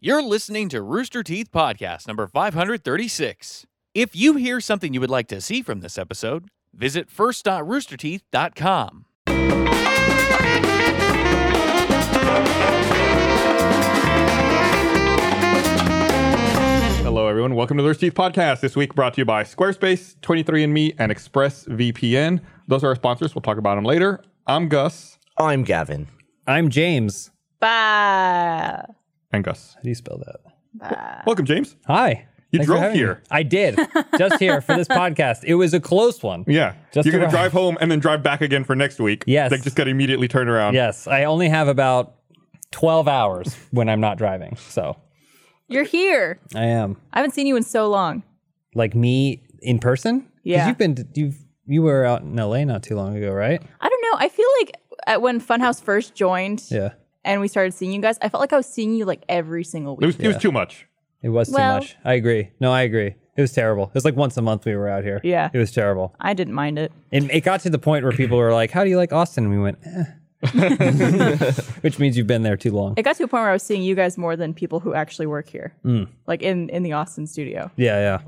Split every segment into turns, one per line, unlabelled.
You're listening to Rooster Teeth Podcast number 536. If you hear something you would like to see from this episode, visit first.roosterteeth.com.
Hello, everyone. Welcome to the Rooster Teeth Podcast. This week brought to you by Squarespace, 23andMe, and ExpressVPN. Those are our sponsors. We'll talk about them later. I'm Gus.
I'm Gavin.
I'm James.
Bah.
And Gus.
How do you spell that?
Welcome, James.
Hi.
You
Thanks for
drove
having me.
here.
I did. Just here for this podcast. It was a close one.
Yeah.
Just
You're going to drive
arrived.
home and then drive back again for next week.
Yes.
They just got to immediately turn around.
Yes. I only have about 12 hours when I'm not driving. So
You're here.
I am.
I haven't seen you in so long.
Like me in person? 'Cause
Yeah.
You've been, you've, you were out in LA not too long ago, right?
I don't know. I feel like at, when Funhouse first joined
Yeah.
and we started seeing you guys, I felt like I was seeing you like every single
It
week.
was, it was too much.
It was too
Well-
much. I agree. No, I agree. It was terrible. It was like once a month we were out here.
Yeah.
It was terrible.
I didn't mind it.
And it got to the point where people were like, How do you like Austin? And we went, eh. Which means you've been there too long.
It got to a point where I was seeing you guys more than people who actually work here,
Hmm.
like in in the Austin studio.
Yeah, yeah.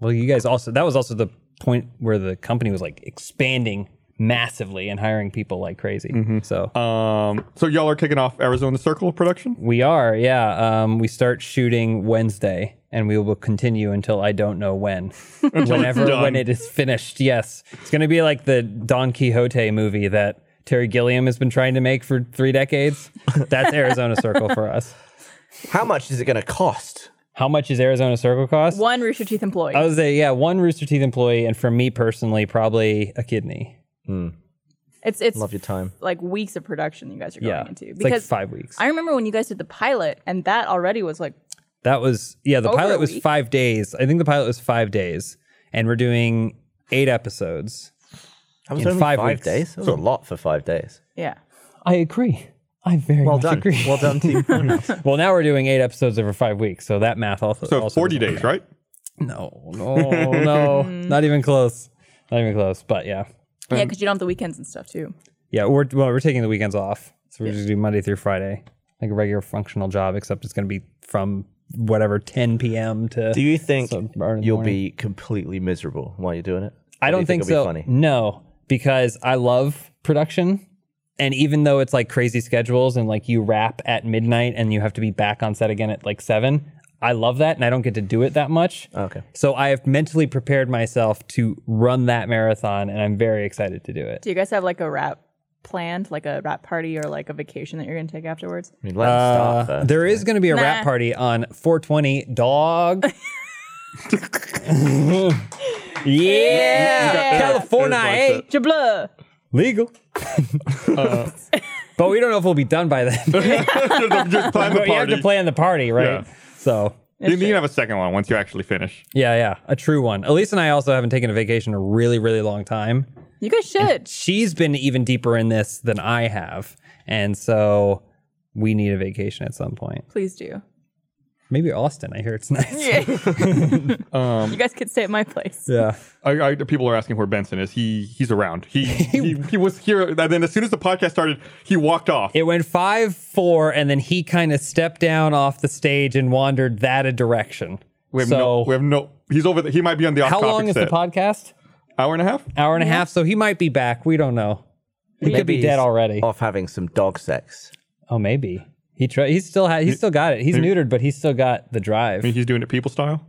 Well, you guys also that was also the point where the company was like expanding massively and hiring people like crazy. So uh,
Um, so, y'all are kicking off Arizona Circle production?
we are, yeah. Um, we start shooting Wednesday, and we will continue until I don't know when. Whenever
done.
when it is finished, yes, it's going to be like the Don Quixote movie that Terry Gilliam has been trying to make for three decades. That's Arizona Circle for us.
How much is it going to cost?
How much is Arizona Circle cost?
One Rooster Teeth employee.
I would say, yeah, one Rooster Teeth employee, and for me personally, probably a kidney.
it's it's
Love your time.
like weeks of production you guys are going
yeah,
into
it's
because
like five weeks.
I remember when you guys did the pilot, and that already was like
that was yeah. The
Over
pilot
a
was
week.
five days. I think the pilot was five days, and we're doing eight episodes.
That was
In
only
five
five,
weeks.
days. That was a lot for five days.
yeah.
I agree. I very
Well
much
done.
agree.
Well done, team.
Well, now we're doing eight episodes over five weeks, so that math also.
So,
also
40
doesn't-
days, right?
No, no, no, not even close. Not even close. But yeah,
Yeah, because you don't have the weekends and stuff too.
yeah. We're well, we're taking the weekends off, so we're just doing Monday through Friday, like a regular functional job, except it's going to be from whatever 10 p.m. to.
Do you think
So, Brian in the
you'll
morning.
be completely miserable while you're doing it?
I
Or do
don't
you
think,
it'll
so.
Be funny?
No, because I love production. And even though it's like crazy schedules and like you wrap at midnight and you have to be back on set again at like seven, I love that and I don't get to do it that much.
Okay.
So I have mentally prepared myself to run that marathon and I'm very excited to do it.
Do you guys have like a wrap planned, like a wrap party or like a vacation that you're going to take afterwards?
I mean, let us start
Uh,
first.
there is going to be a
Nah.
rap party on 420 dog. yeah. California. eh?
Jabla.
legal.
Uh,
but we don't know if we'll be done by then.
just plan the
but you have to
party.
plan the party, right?
Yeah.
So,
You need to have a second one once you actually finish.
yeah, yeah, a true one. Elise and I also haven't taken a vacation in a really, really long time.
You guys should.
She's been even deeper in this than I have. And so we need a vacation at some point.
Please do.
Maybe Austin. I hear it's nice.
Yeah. you guys could stay at my place.
Yeah.
I, I, people are asking where Benson is. He he's around. He he, he was here. And then as soon as the podcast started, he walked off.
It went 5 4, and then he kind of stepped down off the stage and wandered that a direction.
we have
so,
no. We have no. He's over. The, he might be on the off
how
topic
long is
set.
the podcast?
Hour and a half.
hour and a half, so he might be back. We don't know. He could be
Maybe
dead
he's
already.
Oh.
Off having some dog sex.
Oh, maybe he try. He's still ha- he's still got it. He's neutered, but he's still got the drive.
I mean, he's doing it people style.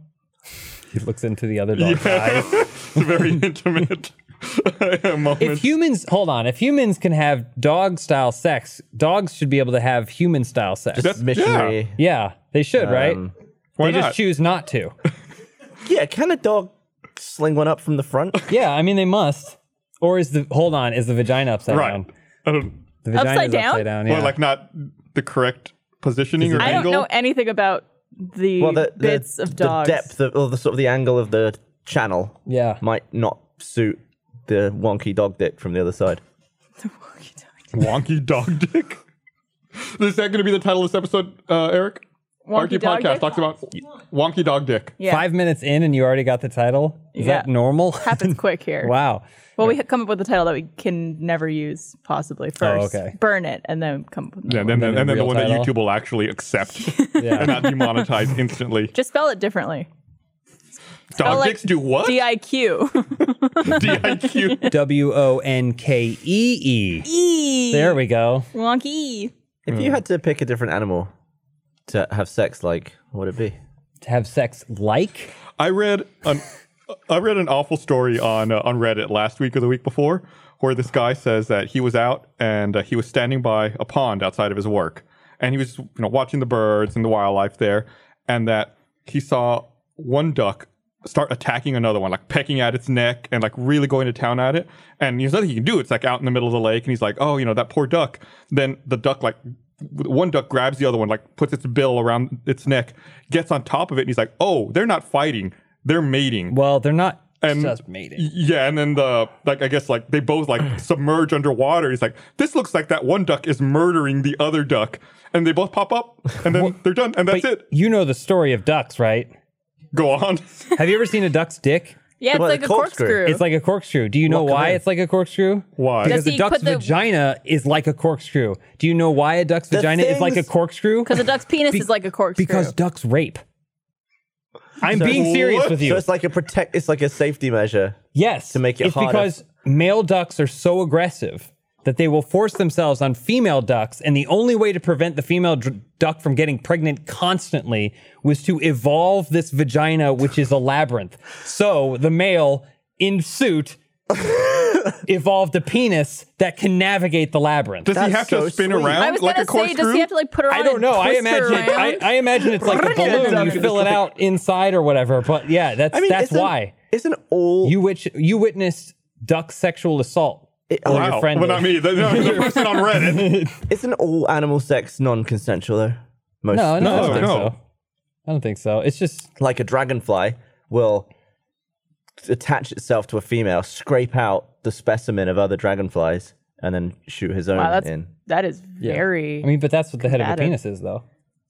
He looks into the other dog's eyes.
It's a very intimate moment.
If humans hold on, if humans can have dog style sex, dogs should be able to have human style sex.
That's-
Missionary. Yeah.
yeah, they should, right?
Um, Why
they just
not?
choose not to.
Can a dog sling one up from the front?
yeah, I mean they must. Or is the hold on? Is the vagina upside
Right.
down?
I don't,
The vagina
Upside
is
down?
upside down. Yeah.
Or like not the correct positioning or
I don't
angle.
know anything about the,
Well, the, the,
bits of dogs.
the depth of, or the sort of the angle of the channel
yeah.
might not suit the wonky dog dick from the other side.
e-
Wonky dog dick. Is that going to be the title of this episode, uh, Eric?
Wonky
RT
dog
podcast
dick?
talks about wonky dog dick.
Yeah.
Five minutes in and you already got the title. Is that
Yeah.
normal?
happens quick here.
wow.
Well, we had come up with a title that we can never use, possibly first.
okay.
Burn it, and then come up with another
Yeah,
one.
then, then,
Then
and then the
real
one that
title.
YouTube will actually accept and
Yeah.
not demonetize instantly.
Just spell it differently.
Dog
like
dicks do what?
D I Q.
DIQ.
W O N K E E.
E.
There we go.
Wonky. E.
If
Hmm.
you had to pick a different animal to have sex like, what would it be?
To have sex like.
I read an I read an awful story on uh, on Reddit last week or the week before, where this guy says that he was out and uh, he was standing by a pond outside of his work, and he was you know watching the birds and the wildlife there, and that he saw one duck start attacking another one, like pecking at its neck and like really going to town at it. And there's nothing you can do. It's like out in the middle of the lake, and he's like, oh, you know that poor duck. Then the duck like one duck grabs the other one, like puts its bill around its neck, gets on top of it, and he's like, "Oh, they're not fighting; they're mating."
Well, they're not
And-
just mating.
Yeah, and then the like, I guess like they both like submerge underwater. He's like, "This looks like that one duck is murdering the other duck," and they both pop up, and then they're done, and that's it.
You know the story of ducks, right?
Go on.
Have you ever seen a duck's dick?
Yeah, it's
Well,
like
the
a
corkscrew.
corkscrew.
It's like a corkscrew. Do you know
come
why
on.
it's like a corkscrew?
Why?
Because
Does
a
he
duck's
put the-
vagina is like a corkscrew. Do you know why a duck's vagina is like a
things-
corkscrew?
because a duck's penis
Be-
is like a corkscrew.
Because ducks rape. I'm
So-
being serious with
So
you.
it's like a protect. It's like a safety measure.
Yes.
to make it
It's
harder.
because male ducks are so aggressive that they will force themselves on female ducks. And the only way to prevent the female dr- duck from getting pregnant constantly was to evolve this vagina, which is a labyrinth. So the male in suit evolved a penis that can navigate the labyrinth.
does he
That's
have
so
to spin
sweet.
I
around
was
like
gonna
a corkscrew?
say, does he have to like put her on?
I don't
and
know. I
twist her
imagine. I,
around?
I imagine it's like a balloon. You fill it out inside or whatever. But yeah, that's that's
isn't-
why
Isn't all
you which you witnessed duck sexual assault.
oh,
or
Wow.
your friend
Well, not
did.
me. The, no, the person on Reddit.
isn't all animal sex non-consensual though? Most
No, no, I don't think
no.
so. I don't think so. It's just
like a dragonfly will attach itself to a female, scrape out the specimen of other dragonflies, and then shoot his own
Wow, that's
in.
that is very.
I mean, but that's what the head of a
Combative.
penis is, though.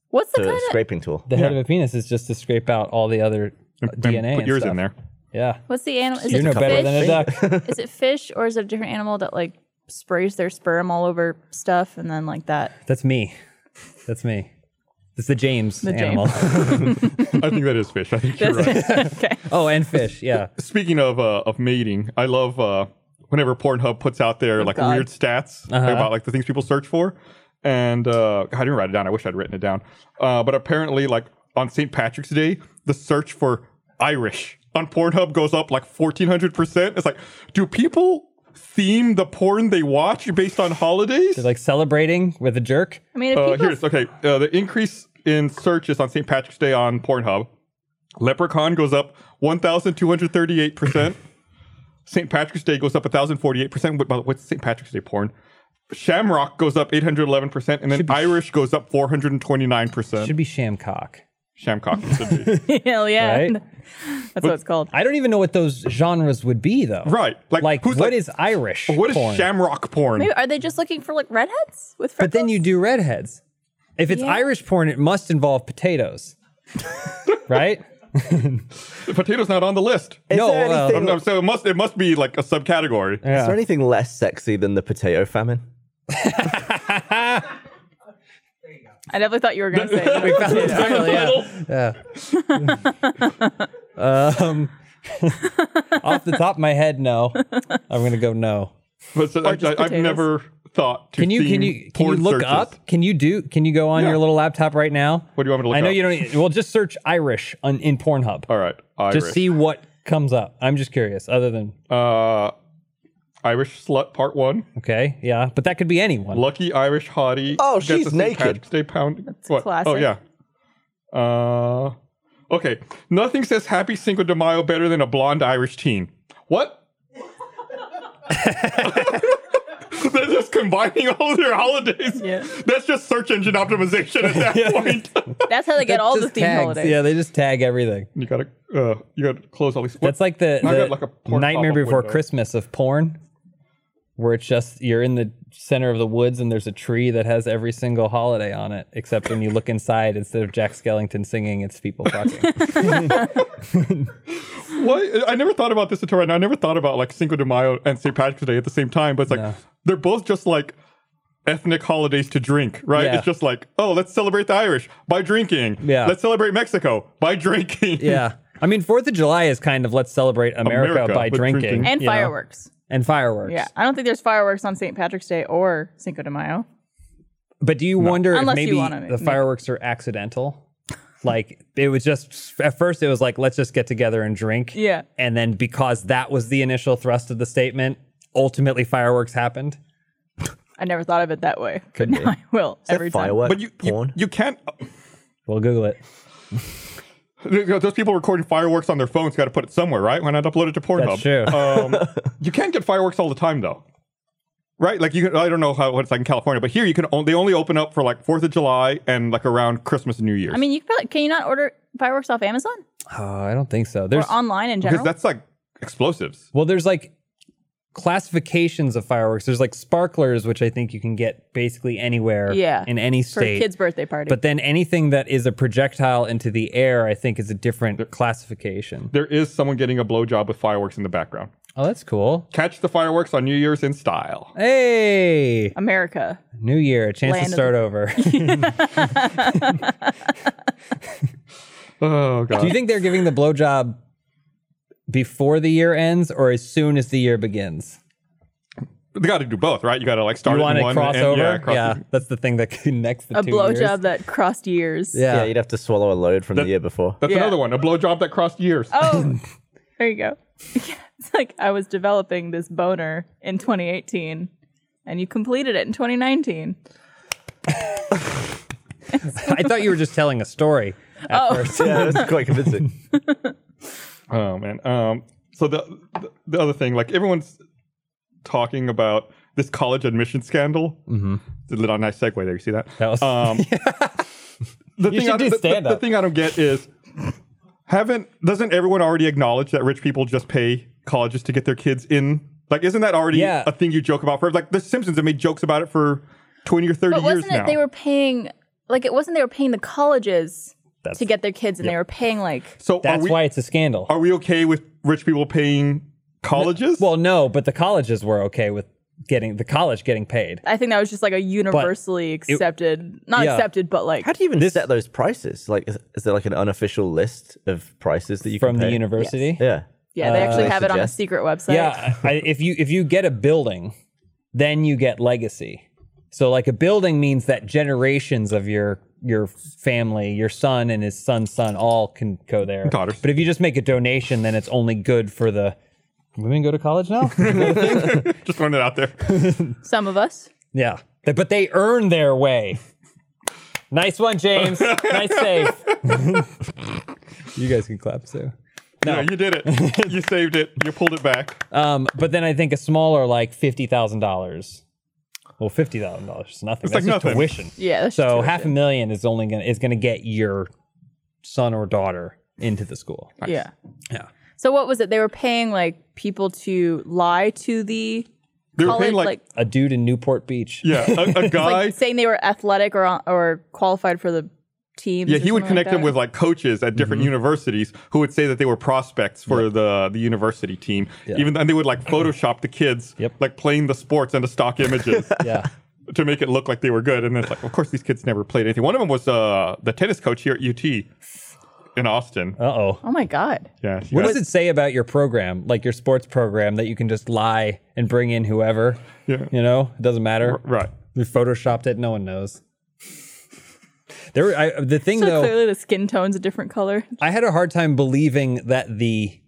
what's the
The
kind of
scraping tool.
The head of a penis is just to scrape out all the other uh, DNA.
And
and
Put yours
stuff.
in there.
Yeah,
what's the animal? Is
you're
it
no
fish?
better than a duck.
Is it fish or is it a different animal that like sprays their sperm all over stuff and then like that?
that's me. That's me. It's the James
The
animal.
I think that is fish. I think you're right.
okay.
oh, and fish. Yeah.
Speaking of uh, of mating, I love uh, whenever Pornhub puts out their
Oh,
like
God.
weird stats like,
Uh-huh.
about like the things people search for. And uh, I didn't write it down. I wish I'd written it down. Uh, but apparently, like on St. Patrick's Day, the search for Irish on Pornhub goes up like fourteen hundred percent. It's like, do people theme the porn they watch based on holidays?
They're like celebrating with a jerk.
I mean, if
Uh,
people
here's okay. Uh, the increase in searches on St. Patrick's Day on Pornhub. Leprechaun goes up 1,238 percent. St. Patrick's Day goes up 1,048 percent. But but what's St. Patrick's Day porn? Shamrock goes up 811 percent, and then Irish goes up 429 percent.
Should be shamcock.
Shamcock it should be.
Hell yeah.
Right?
That's what it's called.
I don't even know what those genres would be, though.
right. Like,
Like,
who's
what
like,
is Irish?
what is
porn?
Shamrock porn?
Maybe, are they just looking for like redheads with
But
freckles?
then you do redheads. If it's
Yeah.
Irish porn, it must involve potatoes, right?
The Potato's not on the list.
Is
No,
there
well-
anything,
No, so it must it must be like a subcategory.
is there anything less sexy than the potato famine?
I definitely thought you were going to say that.
oh, Um, off the top of my head, no. I'm gonna go no.
But so I,
just
I, I've
potatoes.
never thought to
Can you can
theme
you can you
porn
look
searches.
up? Can you do? Can you go on
Yeah.
your little laptop right now?
What do you want me to look
I know
up?
you don't. e, Well, just search Irish on, in Pornhub.
All right, Irish.
Just see what comes up. I'm just curious. Other than
Uh, Irish slut part one.
okay, yeah, but that could be anyone.
Lucky Irish hottie.
Oh,
gets a
she's
St.
naked.
Patrick's Day pound. That's Oh
classic.
yeah. Uh, okay. Nothing says Happy Cinco de Mayo better than a blonde Irish teen. What? They're just combining all their holidays.
Yeah.
That's just search engine optimization at that point.
That's how they get all the
Just
theme
tags.
holidays.
Yeah, they just tag everything.
you gotta, uh, you gotta close all these.
That's like the,
Now I
the
got like a porn
Nightmare
pop-up
Before
window.
Christmas of porn, where it's just you're in the center of the woods and there's a tree that has every single holiday on it, except when you look inside, instead of Jack Skellington singing, it's people fucking.
What? I never thought about this until right now. I never thought about like Cinco de Mayo and St. Patrick's Day at the same time, but it's like they're both just like ethnic holidays to drink, right?
Yeah.
It's just like, oh, let's celebrate the Irish by drinking.
Yeah.
Let's celebrate Mexico by drinking.
yeah. I mean, Fourth of July is kind of let's celebrate America,
America
by
with
drinking.
drinking.
and
you know,
fireworks.
and fireworks.
Yeah, I don't think there's fireworks on St. Patrick's Day or Cinco de Mayo.
But do you wonder
Unless you
if maybe
wanna make-
the fireworks are accidental? like it was just at first it was like let's just get together and drink.
Yeah.
And then because that was the initial thrust of the statement, ultimately fireworks happened.
I never thought of it that way. Could
be.
now I will
that
every time.
firework
But you, you,
porn.
you can't.
We'll Google it.
Those people recording fireworks on their phones got to put it somewhere, right? Why not upload it to Pornhub?
That's true.
Um, you can't get fireworks all the time, though. Right? Like you, can, I don't know how what it's like in California, but here you can. On, they only open up for like Fourth of July and like around Christmas and New Year's.
I mean, you can probably can you not order fireworks off Amazon
Oh, I don't think so. There's
or online in
because
general?
that's like explosives.
well, there's like classifications of fireworks. There's like sparklers, which I think you can get basically anywhere
Yeah.
in any
for
state.
a kid's birthday party.
but then anything that is a projectile into the air, I think, is a different classification.
there is someone getting a blowjob with fireworks in the background.
Oh, that's cool.
Catch the fireworks on New Year's in style.
Hey,
America.
new year, a chance
Land
to
of
start over.
Oh god.
Do you think they're giving the blowjob before the year ends or as soon as the year begins?
they got to do both, right? You got to like
Do
start
you
in
want to
one
cross
and,
over?
yeah, cross
yeah,
the-
that's the thing that connects the
A
two
blowjob
years.
that crossed years.
Yeah.
yeah, you'd have to swallow a load from the year before.
That's
Yeah.
another one. A blowjob that crossed years.
Oh, there you go. it's like I was developing this boner in 2018, and you completed it in 2019.
I thought you were just telling a story. At first.
yeah, that's quite convincing.
Oh man. Um. So the the- the other thing, like everyone's talking about this college admission scandal. Mm-hmm. Did a little nice segue there. You see that?
That was-
Um, the
You
thing
should
I,
do
the- the-
stand-up.
the thing I don't get is haven't doesn't everyone already acknowledge that rich people just pay colleges to get their kids in? Like, isn't that already
Yeah.
a thing you joke about for? Like, The Simpsons have made jokes about it for twenty or thirty
But
years
wasn't it
now.
they were paying like it wasn't they were paying the colleges
That's-
to get their kids, and they were paying like
so are
That's
we,
why it's a scandal.
are we okay with rich people paying colleges?
well, no, but the colleges were okay with getting the college getting paid.
I think that was just like a universally accepted, not
yeah.
accepted, but like
How do you even set those prices? Like, is, is there like an unofficial list of prices that you
from
can pay?
the university.
Yeah.
yeah,
Uh,
they actually
they
have it on a
suggest-
secret website.
Yeah, I, if you if you get a building, then you get legacy. So like a building means that generations of your your family, your son and his son's son, all can go there.
Daughters.
But if you just make a donation, then it's only good for the women go to college now.
just throwing it out there.
Some of us.
yeah, Th- but they earn their way. Nice one, James. nice save. you guys can clap too.
No, you did it. you saved it. You pulled it back.
Um, but then I think a smaller like fifty thousand dollars. Well, fifty thousand dollars is nothing.
like
That's just
nothing.
tuition.
Yeah, that's
So
just
half a million is only gonna is gonna get your son or daughter into the school.
Yeah.
Yeah.
So what was it? They were paying like people to lie to the
They were
college,
paying
like,
like,
A dude in Newport Beach.
yeah, a, a guy.
like, saying they were athletic or or qualified for the team.
yeah, he would connect them with like coaches at
Mm-hmm.
different universities who would say that they were prospects for the the university team. Even and they would like Photoshop the kids
Yep.
like playing the sports into stock images
Yeah.
to make it look like they were good. And then it's like, of course, these kids never played anything. One of them was uh, the tennis coach here at UT in Austin.
Uh oh.
Oh my god.
yeah, she
What
got-
does it say about your program, like your sports program, that you can just lie and bring in whoever?
Yeah.
You know, it doesn't matter.
right.
We photoshopped it. No one knows. There, were- I, the thing
So
though.
clearly the skin tone's a different color.
I had a hard time believing that the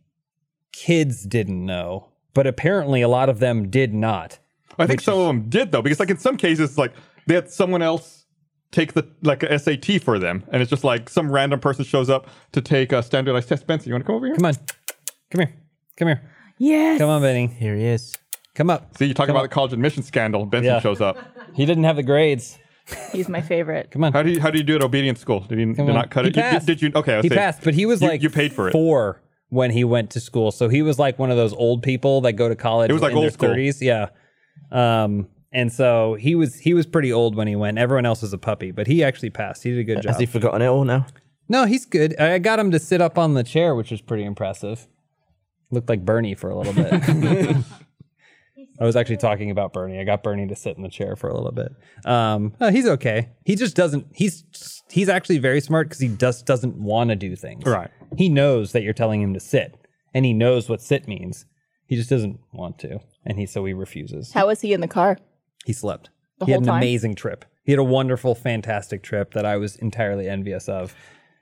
kids didn't know, but apparently a lot of them did not.
I think some of them did though, because like in some cases, like they had someone else take the like a SAT for them, and it's just like some random person shows up to take a standardized test. Benson, you want to come over here?
Come on. Come here. Come here.
Yes.
Come on, Benny.
Here he is.
Come up.
See, you talk about the college admission scandal. Benson
Yeah.
shows up.
He didn't have the grades.
He's my favorite.
Come on.
How do you how do you do at obedience school? Did you did
on.
not cut
He
it? You-
passed.
did, did you? Okay, I was
he
saying,
passed, but he was
you-
like
you paid for it.
four when he went to school. So he was like one of those old people that go to college.
It was like
in their
old school.
30s. Yeah. Um, and so he was he was pretty old when he went. Everyone else was a puppy, but he actually passed. He did a good job.
Has he forgotten it all now?
no, he's good. I got him to sit up on the chair, which was pretty impressive. Looked like Bernie for a little bit. I was actually talking about Bernie. I got Bernie to sit in the chair for a little bit. Um, uh, he's okay. He just doesn't. He's he's actually very smart because he just doesn't want to do things.
Right.
He knows that you're telling him to sit, and he knows what sit means. He just doesn't want to, and he so he refuses.
How was he in the car?
He slept.
The
he had
whole
an
time?
amazing trip. He had a wonderful, fantastic trip that I was entirely envious of.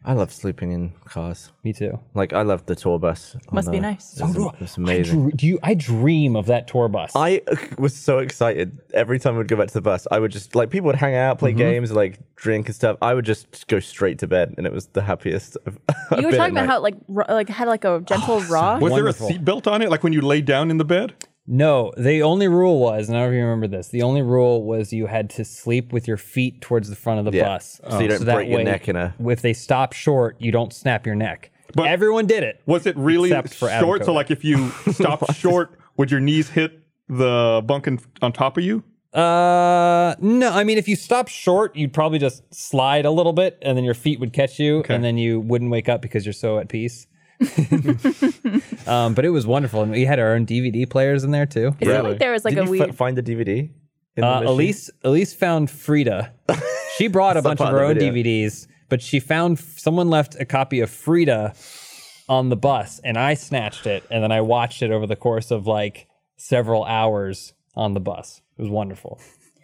I love sleeping in cars.
Me too.
Like I love the tour bus. on
Must be
the-
nice.
Uh, It's, it's amazing.
I, dr- do you, I dream of that tour bus.
Oh, I uh, was so excited every time I would go back to the bus. I would just like people would hang out,
Mm-hmm.
play games, like drink and stuff. I would just go straight to bed, and it was the happiest. I've, I've
You were
been at
talking about
night. Oh,
how it, like ru- like had like a gentle raw.
Was
Wonderful.
there a seatbelt on it? Like when you lay down in the bed?
no, the only rule was, and I don't know if you remember this, the only rule was you had to sleep with your feet towards the front of the
Yeah.
bus.
So you don't break your neck in a-
If they stop short, you don't snap your neck.
But-
Everyone did it.
Was it really
Except for Adam
short? So
Kovac.
like if you stopped short, would your knees hit the bunk in, on top of you?
Uh, no. I mean, if you stop short, you'd probably just slide a little bit, and then your feet would catch you, and then you wouldn't wake up because you're so at peace. um, but it was wonderful, and we had our own DVD players in there too.
Is it like there was like
Did
a
you
weird
fi- find the DVD? In
Uh,
the machine?
Elise, Elise found Frida. She brought a
That's not
bunch of
part of
her
the
own
video.
DVDs, but she found someone left a copy of Frida on the bus, and I snatched it, and then I watched it over the course of like several hours on the bus. It was wonderful.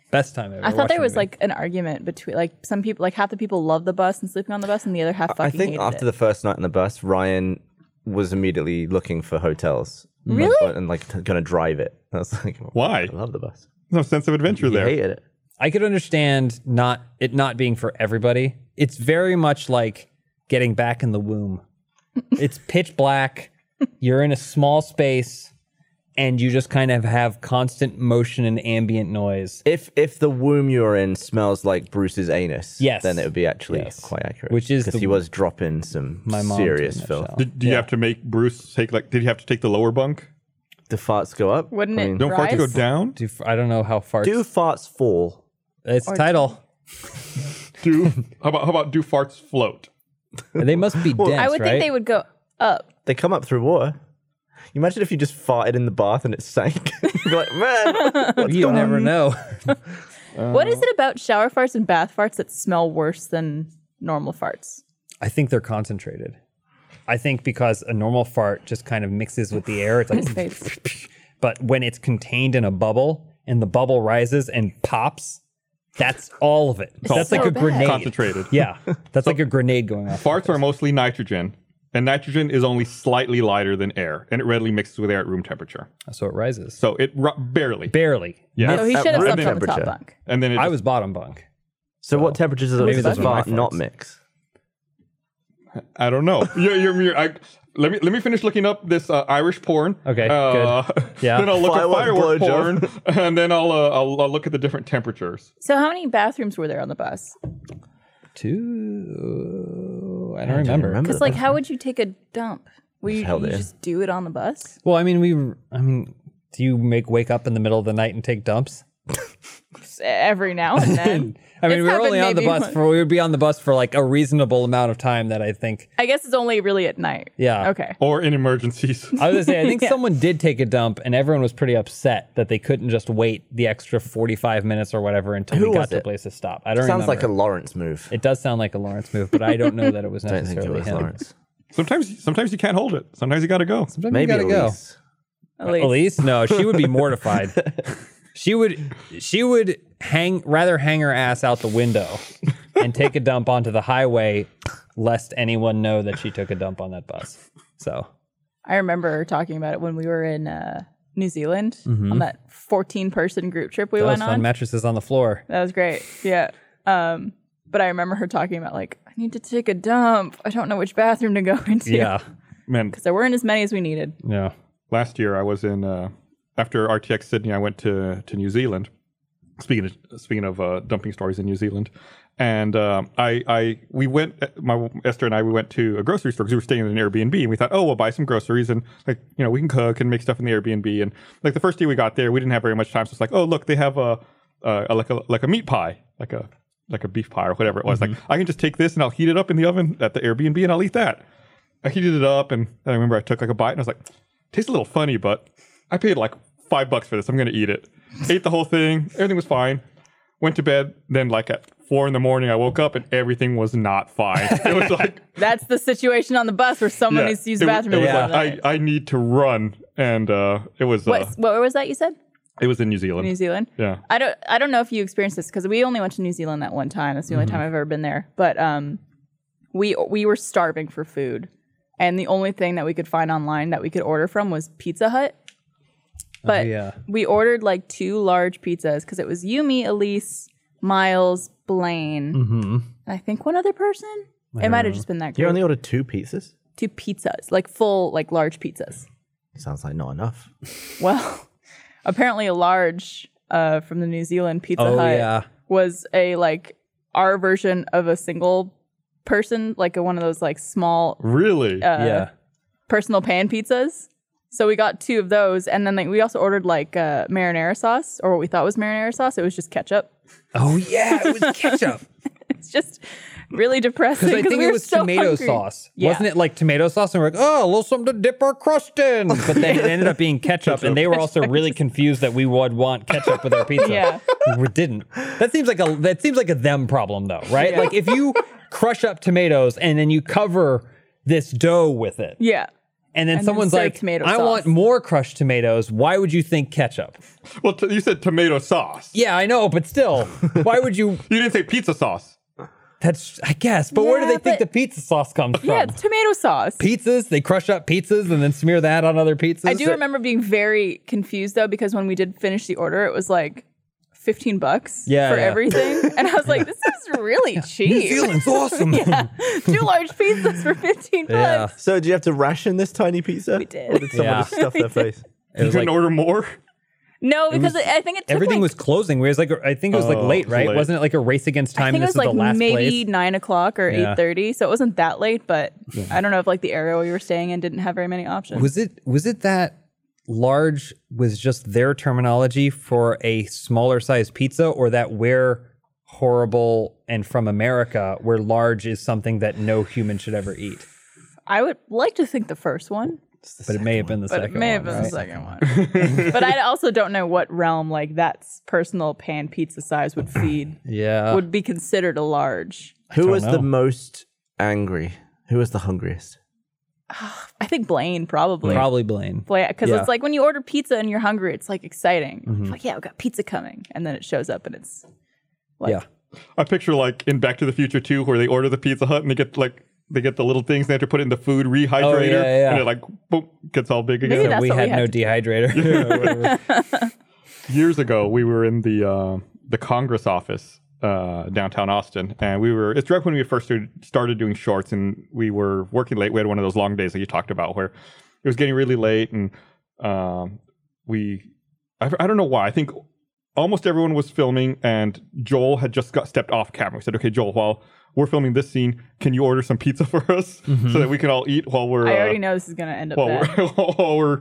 Best time ever.
I thought
Watched
there
a
was
movie.
like an argument between like some people like half the people love the bus and sleeping on the bus and the other half fucking
I think
hated
after
it.
the first night on the bus, Ryan was immediately looking for hotels.
Really?
And like t- gonna drive it. I was like,
Why?
I love the bus.
No sense of adventure
You
there.
hated it.
I could understand not it not being for everybody. It's very much like getting back in the womb. it's pitch black. You're in a small space, and you just kind of have constant motion and ambient noise,
If if the womb you're in smells like Bruce's anus,
Yes.
then it would be actually
Yes.
quite accurate.
Which is
because
the-
he was dropping some
My mom
serious
did that
filth.
show.
Did, do you have to make Bruce take like? Did you have to take the lower bunk?
The farts go up.
Wouldn't
I
it
mean,
Don't fart to go
Rise?
down.
Do I don't know how far.
Do farts fall?
it's the title.
Do how about how about do farts float?
They must be dense,
I would
right?
think they would go up.
They come up through water. You imagine if you just farted in the bath and it sank. You'd be like, man, what's
You
going
never
on?
know.
what
Uh,
is it about shower farts and bath farts that smell worse than normal farts?
I think they're concentrated. I think because a normal fart just kind of mixes with the air. It's like
Face.
but when it's contained in a bubble and the bubble rises and pops, that's all of it. That's like
so
a
bad.
grenade.
Concentrated.
Yeah, that's like a grenade going off.
Farts are mostly nitrogen, and nitrogen is only slightly lighter than air, and it readily mixes with air at room temperature.
So it rises
So it ru- barely.
barely.
Yeah.
So he
at
should have
room
slept on the top
temperature.
bunk.
and then it
I
just-
was bottom bunk.
So, what temperatures does
Maybe
a
those were my
fart not
farts.
mix?
I don't know. You're, you're, you're, I, let me let me finish looking up this uh, Irish porn.
Okay,
Uh,
Yeah.
Then I'll look at
Firework
firework porn,
blowjob.
and then I'll, uh, I'll I'll look at the different temperatures.
So how many bathrooms were there on the bus?
Two. I don't remember.
remember.
Because like, how would you take a dump? Would you,
held
you
it in.
just do it on the bus?
Well, I mean, we. I mean, do you make wake up in the middle of the night and take dumps?
Just Every now and then.
I mean,
It's
we were
happened
only on the
maybe
bus
once.
for we would be on the bus for like a reasonable amount of time that I think.
I guess it's only really at night.
Yeah.
Okay.
Or in emergencies.
I was gonna say I think someone did take a dump and everyone was pretty upset that they couldn't just wait the extra forty five minutes or whatever until
Who
we got
was
to a
it?
place to stop. I don't
Sounds
remember.
like a Lawrence move.
It does sound like a Lawrence move, but I don't know that it was
I don't think
necessarily
it was
him.
Lawrence.
sometimes sometimes you can't hold it. Sometimes you got to go.
Sometimes
Maybe
you gotta
Elise.
At
go.
least.
Elise, no, she would be mortified. she would, she would hang rather hang her ass out the window and take a dump onto the highway, lest anyone know that she took a dump on that bus. So
I remember talking about it when we were in uh, New Zealand on that 14 person group trip we
Mm-hmm. that was
went
fun.
on.
Mattresses on the floor.
That was great. Yeah. Um, but I remember her talking about like, I need to take a dump. I don't know which bathroom to go into.
Yeah,
Man,
Because there weren't as many as we needed.
yeah.
last year I was in uh, after RTX Sydney. I went to to New Zealand, speaking of speaking of uh, dumping stories in New Zealand, and um, I I we went uh, my Esther and I we went to a grocery store because we were staying in an Airbnb and we thought oh we'll buy some groceries and like you know we can cook and make stuff in the Airbnb and like the first day we got there we didn't have very much time so it's like oh look they have a, a, a like a like a meat pie like a like a beef pie or whatever it was like I can just take this and I'll heat it up in the oven at the Airbnb and I'll eat that I heated it up and, and I remember I took like a bite and I was like tastes a little funny but I paid like five bucks for this I'm gonna eat it ate the whole thing everything was fine went to bed. Then, like at four in the morning, I woke up and everything was not fine. It was like
That's the situation on the bus where someone
yeah,
needs to use
it
the
wa-
bathroom.
It was
in the
like
middle of the
I,
night.
I need to run, and uh, it was uh,
What, what was that you said?
it was in New Zealand.
New Zealand.
Yeah.
I don't I don't know if you experienced this because we only went to New Zealand that one time. That's the only
Mm-hmm.
time I've ever been there. But um, we we were starving for food, and the only thing that we could find online that we could order from was Pizza Hut.
Oh,
But
yeah.
we ordered like two large pizzas because it was Yumi, Elise, Miles, Blaine,
Mm.
and I think one other person. It might have just been that
You
group.
only ordered two pizzas?
two pizzas, like full, like large pizzas.
Sounds like not enough.
Well, apparently a large uh, from the New Zealand Pizza
Oh,
Hut
yeah.
was a like our version of a single person, like a, one of those like small
Really?
uh,
yeah.
personal pan pizzas. So we got two of those, and then like we also ordered like uh, marinara sauce or what we thought was marinara sauce. It was just ketchup.
Oh yeah, it was ketchup.
It's just really depressing.
Because I
'cause
think
we
it
were
was
so
tomato
hungry.
sauce.
Yeah.
Wasn't it like tomato sauce? And we're like, oh, a little something to dip our crust in. But then it ended up being ketchup. And they were also really confused that we would want ketchup with our pizza.
Yeah.
We didn't. That seems like a that seems like a them problem though, right? Like if you crush up tomatoes and then you cover this dough with it.
Yeah.
And then
And then
someone's
serve
like,
tomato
I
sauce.
want more crushed tomatoes. Why would you think ketchup?
well, t- you said tomato sauce.
Yeah, I know, but still, why would you?
You didn't say pizza sauce.
That's, I guess, but where do
Yeah,
they think
but-
the pizza sauce comes from?
Yeah, it's tomato sauce.
pizzas. They crush up pizzas and then smear that on other pizzas.
I do remember being very confused though because when we did finish the order, it was like fifteen bucks
Yeah,
for
yeah.
everything, and I was like, "This is really
New
cheap."
Zealand's awesome.
Two large pizzas for fifteen
Yeah.
bucks.
So, did you have to ration this tiny pizza? We
did.
Or did someone
Yeah.
just stuff their face?
It
You
was
couldn't
like,
order more.
No, because I think it took
everything
like,
was closing. We was like, I think it was like
Oh,
late, right?
late.
Wasn't it like a race against
I
time? and
think it
this
was like
the last
maybe
place.
nine o'clock or
Yeah.
eight thirty, so it wasn't that late. But I don't know if like the area we were staying in didn't have very many options.
Was it? Was it that? Large was just their terminology for a smaller size pizza, or that we're horrible and from America, where large is something that no human should ever eat.
I would like to think the first one,
But it may have been the
but
second
it may
one.
have been the
right?
second one. but I also don't know what realm like that personal pan pizza size would feed
Yeah.
would be considered a large.
Who
don't
was
know.
the most angry? Who was the hungriest?
I think Blaine probably.
Probably Blaine.
because
Yeah. Mm-hmm.
it's like when you order pizza and you're hungry, it's like exciting. Like, yeah, we got pizza coming, and then it shows up and it's like,
Yeah.
I picture like in Back to the Future 2 where they order the Pizza Hut and they get like they get the little things they have to put in the food rehydrator
Oh, yeah.
and it like boom gets all big
Maybe
again.
that's
we
what
had
we had
no
to
dehydrator.
years ago, we were in the uh, the Congress office uh, downtown Austin, and we were. It's right when we first started- started doing shorts, and we were working late. We had one of those long days that you talked about, where it was getting really late, and um, we. I, I don't know why. I think almost everyone was filming, and Joel had just got stepped off camera. We said, "Okay, Joel, while we're filming this scene, can you order some pizza for us so that we can all eat while we're
I
uh,
already know this is gonna end up
while
bad.
we're, while we're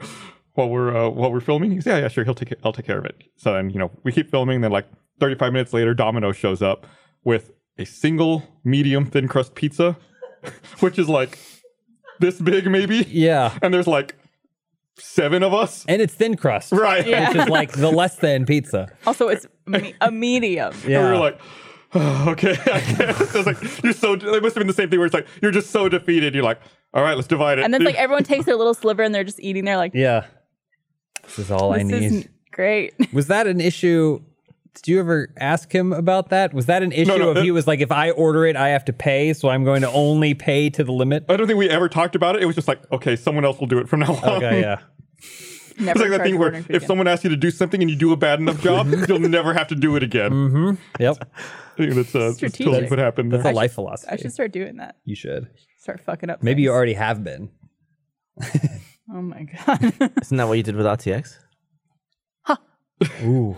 while we're uh, while we're filming. He's yeah, yeah, sure. He'll take it- I'll take care of it. So then you know we keep filming. Then like 35 minutes later, Domino shows up with a single medium thin crust pizza, which is like this big maybe,
yeah.
and there's like seven of us.
And it's thin crust.
Right.
Yeah.
Which is like the less than pizza.
Also, it's me- a medium.
Yeah.
And we were like. "Oh, okay, I guess. It's like you're so. It must have been the same thing where it's like you're just so defeated. You're like, all right, let's divide it.
And then it's like everyone takes their little sliver and they're just eating. They're like,
yeah. This is all I
this
need.
is great.
Was that an issue? Did you ever ask him about that? Was that an issue
no,
of
it-
he was like, if I order it, I have to pay, so I'm going to only pay to the limit?
I don't think we ever talked about it. It was just like, okay, someone else will do it from now on.
Okay, uh, yeah.
Never
It's like that
charge
thing
for
where
ordering
if
food again.
someone asks you to do something and you do a bad enough job, you'll never have to do it again.
Yep.
I think that's, uh, that's totally
Strategic.
what happened.
Mm-hmm. That's a
there.
life
I
philosophy.
should start doing that.
you should.
Start fucking up.
Maybe you
things.
already have been.
Oh my god.
Isn't that what you did with RTX?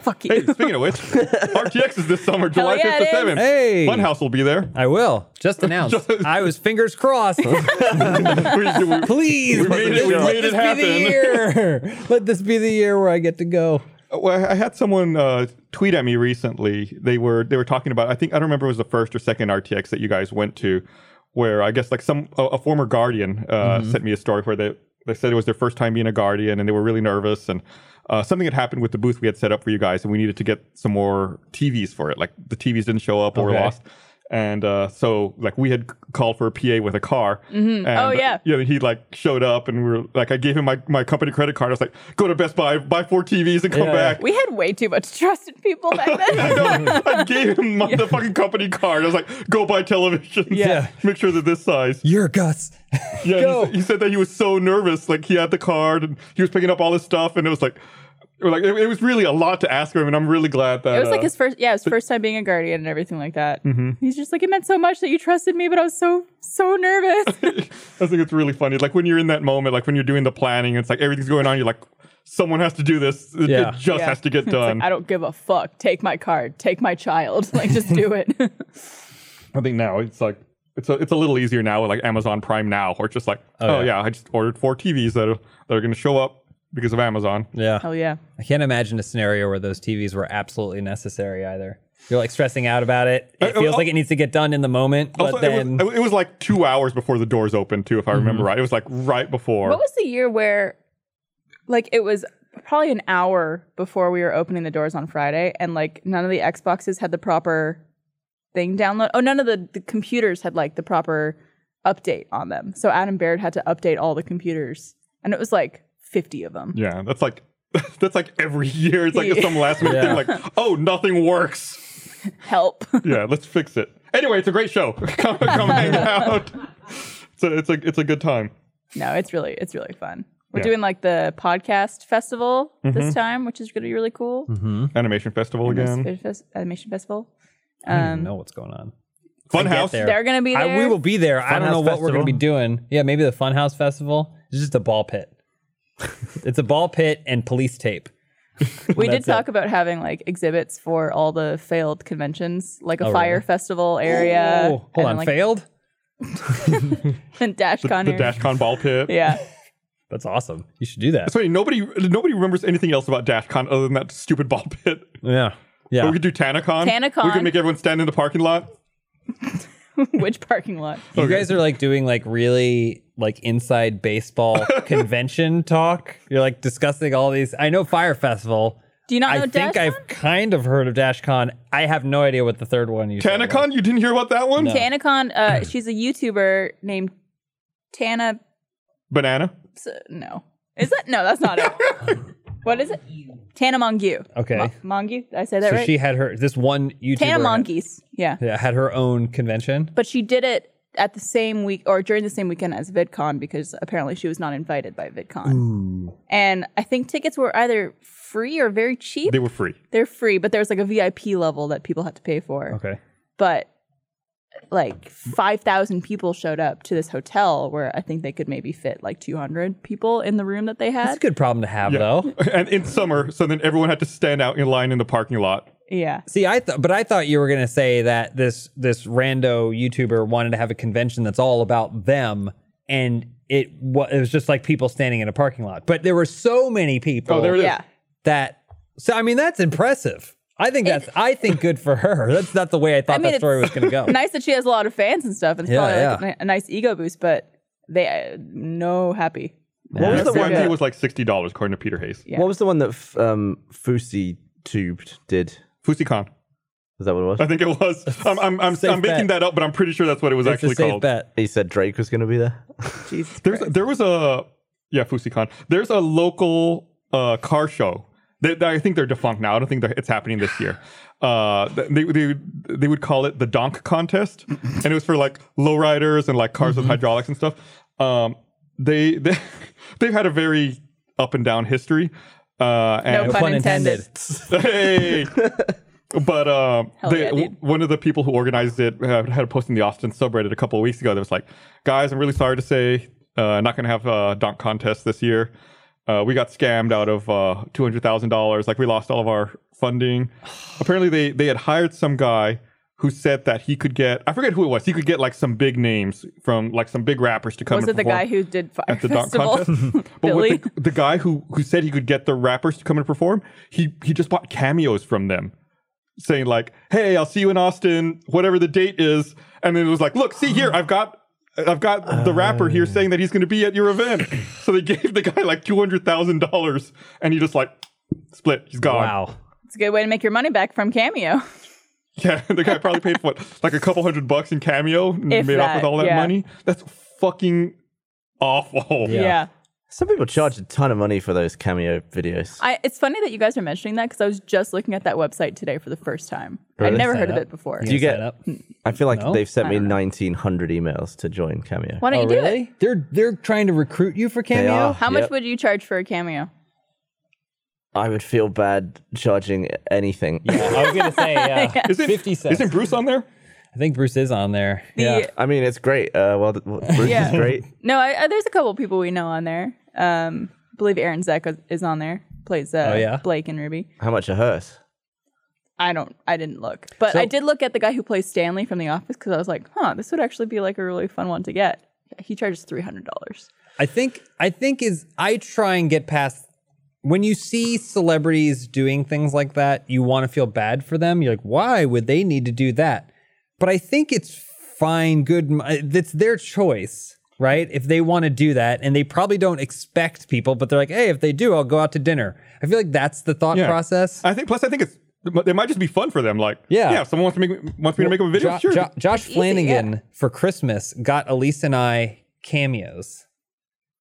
Fuck you.
Hey, speaking of which, RTX is this summer, July 5th
yeah,
to
it is.
7th.
Hey.
Funhouse will be there.
I will. Just announced.
Just-
I was fingers crossed.
We- we-
Please,
We made it- we
let
made
this
it
be the year. Let this be the year where I get to go.
Well, I had someone uh, tweet at me recently. They were they were talking about. I think I don't remember if it was the first or second RTX that you guys went to, where I guess like some a, a former guardian uh,
Mm-hmm.
sent me a story where they they said it was their first time being a guardian and they were really nervous and uh, something had happened with the booth we had set up for you guys and we needed to get some more TVs for it. Like the TVs didn't show up or were
Okay.
lost. And uh, so, like, we had c- called for a PA with a car. And,
Oh, yeah.
yeah, he like showed up, and we were like, I gave him my, my company credit card. I was like, go to Best Buy, buy four TVs, and come
Yeah.
back.
We had way too much trust in people back
I
then.
know. I gave him my, the fucking company card. I was like, go buy television.
Yeah.
Make sure they're this size.
You're Gus.
Yeah.
Go.
He, he said that he was so nervous. Like, he had the card and he was picking up all this stuff. And it was like, or like it, it was really a lot to ask him. And I'm really glad that.
It was like
uh,
his first, yeah, his first time being a guardian and everything like that. He's just like, it meant so much that you trusted me, but I was so, so nervous.
I think it's really funny. Like, when you're in that moment, like when you're doing the planning, it's like everything's going on. You're like, someone has to do this. It, it
Yeah.
just
Yeah.
has to get
It's like,
done.
I don't give a fuck. Take my card. Take my child. Like, just do it.
I think now it's like it's a it's a little easier now with like Amazon Prime now, or just like oh,
yeah.
yeah. I just ordered four TVs that are that are going to show up because of Amazon.
Yeah.
Hell yeah.
I can't imagine a scenario where those TVs were absolutely necessary either. You're like stressing out about it. It
Uh,
feels
uh,
like it needs to get done in the moment, but
Also,
then Mm-hmm.
it, was, it was like two hours before the doors opened too, if I remember right. It was like right before.
What was the year where, like, it was probably an hour before we were opening the doors on Friday, and like none of the Xboxes had the proper thing download. Oh, none of the, the computers had like the proper update on them. So Adam Baird had to update all the computers, and it was like fifty of them.
yeah, that's like that's like every year. It's like
Yeah.
some last minute
Yeah.
thing. Like oh, nothing works.
Help.
Yeah, let's fix it. Anyway, it's a great show. come come hang out. It's a it's a it's a good time.
no, it's really it's really fun. We're
Yeah.
doing like the podcast festival
Mm-hmm.
this time, which is going to be really cool.
Animation festival again.
Animation Fest- Animation festival.
I don't even
Um,
know what's going on.
Funhouse.
there.
they're going to be there.
I, we will be there. I don't
Funhouse
know what we're going
Festival?
to be doing. Yeah, maybe the Funhouse Festival. It's just a ball pit. it's a ball pit and police tape.
We did
That's it.
talk about having like exhibits for all the failed conventions, like a
Oh,
fire
really?
festival area.
Oh,
and
hold on.
like,
failed?
and Dash
The,
Con
the
area.
Dashcon ball pit.
Yeah.
That's awesome. You should do that.
It's funny, nobody nobody remembers anything else about DashCon other than that stupid ball pit.
Yeah. Yeah.
But we could do TanaCon. We
TanaCon.
could make everyone stand in the parking lot.
Which parking lot?
You guys are like doing like really like inside baseball convention talk. You're like discussing all these. I know Fire Festival.
Do you not
I
know
think
Oh, Dash?
I've kind of heard of DashCon. I have no idea what the third one you said was.
TanaCon, you didn't hear about that one?
TanaCon, uh, she's a YouTuber named Tana.
Banana.
No. Is that? No, that's not it. what is it? Tana Mongeau.
Okay.
Mo- Mongeau? Did I say that
so
right?
she had her this one YouTuber
Tana Mongeese. Yeah.
yeah, had her own convention.
But she did it at the same week or during the same weekend as VidCon because apparently she was not invited by VidCon. And I think tickets were either free or very cheap.
They were free.
They're free, but there was like a VIP level that people had to pay for.
Okay.
But like 5,000 people showed up to this hotel where I think they could maybe fit like 200 people in the room that they
That's a
had.
good problem to have
Yeah.
though.
And in summer, so then everyone had to stand out in line in the parking lot.
Yeah.
See, I thought but I thought you were going to say that this this rando YouTuber wanted to have a convention that's all about them and it was it was just like people standing in a parking lot. But there were so many people
Oh, there it is.
Yeah.
that so I mean that's impressive. I think that's I think good for her. That's not the way I thought
mean,
that story was
it's-
going to go.
nice that she has a lot of fans and stuff. And it's
Yeah,
probably like a, a nice ego boost, but they, uh, no happy.
What was the
So
one
good.
that was like sixty dollars according to Peter Hayes?
Yeah.
What was the one that f- um, Fusi tubed did?
FusiCon.
Is that what it
I
was?
think it was. I'm I'm I'm,
Safe
I'm making
bet.
that up, but I'm pretty sure that's what it was
It's a
actually
safe
called.
bet.
He said Drake was going to be there.
Jesus
There's
Christ.
there was a yeah FusiCon. There's a local uh, car show. They, they- I think they're defunct now. I don't think they're- it's happening this year. Uh, they, they they would call it the Donk Contest, and it was for like lowriders and like cars with hydraulics and stuff. Um, they they they've had a very up and down history. Uh, and
No pun intended.
hey. But um,
Hell
they,
yeah,
w-
dude.
one of the people who organized it uh, had a post in the Austin subreddit a couple of weeks ago that was like, "Guys, I'm really sorry to say, uh, not going to have a dunk contest this year. Uh, we got scammed out of uh, two hundred thousand dollars. Like we lost all of our funding. Apparently, they they had hired some guy who said that he could get I forget who it was. He could get like some big names from like some big rappers to come.
Was
and
it the
perform
guy who did Fire
at the dunk
Festival?
contest. But
Billy?
what the, the guy who who said he could get the rappers to come and perform, he he just bought cameos from them, saying like, "Hey, I'll see you in Austin, whatever the date is." And then it was like, "Look, see here, I've got." I've got the rapper here saying that he's going to be at your event. So they gave the guy like $200,000 and he just like split. He's gone.
Wow.
It's a good way to make your money back from Cameo.
Yeah, the guy probably paid what, like a couple hundred bucks in cameo and
If
made off with
that,
all that
yeah.
money. That's fucking awful.
Yeah.
Some people charge a ton of money for those cameo videos.
I, it's funny that you guys are mentioning that because I was just looking at that website today for the first time. I'd
Really?
never
Sign
heard
up.
of it before.
Do you
Sign
get-
up.
I feel like
No?
they've sent me 1,900 emails to join cameo.
Why don't
Oh,
you do
really?
it?
They're they're trying to recruit you for cameo.
are.
How much
Yep.
would you charge for a cameo?
I would feel bad charging anything.
I was gonna say yeah.
Isn't,
50 cents.
Isn't Bruce on there?
I think Bruce is on there.
The-
yeah.
I mean, it's great. Uh, well, th- well, Bruce
Yeah.
is great.
No, I, I, there's a couple people we know on there. Um, I believe Aaron Zek is- is on there. Plays uh,
Oh, yeah?
Blake and Ruby.
How much a hearse?
I don't. I didn't look, but
So-
I did look at the guy who plays Stanley from The Office because I was like, huh, this would actually be like a really fun one to get. He charges three hundred dollars.
I think I think is I try and get past when you see celebrities doing things like that, you want to feel bad for them. You're like, why would they need to do that? But I think it's fine, good. m- uh, It's their choice, right? If they want to do that, and they probably don't expect people, but they're like, hey, if they do, I'll go out to dinner. I feel like that's the thought
Yeah.
process.
I think. Plus, I think it's it might just be fun for them. Like,
Yeah.
yeah. If someone wants to make wants me to make up a video,
Jo-
sure.
Jo- Josh
easy,
Flanagan for Christmas got Elise and I cameos.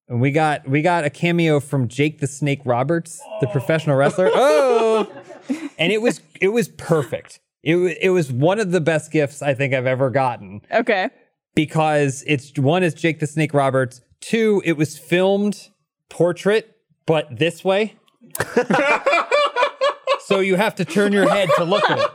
And we got we got a cameo from Jake the Snake Roberts, the professional wrestler. Oh. and it was it was perfect. It, wa- it was one of the best gifts I think I've ever gotten
Okay.
because it's one is Jake the Snake Roberts, two it was filmed portrait but this way. so you have to turn your head to look at it.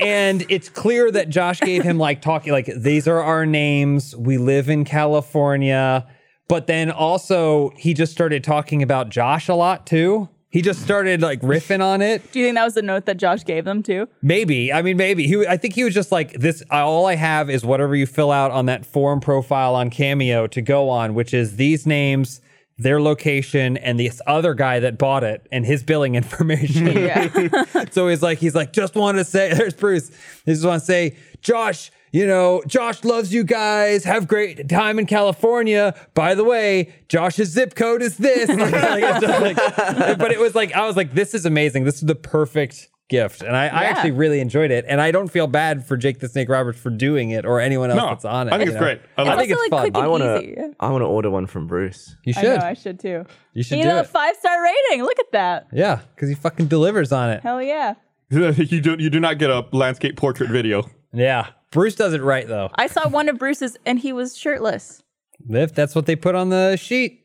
and it's clear that Josh gave him like talking like these are our names. We live in California. But then also he just started talking about Josh a lot too. He just started like riffing on it.
Do you think that was the note that Josh gave them too?
Maybe. I mean, maybe. He. I think he was just like this. All I have is whatever you fill out on that form profile on Cameo to go on, which is these names, their location, and this other guy that bought it and his billing information. so he's like, he's like, just want to say, there's Bruce. I just want to say, Josh. You know, Josh loves you guys. Have great time in California. By the way, Josh's zip code is this. Like, it's just like- but it was like, I was like, this is amazing. This is the perfect gift. And I, I
Yeah.
actually really enjoyed it. And I don't feel bad for Jake the Snake Roberts for doing it or anyone else
No,
that's on it.
I think
you
it's great. I
I
like
think
also,
it's fun.
quick and
I want
easy.
to. I want to order one from Bruce.
You
I know.
should.
I should too.
you should
You
do
know, a
it.
five star rating. Look at that.
yeah, because he fucking delivers on it.
Hell yeah.
you do you do not get a landscape portrait video.
Yeah. Bruce does it right, though.
I saw one of Bruce's and he was shirtless.
If that's what they put on the sheet.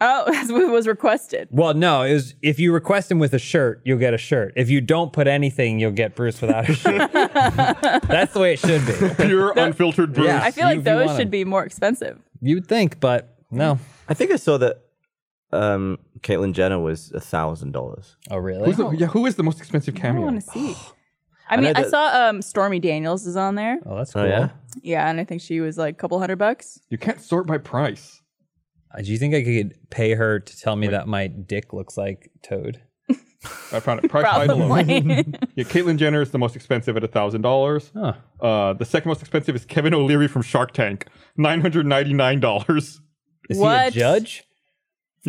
Oh, that's what was requested.
Well, no, it was if you request him with a shirt, you'll get a shirt. If you don't put anything, you'll get Bruce without a shirt. That's the way it should be.
Pure unfiltered Bruce.
Yeah.
I feel
You-
like
you
those
want
should
him.
be more expensive.
You'd think, but no.
I think I saw that um, Caitlyn Jenner was a thousand dollars.
Oh, really?
Who's the, yeah, who is the most expensive
I
cameo?
want to see. I mean, I,
that-
saw um, Stormy Daniels is on there.
Oh, that's cool.
Oh yeah,
Yeah, and I think she was like a couple hundred bucks.
You can't sort by price.
Uh, Do you think I could pay her to tell me that my dick looks like Toad?
I found it. Price by the low.
Probably.
Yeah, Caitlyn Jenner is the most expensive at thousand dollars. Uh,
Huh.
The second most expensive is Kevin O'Leary from Shark Tank, nine hundred ninety nine dollars.
Is he a
What?
judge?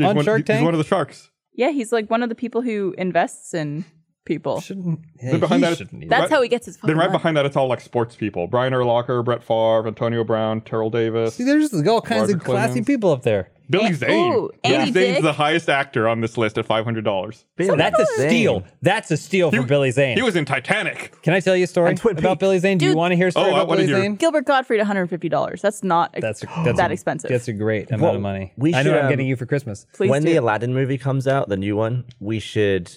On Shark
He's
Tank?
one of the sharks.
yeah, he's like one of the people who invests in people.
Shouldn't. Hey,
Then behind
he
that-
shouldn't either.
That's
Right-
how he gets his.
Then
fucking
right
money.
behind that, it's all like sports people: Brian Urlacher, Brett Favre, Antonio Brown, Terrell Davis.
See, there's all kinds
Roger
of classy
Clemens.
people up there.
Billy
Eh,
Zane.
ooh,
Billy
Andy
Zane's
Dick.
the highest actor on this list at five hundred dollars.
That's a steal. That's a steal for Billy Zane.
He was in Titanic.
Can I tell you a story
And Twin
about
Peaks.
Billy Zane? Do you
Dude-
want to hear a story
Oh, I
about
wanna
Billy
hear.
Zane?
Gilbert Gottfried, one hundred fifty dollars. That's not ex-
That's, that's
that
a,
expensive.
That's a great amount
Well,
of money.
we
I know
should,
what I'm
um,
getting you for Christmas.
Please
when
do.
the Aladdin movie comes out, the new one, we should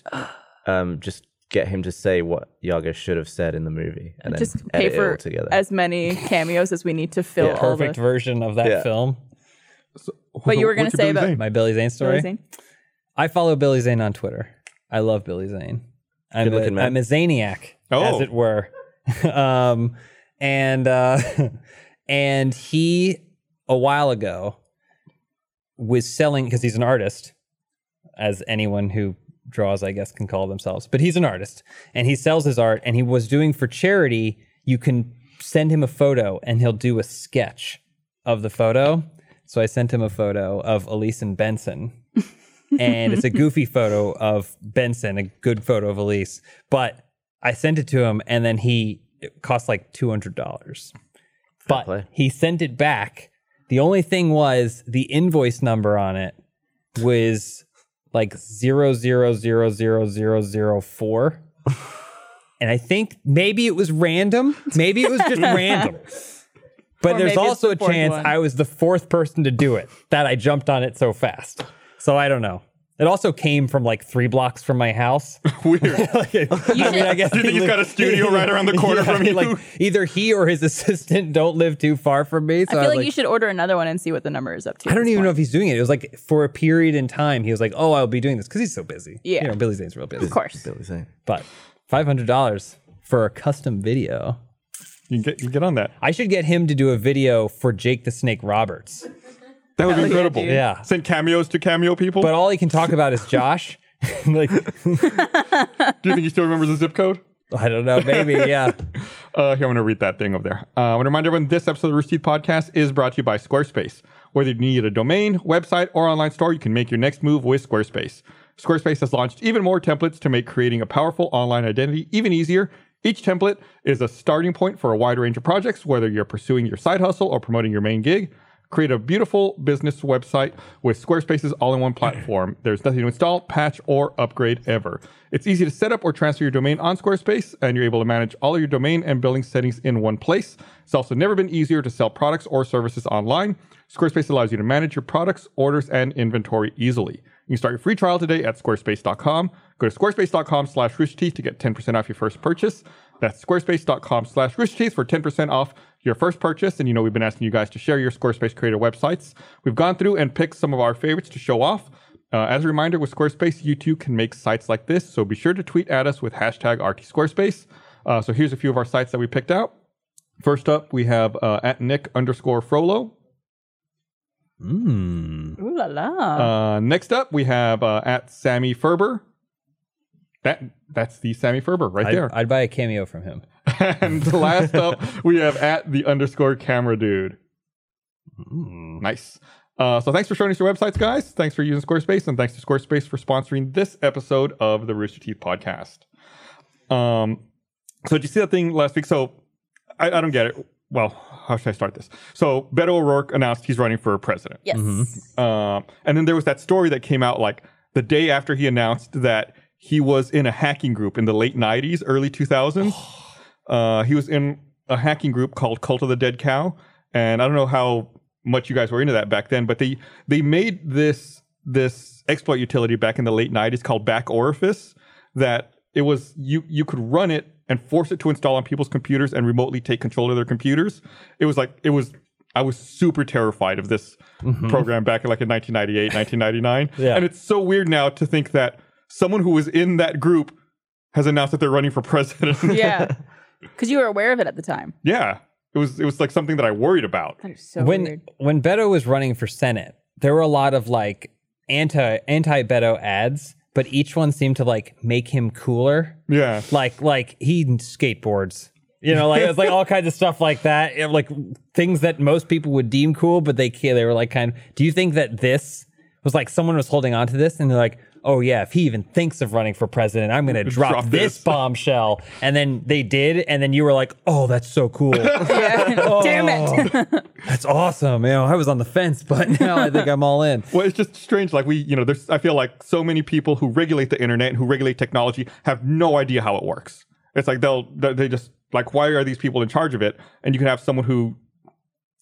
um, just get him to say what Yaga should have said in the movie, and then
just pay
edit it all
for
together.
as many cameos as we need to fill all
perfect
the.
version of that
Yeah.
film.
But you were gonna
What's your
say
Billy
about-
Zane?
My Billy Zane
Billy
story.
Zane.
I follow Billy Zane on Twitter. I love Billy Zane. I'm,
Good looking
a,
man.
I'm a Zaniac, as
Oh.
it were. um, and uh, and he a while ago was selling because he's an artist, as anyone who draws, I guess, can call themselves. But he's an artist, and he sells his art. And he was doing for charity. You can send him a photo, and he'll do a sketch of the photo. So I sent him a photo of Elise and Benson and it's a goofy photo of Benson, a good photo of Elise. But I sent it to him, and then he it cost like two hundred dollars. But
play.
he sent it back. The only thing was the invoice number on it was like zero zero zero zero zero zero four. And I think maybe it was random. Maybe it was just random. But
Or maybe
there's
it's
also a
the fourth
chance
one.
I was the fourth person to do it that I jumped on it so fast. So I don't know. It also came from like three blocks from my house.
Weird.
Like, I mean, I guess
Do you think
he
he's got a
lived-
studio right around the corner
Yeah,
from you?
Like either he or his assistant don't live too far from me.
I
So
feel
was
like, you should order another one and see what the number is up to.
I don't even know if he's doing it. It was like for a period in time, he was like, "Oh, I'll be doing this" because he's so busy.
Yeah.
you know, Billy Zane's real busy.
Of course.
Billy Zane.
But five hundred dollars for a custom video.
You can get you can get on that.
I should get him to do a video for Jake the Snake Roberts.
That would be incredible.
Oh, dude.
Yeah.
Send cameos to cameo people.
But all he can talk about is Josh. like
Do you think he still remembers the zip code?
I don't know, maybe yeah.
Uh, here, I'm going to read that thing over there. Uh, I want to remind everyone this episode of the Rooster Teeth Podcast is brought to you by Squarespace. Whether you need a domain, website, or online store, you can make your next move with Squarespace. Squarespace has launched even more templates to make creating a powerful online identity even easier. Each template is a starting point for a wide range of projects, whether you're pursuing your side hustle or promoting your main gig. Create a beautiful business website with Squarespace's all in one platform. There's nothing to install, patch, or upgrade ever. It's easy to set up or transfer your domain on Squarespace, and you're able to manage all of your domain and billing settings in one place. It's also never been easier to sell products or services online. Squarespace allows you to manage your products, orders, and inventory easily. You can start your free trial today at squarespace.com. Go to squarespace.com slash roosterteeth to get 10% off your first purchase. That's squarespace.com slash roosterteeth for 10% off your first purchase. And you know, we've been asking you guys to share your Squarespace creator websites. We've gone through and picked some of our favorites to show off. Uh, as a reminder, with Squarespace, you too can make sites like this. So be sure to tweet at us with hashtag RTSquarespace. Uh, so here's a few of our sites that we picked out. First up, we have uh, at Nick underscore Frollo.
Ooh la la.
Uh, next up, we have uh, at Sammy Ferber. That that's the Sammy Ferber right
I'd,
there.
I'd buy a cameo from him.
and last up, we have at the underscore camera dude. Nice. Uh, so thanks for showing us your websites, guys. Thanks for using Squarespace, and thanks to Squarespace for sponsoring this episode of the Rooster Teeth podcast. Um, so did you see that thing last week? So I, I don't get it. Well, how should I start this? So Beto O'Rourke announced he's running for president.
yes.
Um, and then there was that story that came out like the day after he announced that he was in a hacking group in the late 90s, early 2000s. uh, he was in a hacking group called Cult of the Dead Cow. And I don't know how much you guys were into that back then, but they they made this this exploit utility back in the late 90s called Back Orifice that it was you you could run it and force it to install on people's computers and remotely take control of their computers. It was like it was I was super terrified of this program back in like in 1998, 1999.
Yeah.
And it's so weird now to think that someone who was in that group has announced that they're running for president.
Yeah. Because you were aware of it at the time.
yeah. It was it was like something that I worried about.
That is so
when
weird.
when Beto was running for Senate, there were a lot of like anti anti Beto ads, but each one seemed to like make him cooler.
Yeah.
Like like he skateboards. You know, like it was like all kinds of stuff like that, you know, like things that most people would deem cool, but they ca- they were like kind. Of, do you think that this was like someone was holding on to this and they're like, oh yeah, if he even thinks of running for president, I'm gonna drop,
Drop
this.
this.
bombshell, and then they did, and then you were like, oh, that's so cool.
Damn it.
That's awesome. You know, I was on the fence, but now I think I'm all in.
Well, it's just strange. Like we, you know, there's I feel like so many people who regulate the internet and who regulate technology have no idea how it works. It's like they'll they they just like why are these people in charge of it? And you can have someone who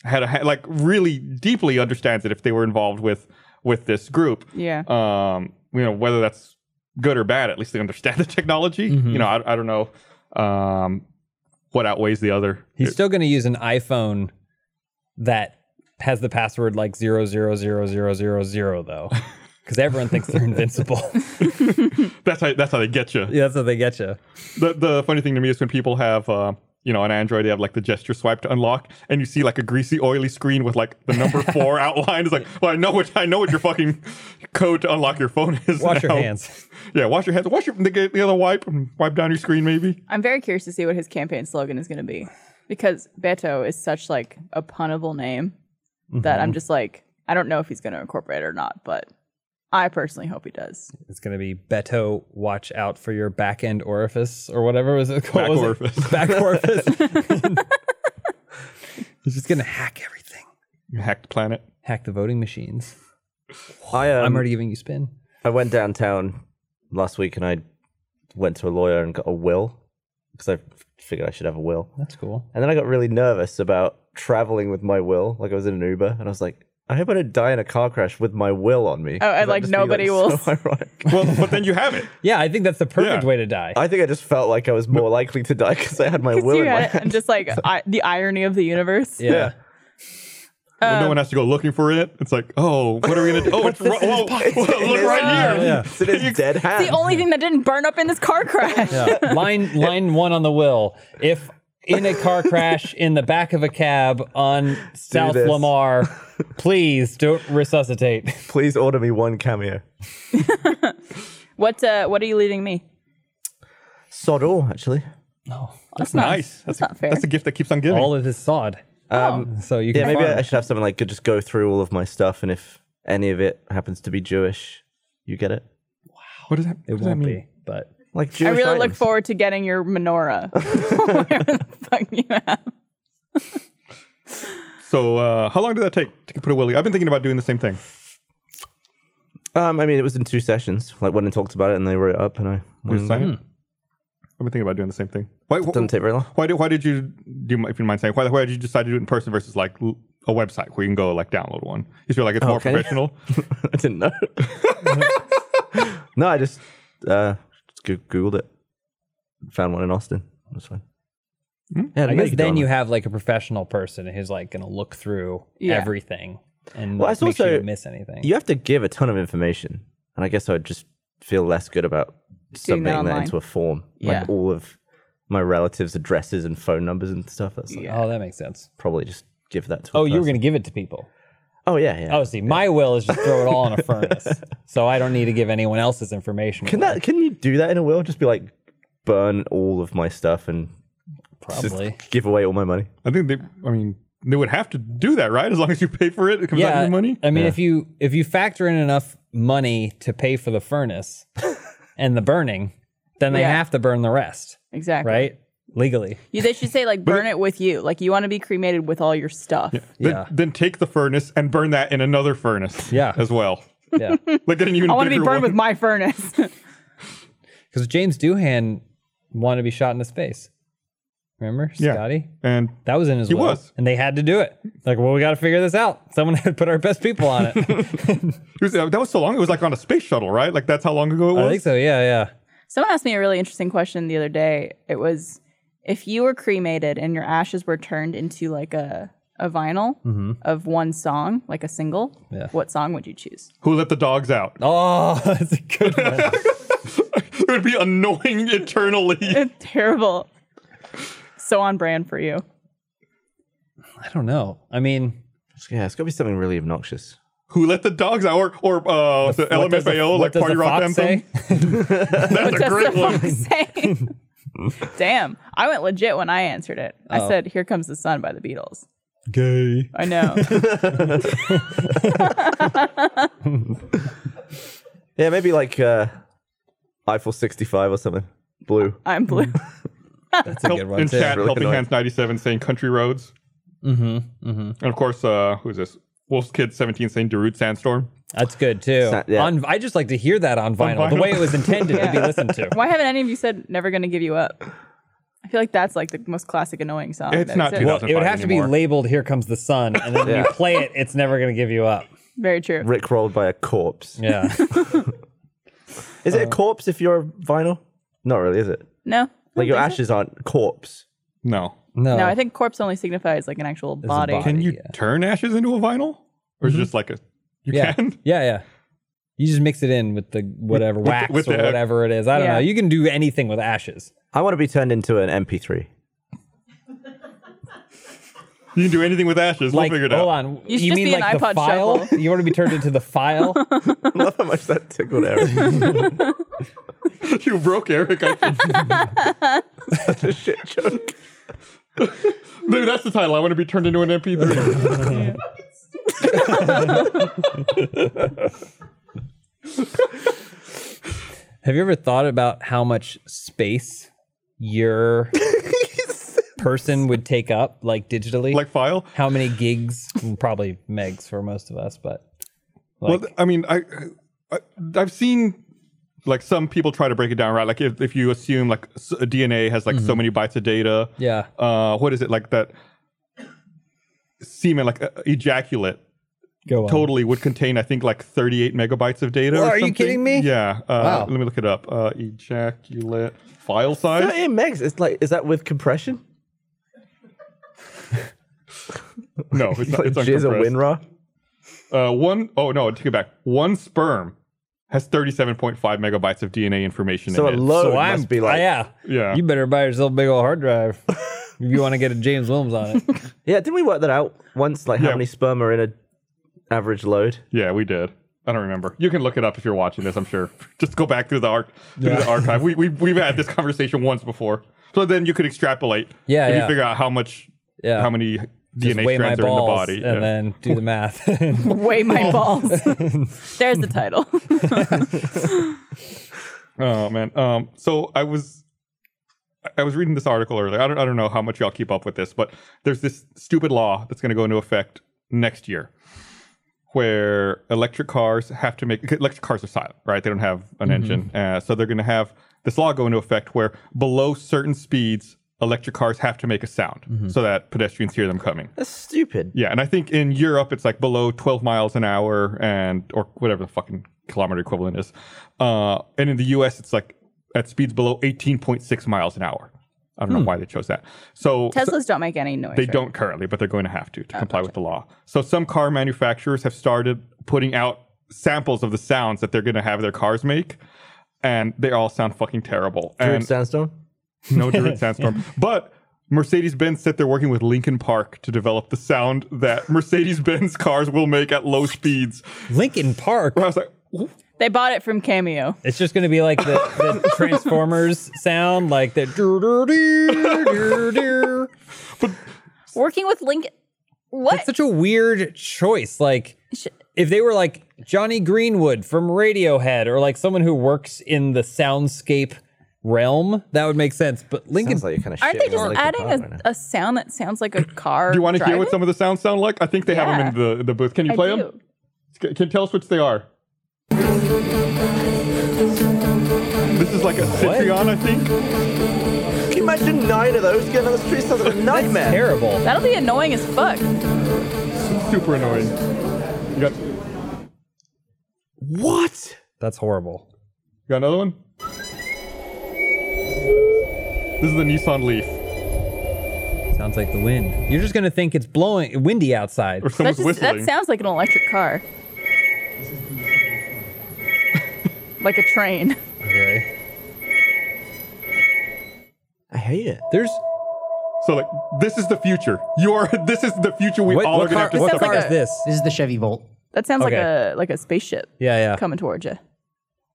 had a ha- like really deeply understands it if they were involved with with this group.
Yeah.
Um, you know whether that's good or bad. At least they understand the technology. You know, I, I don't know um, what outweighs the other.
He's still going to use an iPhone that has the password like zero zero zero zero zero zero though, because everyone thinks they're invincible.
That's how that's how they get you.
yeah, that's how they get you.
The the funny thing to me is when people have. Uh, you know, on Android, they have like the gesture swipe to unlock, and you see like a greasy, oily screen with like the number four outlined. It's like, well, I know what I know what your fucking code to unlock your phone is.
Wash your
now.
hands.
Yeah, wash your hands. Wash your the, the other wipe and wipe down your screen, maybe.
I'm very curious to see what his campaign slogan is going to be because Beto is such like a punnable name that I'm just like I don't know if he's going to incorporate it or not, but I personally hope he does.
It's gonna be Beto. Watch out for your back end orifice or whatever was it called?
Back
was it?
orifice.
Back orifice. He's just gonna hack everything.
You hacked planet.
Hack the voting machines.
I um,
I'm already giving you spin.
I went downtown last week and I went to a lawyer and got a will because I figured I should have a will.
That's cool.
And then I got really nervous about traveling with my will. Like I was in an Uber and I was like, I hope I don't die in a car crash with my will on me. 'Cause
Oh, and,
that'd
like,
just be,
nobody will-
so ironic.
Well, but then you have it.
Yeah, I think that's the perfect
Yeah.
way to die.
I think I just felt like I was more likely to die because I had my
'Cause
will
you
in my
had it,
hand.
and just like I, the irony of the universe.
yeah.
When no one has to go looking for it. It's like, oh, what are we gonna? Oh, it's ro- whoa, whoa, look right here.
Yeah.
It's in his dead hand.
The only thing that didn't burn up in this car crash.
Yeah. line line one on the will. If in a car crash in the back of a cab on South
this.
Lamar, please don't resuscitate.
Please order me one cameo.
What uh, what are you leaving me?
Sod all, actually.
That's not
Nice.
That's, not fair.
That's a gift that keeps on giving.
All of his sod. Um, so you can
Oh. Yeah, maybe
farm.
I should have something like could just go through all of my stuff, and if any of it happens to be Jewish, you get it.
what does that?
it
what does that
won't
mean?
be, but
Like
I
Jewish
really look
items.
forward to getting your menorah. Whatever the fuck you have.
So, uh, how long did that take to put a willy? I've been thinking about doing the same thing.
Um, I mean, it was in two sessions. Like when I talked about it, and they wrote it up, and I
We're
wouldn't-
the same. I've been thinking about doing the same thing. Why, wh-
doesn't take very long.
why, did, why did you do? you mi- If you don't mind saying, why, why did you decide to do it in person versus like l- a website where you can go like download one? You feel like it's more
Okay.
professional.
I didn't know. no, I just uh, just Goo- googled it, found one in Austin. That's fine. Yeah,
I
no, could
guess
do it
then
on-
you have like a professional person who's like going to look through
Yeah.
everything and
Well,
like,
it's
make sure you
also-
don't miss anything.
you have to give a ton of information, and I guess I'd just feel less good about
Doing that
submitting that
online.
into a form.
Yeah.
Like all of my relatives' addresses and phone numbers and stuff. That's like,
Oh, that makes sense.
probably just give that to. a
Oh, you were
person.
going to give it to people.
Oh yeah, yeah.
Oh, see, my will is just throw it all in a furnace, so I don't need to give anyone else's information.
can that? Can you do that in a will? Just be like, burn all of my stuff and just
probably?
give away all my money.
I think they. I mean, they would have to do that, right? As long as you pay for it, it comes out of your money.
I mean, if you if you factor in enough money to pay for the furnace and the burning, then they
Yeah.
have to burn the rest,
Exactly.
right? Legally.
You, they should say like burn it with you. Like you want to be cremated with all your stuff.
Then,
Yeah.
then take the furnace and burn that in another furnace.
Yeah.
As well.
Yeah.
Like get an even
I want to be
bigger
burned
one.
with my furnace.
Because James Doohan wanted to be shot into space. Remember,
Yeah.
Scotty?
and
That was in his
He
will,
was.
and they had to do it. Like, well, we got to figure this out. Someone had to put our best people on it.
it was, that was so long. It was like on a space shuttle, right? Like that's how long ago it was.
I think so. Yeah, yeah.
Someone asked me a really interesting question the other day. It was if you were cremated and your ashes were turned into like a a vinyl of one song, like a single,
Yeah.
what song would you choose?
Who let the dogs out?
Oh, that's a good one.
It would be annoying eternally.
It's terrible. So on brand for you.
I don't know. I mean,
Yeah, it's got to be something really obnoxious.
Who let the dogs out? Or or uh, the,
what does the-
LMFAO,
what
like
does
party
the
rock
fox
anthem.
say?
That's a great one.
saying. Damn, I went legit when I answered it. I said, "Here comes the sun" by the Beatles.
Gay.
I know.
Yeah, maybe like uh, Eiffel 65 or something. Blue.
I'm blue.
That's a good one.
In
Too.
chat,
Really
helping
annoying.
hands ninety seven saying country roads,
Mm-hmm, mm-hmm.
and of course, uh, who's this? Wolf's kid seventeen saying Darude sandstorm.
That's good too.
Sa- yeah.
On, I just like to hear that on vinyl, the
vinyl?
way it was intended to be
Yeah.
listened to.
Why haven't any of you said "Never Gonna Give You Up"? I feel like that's like the most classic annoying song.
It's
that
not
exists.
Well, it would
2005
have to
anymore.
be labeled "Here Comes the Sun," and then when you play it, it's never going to give you up.
Very true.
Rick rolled by a corpse.
Yeah,
Is it a corpse if you're a vinyl? Not really, is it?
No,
Like your ashes aren't corpse.
No,
No,
No, I think corpse only signifies like an actual
uh, a
body.
body.
Can you
yeah. Mm-hmm.
turn ashes into a vinyl, or is it just like a? You
yeah.
can.
Yeah, yeah. You just mix it in with the whatever
the-
wax
with
or
the-
whatever it is. I don't
Yeah.
know. You can do anything with ashes.
I want to be turned into an MP3.
You can do anything with ashes.
Like,
we'll figure
hold
it out.
on.
You should
You
just
mean
be an
like the
iPod
file?
shuffle.
You want to be turned into the file?
Love how much that tickled Eric.
you broke Eric. I think.
Such a shit joke.
Dude, that's the title. I want to be turned into an MP3.
Have you ever thought about how much space your person would take up, like digitally?
like file.
how many gigs? Probably megs for most of us, but
well, th- I mean, I, I I've seen like some people try to break it down, right? Like if, if you assume like s- DNA has like so many bytes of data.
yeah.
Uh, what is it like that? Semen, like uh, ejaculate,
Go on.
totally would contain, I think, like 38 megabytes of data.
Well,
or
are you
something.
kidding me?
Yeah. Uh,
Wow.
Let me look it up. Uh, ejaculate file
No,
size.
it makes it's like is that with compression?
No, it's not.
Like
It's
jizz or
uncompressed.
WinRAR?
Uh, one, oh no, take it back. One sperm has 37.5 megabytes of DNA information
So a
in it.
load
So
must
I'm.
be like
yeah.
yeah.
You better buy yourself a big old hard drive if you want to get a James Williams on it.
Yeah, didn't we work that out once? Like
Yeah.
how many sperm are in a average load?
yeah, we did. I don't remember. You can look it up if you're watching this, I'm sure. Just go back through the, arc, through the archive. We, we, we've had this conversation once before. So then you could extrapolate.
Yeah,
If
yeah.
you figure out how much,
Yeah.
how many
Just
DNA
weigh my
strands are in the
balls
body.
and
yeah.
then do the math.
Weigh my balls. There's the title.
Oh man. Um. So I was, I was reading this article earlier. I don't, I don't know how much y'all keep up with this, but there's this stupid law that's going to go into effect next year, where electric cars have to make electric cars are silent, right? They don't have an engine, uh, so they're going to have this law go into effect where below certain speeds, electric cars have to make a sound so that pedestrians hear them coming.
That's stupid.
Yeah, and I think in Europe it's like below 12 miles an hour and or whatever the fucking kilometer equivalent is. Uh, and in the US it's like at speeds below 18.6 miles an hour. I don't know why they chose that. So
Teslas don't make any noise.
they
right?
don't currently, but they're going to have to to comply with the law. So some car manufacturers have started putting out samples of the sounds that they're going to have their cars make and they all sound fucking terrible.
Druid
And
Sandstorm?
no Druid Sandstorm. But Mercedes Benz said they're working with Linkin Park to develop the sound that Mercedes Benz cars will make at low speeds.
Lincoln Park.
I was like, "Wh-
They bought it from Cameo.
It's just going to be like the, the Transformers sound, like the. dur- dur- dur- dur- dur.
Working with Link. What?
It's such a weird choice. Like, if they were like Johnny Greenwood from Radiohead or like someone who works in the soundscape realm, that would make sense. But Lincoln
Sounds like you're kind of
Aren't they just adding a,
right now.
a sound that sounds like a car?
do you want to hear what
driving?
some of the sounds sound like? I think they have them
Yeah.
in the, the booth. Can you play
I
them?
do.
C- Can tell us which they are. This is like a Citrion, I think.
Can you imagine nine of those getting on the street? Sounds like a
that's
nightmare.
terrible.
That'll be annoying as fuck.
Super annoying. You got, you
What?
That's horrible.
got another one? This is the Nissan Leaf.
Sounds like the wind. You're just going to think it's blowing windy outside.
Or
That's
someone's
just, that
whistling.
sounds like an electric car. like a train.
Okay.
I hate it.
There's
so like, this is the future. You are. This is the future we
what,
all
what
are gonna
car,
have to
what
Sounds
car
like
is
a-
this?
This is the Chevy Volt.
That sounds
Okay.
like a like a spaceship
Yeah, yeah.
coming towards you,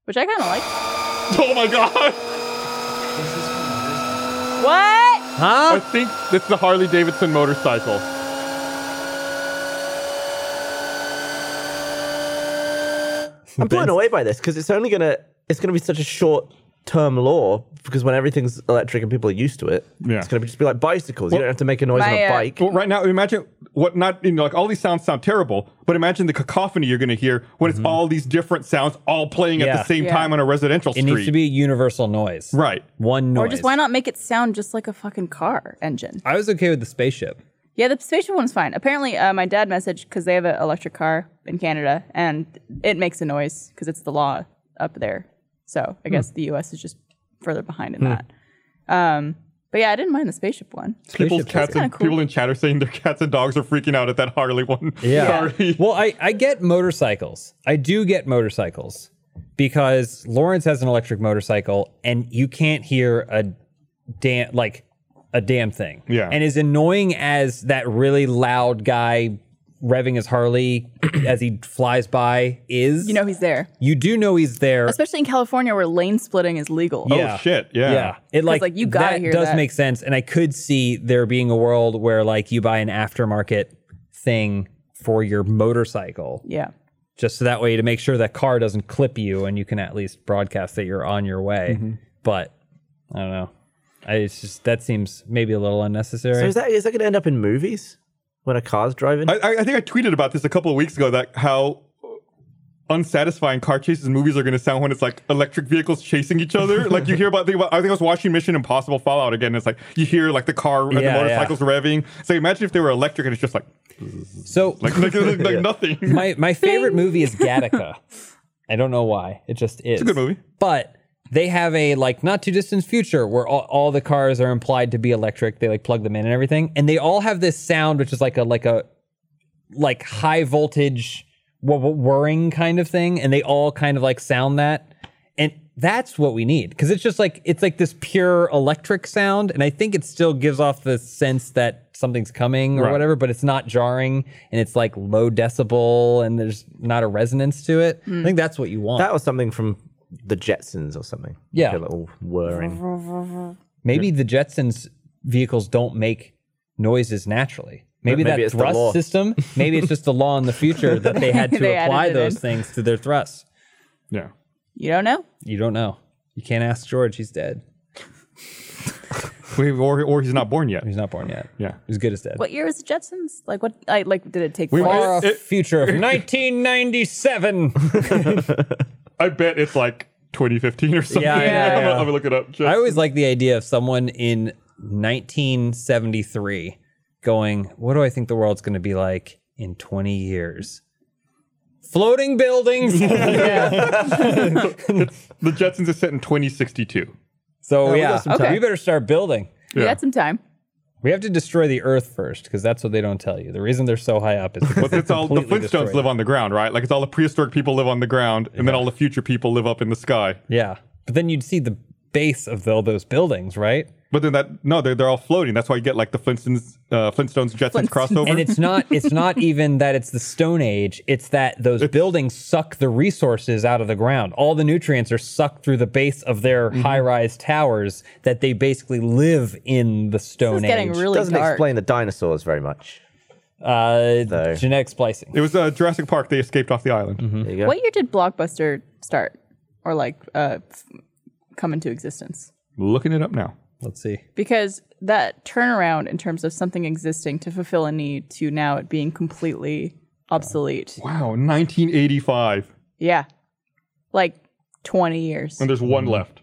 which I kind of like.
Oh my god!
What?
I
Huh?
think it's the Harley Davidson motorcycle.
I'm blown away by this because it's only gonna it's gonna be such a short term law because when everything's electric and people are used to it,
Yeah.
it's gonna be just be like bicycles. you
Well-
don't have to make a noise on
My,
a
uh,
bike.
Well, right now, imagine what not you know, like all these sounds sound terrible, but imagine the cacophony you're going to hear when it's all these different sounds all playing at
Mm-hmm. Yeah.
the same
Yeah.
time on a residential
It
street.
needs to be universal noise.
right.
One noise.
Or just why not make it sound just like a fucking car engine?
I was okay with the spaceship.
Yeah, the spaceship one's fine. Apparently, uh, my dad messaged because they have an electric car in Canada, and it makes a noise because it's the law up there. So I guess the U.S. is just further behind in that. Um, But yeah, I didn't mind the spaceship one.
People's
Spaceship
cats
kinda
and
cool.
people in chat are saying their cats and dogs are freaking out at that Harley one.
Yeah.
Sorry.
Well, I, I get motorcycles. I do get motorcycles because Lawrence has an electric motorcycle and you can't hear a damn like a damn thing.
Yeah.
And as annoying as that really loud guy revving his Harley as he flies by is,
You know he's there,
you do know he's there.
especially in California where lane splitting is legal.
Oh
Yeah.
shit. Yeah.
Yeah, it like,
like, you gotta
that
hear
does
that.
make sense, and I could see there being a world where like you buy an aftermarket thing for your motorcycle,
Yeah.
just so that way to make sure that car doesn't clip you, and you can at least broadcast that you're on your way. But I don't know. I, it's just that seems maybe a little
So
unnecessary.
is that is that going to end up in movies when a car's driving?
I, I- I think I tweeted about this a couple of weeks ago that how unsatisfying car chases in movies are going to sound when it's like electric vehicles chasing each other. like you hear about, think about, I think I was watching Mission Impossible Fallout again. And it's like you hear like the car and
Yeah,
the motorcycles revving. So imagine if they were electric and it's just like
so
like like, like, like nothing.
my my favorite movie is Gattaca. I don't know why. It just is. It's a
good movie.
But they have a like not too distant future where all, all the cars are implied to be electric. They like plug them in and everything, and they all have this sound which is like a like a like high voltage wh- wh- whirring kind of thing, and they all kind of like sound that, and that's what we need because it's just like it's like this pure electric sound, and I think it still gives off the sense that something's coming or whatever, but it's not jarring and it's like low decibel and there's not a resonance to it. I think that's what you want.
that was something from the Jetsons or something.
Yeah.
Like a little whirring.
Maybe the Jetsons vehicles don't make noises naturally. Maybe,
But maybe
that
it's the
thrust
law.
system, maybe it's just the law in the future that they had to
They added
apply
it
those
in.
things to their thrusts.
Yeah.
You don't know?
You don't know. You can't ask George, he's dead.
We- Or, or he's not born yet.
He's not born yet.
Yeah.
He's good as dead.
What year was the Jetsons? Like what? I like did it take?
We-
four?
Far off
It-
future of 1997.
I bet it's like 2015 or something.
Yeah,
I'm
yeah,
Yeah.
yeah.
gonna- I'm gonna look it up. Just,
I always like the idea of someone in 1973 going, What do I think the world's going to be like in 20 years? Floating buildings.
the Jetsons is set in 2062.
So
we
yeah,
got some
Okay.
we better start building.
we
Yeah.
got some time.
We have to destroy the Earth first because that's what they don't tell you. The reason they're so high up is because
But it's all the Flintstones live on the ground, right? Like it's all the prehistoric people live on the ground, and then all the future people live up in the sky.
Yeah, but then you'd see the base of all those buildings, right?
But then that no, they're they're all floating. That's why you get like the Flintstones, uh, Flintstones, Jetsons
Flintstones.
crossover.
And it's not it's not even that it's the Stone Age. It's that those buildings suck the resources out of the ground. All the nutrients are sucked through the base of their high-rise towers that they basically live in the Stone
This is getting
Age.
really
Doesn't
dark.
explain the dinosaurs very much.
uh,
Though.
genetic splicing.
it was uh, Jurassic Park. They escaped off the island.
There you go.
What year did Blockbuster start or like uh, f- come into existence?
Looking it up now.
Let's see.
Because that turnaround in terms of something existing to fulfill a need to now it being completely obsolete.
Wow, 1985,
Yeah. Like 20 years.
and there's one left.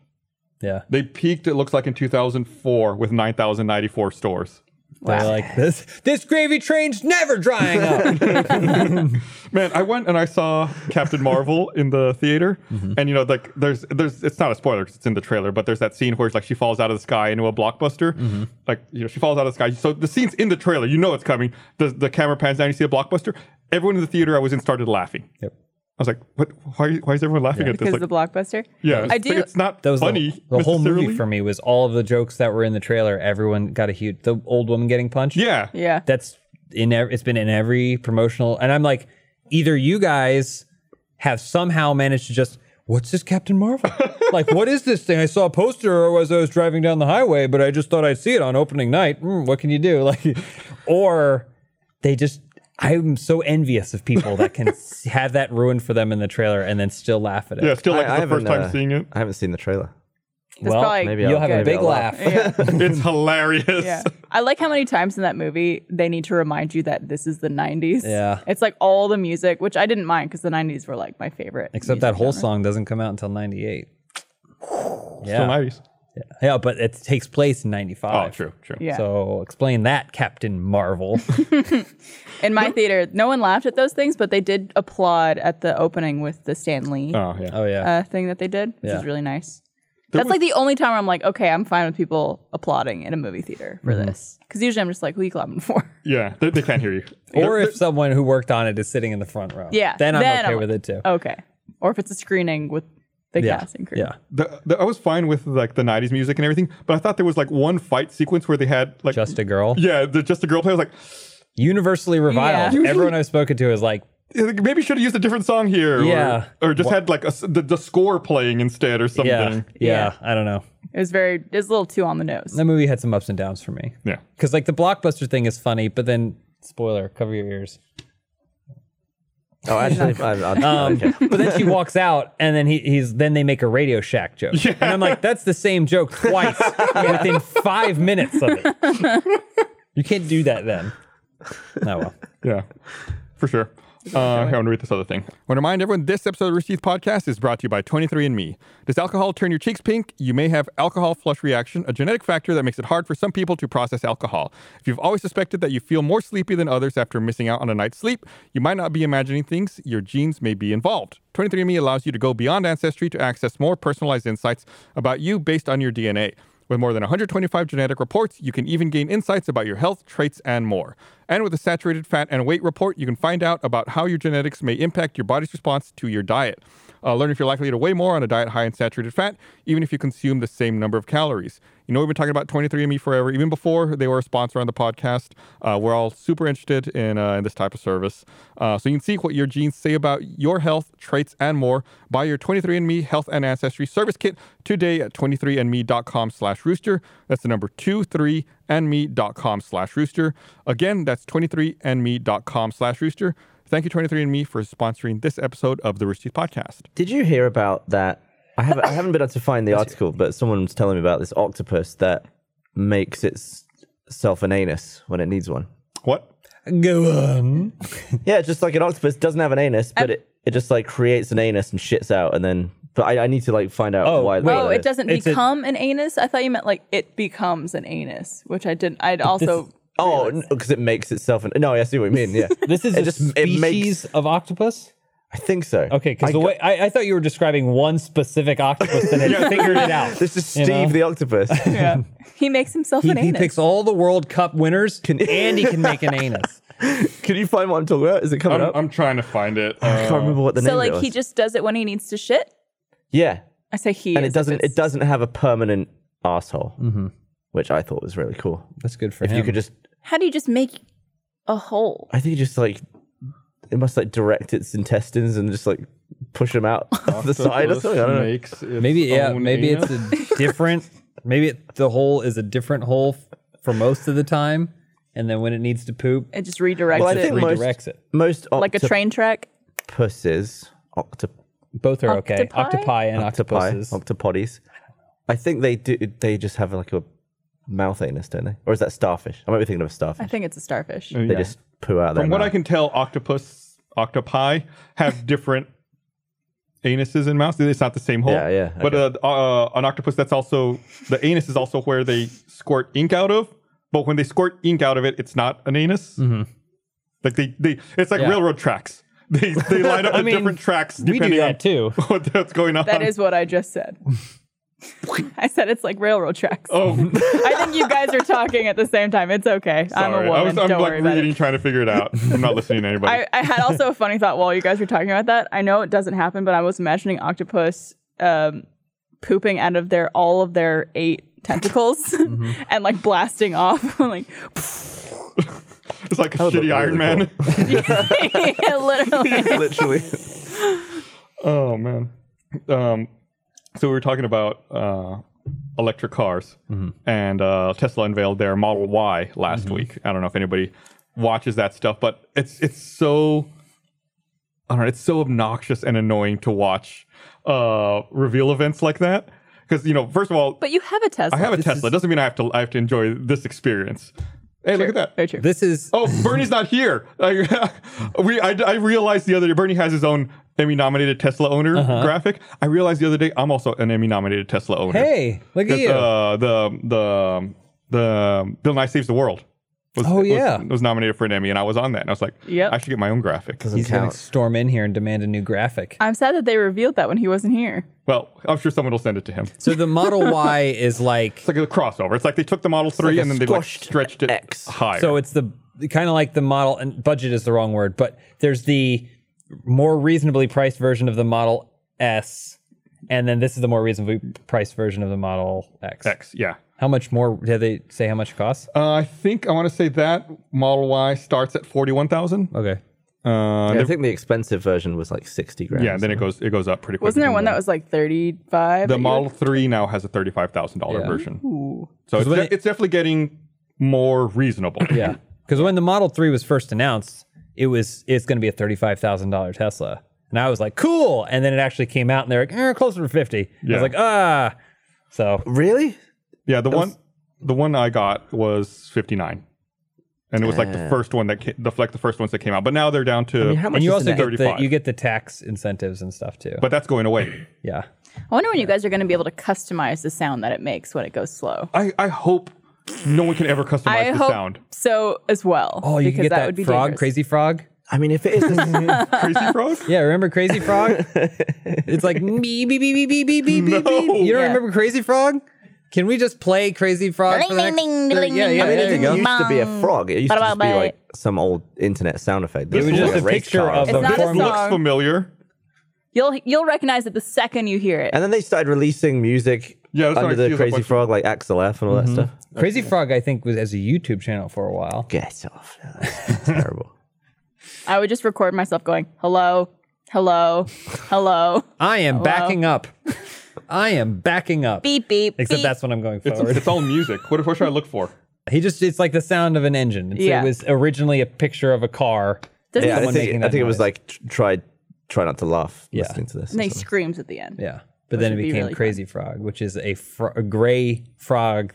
Yeah.
They peaked. It looks like in 2004 with 9,094 stores.
They're like this this gravy train's never drying up.
Man, I went and I saw Captain Marvel in the theater,
Mm-hmm.
and you know, like there's there's it's not a spoiler because it's in the trailer, but there's that scene where it's like she falls out of the sky into a blockbuster,
Mm-hmm.
like you know she falls out of the sky. So the scene's in the trailer, you know it's coming. The the camera pans down, you see a blockbuster. Everyone in the theater I was in started laughing.
Yep.
I was like, what? Why, why is everyone laughing at this?
because
Like,
of the Blockbuster?
yeah, it's,
I
like,
do.
it's not
That was the-
funny.
the, whole movie
necessarily.
for me was all of the jokes that were in the trailer. Everyone got a huge the old woman getting punched.
Yeah,
yeah.
That's in ev- it's been in every promotional and I'm like either you guys have somehow managed to just what's this Captain Marvel? like what is this thing? I saw a poster as I was driving down the highway, but I just thought I'd see it on opening night. Mm, what can you do? Like or they just I'm so envious of people that can s- have that ruined for them in the trailer and then still laugh at it.
yeah. Still, like
I- I
it's the first
haven't,
time
uh,
seeing it.
I haven't seen the trailer.
That's probably- Maybe
you'll
I'll-
have a
maybe
big
I'll
laugh.
it's hilarious.
Yeah. I like how many times in that movie they need to remind you that this is the 90s.
Yeah.
It's like all the music, which I didn't mind because the 90s were like my favorite.
Except that whole song doesn't come out until 98.
Still
Yeah.
90s.
Yeah, but it takes place in
Oh,
95.
true, true.
Yeah.
So explain that, Captain Marvel.
in my theater, no one laughed at those things, but they did applaud at the opening with the Stan Lee
Oh, yeah.
oh, yeah.
uh, thing that they did, which
Yeah.
is really nice.
There
That's
was-
like the only time where I'm like, okay, I'm fine with people applauding in a movie theater for this. Because usually I'm just like, who you clapping for?
Yeah, they, they can't hear you.
Or if someone who worked on it is sitting in the front row.
Yeah,
Then I'm
then
okay
I'm-
with it too.
Okay. Oh, Or if it's a screening with the
yeah.
casting crew.
Yeah.
The, the, I was fine with like the '90s music and everything, but I thought there was like one fight sequence where they had like
Just a girl.
yeah, the, just a girl play. I was like,
Universally reviled.
Yeah.
Everyone I've spoken to is like,
"Yeah, maybe should have used a different song here. or-
Yeah.
or, just had like a s the, the score playing instead or something.
yeah,
Yeah,
yeah, I don't know.
It was very, it was a little too on the nose.
That movie had some ups and downs for me. Because like the blockbuster thing is funny, but then spoiler, cover your ears.
Oh, actually, I'm, I'm, okay.
But then she walks out, and then he, he's then they make a Radio Shack joke, and I'm like, that's the same joke twice within five minutes of it. You can't do that then. Oh well.
yeah, for sure. Uh, here, I want to read this other thing. I want to remind everyone this episode of the Rooster Teeth Podcast is brought to you by 23andMe. Does alcohol turn your cheeks pink? You may have alcohol flush reaction, a genetic factor that makes it hard for some people to process alcohol. If you've always suspected that you feel more sleepy than others after missing out on a night's sleep, you might not be imagining things. Your genes may be involved. 23andMe allows you to go beyond ancestry to access more personalized insights about you based on your DNA. With more than 125 genetic reports, you can even gain insights about your health, traits, and more. And with a saturated fat and weight report, you can find out about how your genetics may impact your body's response to your diet. Uh, learn if you're likely to weigh more on a diet high in saturated fat, even if you consume the same number of calories. You know, we've been talking about 23andMe forever, even before they were a sponsor on the podcast. Uh, we're all super interested in, uh, in this type of service. Uh, so you can see what your genes say about your health, traits, and more. Buy your 23andMe Health and Ancestry Service Kit today at 23andme.com slash rooster. That's the number 23andme.com slash rooster. Again, that's 23andme.com slash rooster. Thank you, 23andMe, for sponsoring this episode of the Rooster Teeth Podcast.
Did you hear about that? I haven't, I haven't been able to find the article, but someone was telling me about this octopus that makes itself an anus when it needs one.
What?
Go on.
Yeah, just like an octopus doesn't have an anus, but it, it just like creates an anus and shits out, and then. But I, I need to like find out
Oh,
why.
wait.
why
Oh,
that
it
is.
doesn't
It's a-
become an anus. I thought you meant like it becomes an anus, which I didn't. I'd also
Oh, because it makes itself. An, no, I see what you mean. Yeah,
This is
It
a
just- it
species
makes-
of octopus.
I think so.
Okay, because
I
the
got-
way I, I thought you were describing one specific octopus that had figured it out.
this is
you
Steve
know?
the octopus.
yeah. he makes himself
He,
an
he
anus.
picks all the World Cup winners, and he can make an anus.
Can you find what I'm uh, talking about? Is it coming up?
trying to find it. Uh,
I can't remember what the name.
so
of it
like
was.
he just does it when he needs to shit.
yeah,
I say he,
and
as
it
if
doesn't
it's-
it doesn't have a permanent asshole, which I thought was really cool.
That's good for
If
him.
you could just,
How do you just make a hole?
I think you just like it must like direct its intestines and just like push them out the side or something. I don't know.
Maybe yeah, maybe it's a different. Maybe it, the hole is a different hole f- for most of the time, and then when it needs to poop,
It just redirects
Well, I
it
think most-
redirects it.
Most
like a train track.
octopuses, octop-
Both are okay.
Octopi?
Octopi and
octopi, Oh.
octopuses.
octopodies. I think they do. They just have like a mouth anus, don't they? Or is that starfish? I might be thinking of a starfish.
I think it's a starfish.
they just poo out of their
From what I
mouth.
can tell, octopus, octopi have different anuses and mouths. It's not the same hole.
Yeah, yeah,
But uh, uh, an octopus, that's also the anus is also where they squirt ink out of. But when they squirt ink out of it, it's not an anus. Like they, they, it's like
Mm-hmm. Yeah.
railroad tracks. They, they line up the
mean,
different tracks
we do
depending on
that too.
what that's going on.
That is what I just said. I said it's like railroad tracks.
Oh,
I think you guys are talking at the same time. It's okay. I'm a
sorry.
woman.
I was, I'm
Don't
like
worry about it.
reading, trying to figure it out. I'm not listening to anybody.
I, I had also a funny thought while you guys were talking about that. I know it doesn't happen, but I was imagining octopus um, pooping out of their all of their eight tentacles
Mm-hmm.
and like blasting off, like
it's like a
Oh,
would look
shitty Iron
really
Man.
literally.
literally.
Oh man. Um, so we were talking about uh, electric cars, and uh, Tesla unveiled their Model Y last week. I don't know if anybody watches that stuff, but it's it's so I don't know. It's so obnoxious and annoying to watch uh, reveal events like that because you know, first of all,
But you have a Tesla.
I have a Tesla. It doesn't mean I have to I have to enjoy this experience. Hey, look at that.
Very true.
This is
Oh, Bernie's not here. Like, we, I, I realized the other day, Bernie has his own Emmy-nominated Tesla owner
Uh-huh.
graphic. I realized the other day, I'm also an Emmy-nominated Tesla owner.
hey, look at
'Cause,
you.
uh, the the the Bill Nye saves the world. was,
Oh,
was-
yeah.
was nominated for an Emmy, and I was on that, and I was like,
Yep.
I should get my own graphic.
Doesn't
He's going
count.
to storm in here and demand a new graphic.
I'm sad that they revealed that when he wasn't here.
Well, I'm sure someone will send it to him. It's
So the Model Y is like
like a crossover. It's like they took the Model
like
Three
a
and then they like
squashed
stretched it
X.
higher.
so it's the kind of like the model and budget is the wrong word, but there's the more reasonably priced version of the Model S, and then this is the more reasonably priced version of the Model X.
X, yeah.
How much more did they say? How much it costs?
Uh, I think I want to say that Model Y starts at forty-one thousand.
Okay.
Uh,
Yeah, I think the expensive version was like 60 grand.
yeah, then it goes it goes up pretty quick.
Wasn't there one that was like 35?
the Model Three now has a thirty-five thousand thousand dollar
Yeah.
version?
Ooh.
So it's,
when
de-
it-
it's definitely getting more reasonable.
Yeah. Because when the Model 3 was first announced, it was it's going to be a $35,000 Tesla. And I was like, cool. And then it actually came out and they're like, eh, closer to 50. I
Yeah.
was like, ah. So
Really?
Yeah, the one the one I got was 59. And it was like the first one that ca- the like the first ones that came out. But now they're down to
mean, how much
and you
is
also
the
get the
35?
you get the tax incentives and stuff too.
but that's going away.
yeah.
I wonder when you guys are going to be able to customize the sound that it makes when it goes slow.
I I hope no one can ever customize
I
the
hope
sound.
so as well.
Oh, you can
because
get that,
would be
frog,
dangerous.
crazy frog.
I mean, if it is, this,
Crazy Frog?
Yeah, remember Crazy Frog? it's like me beep beep beep beep beep beep beep.
No.
beep. You don't
Yeah.
remember Crazy Frog? Can we just play Crazy Frog for the next?
Ding, ding,
Yeah,
ding,
yeah,
ding,
yeah.
I mean, it
There you
didn't
go.
used to be a frog. It used to just be
Ba-da-ba-ba.
like some old internet sound effect. This
was
is
just
like
a
race
picture
car or
of the
something.
It's not a
form-
Looks
song.
familiar.
You'll you'll recognize it the second you hear it.
And then they started releasing music
Yeah, that's what
under
I see
the
is a bunch
Crazy
of-
Frog, like Axel F and all
Mm-hmm.
that stuff.
Crazy Frog, I think, was as a YouTube channel for a while.
Get off. That's terrible.
I would just record myself going, "Hello, hello, hello,
I am backing up. I am backing up.
Oh, beep beep."
Except
beep.
that's what I'm going
It's,
forward.
it's all music. What, what should I look for?
he just, it's like the sound of an engine. It's-
Yeah.
It was originally a picture of a car.
Doesn't
Yeah, I
he,
Someone
think,
making
I
that
think it was
noise.
like tr- try try not to laugh
Yeah.
listening to this. or
and then he
something.
screams at the end.
Yeah. But then it
would be
became
really
Crazy Frog, which is a, fro- a gray frog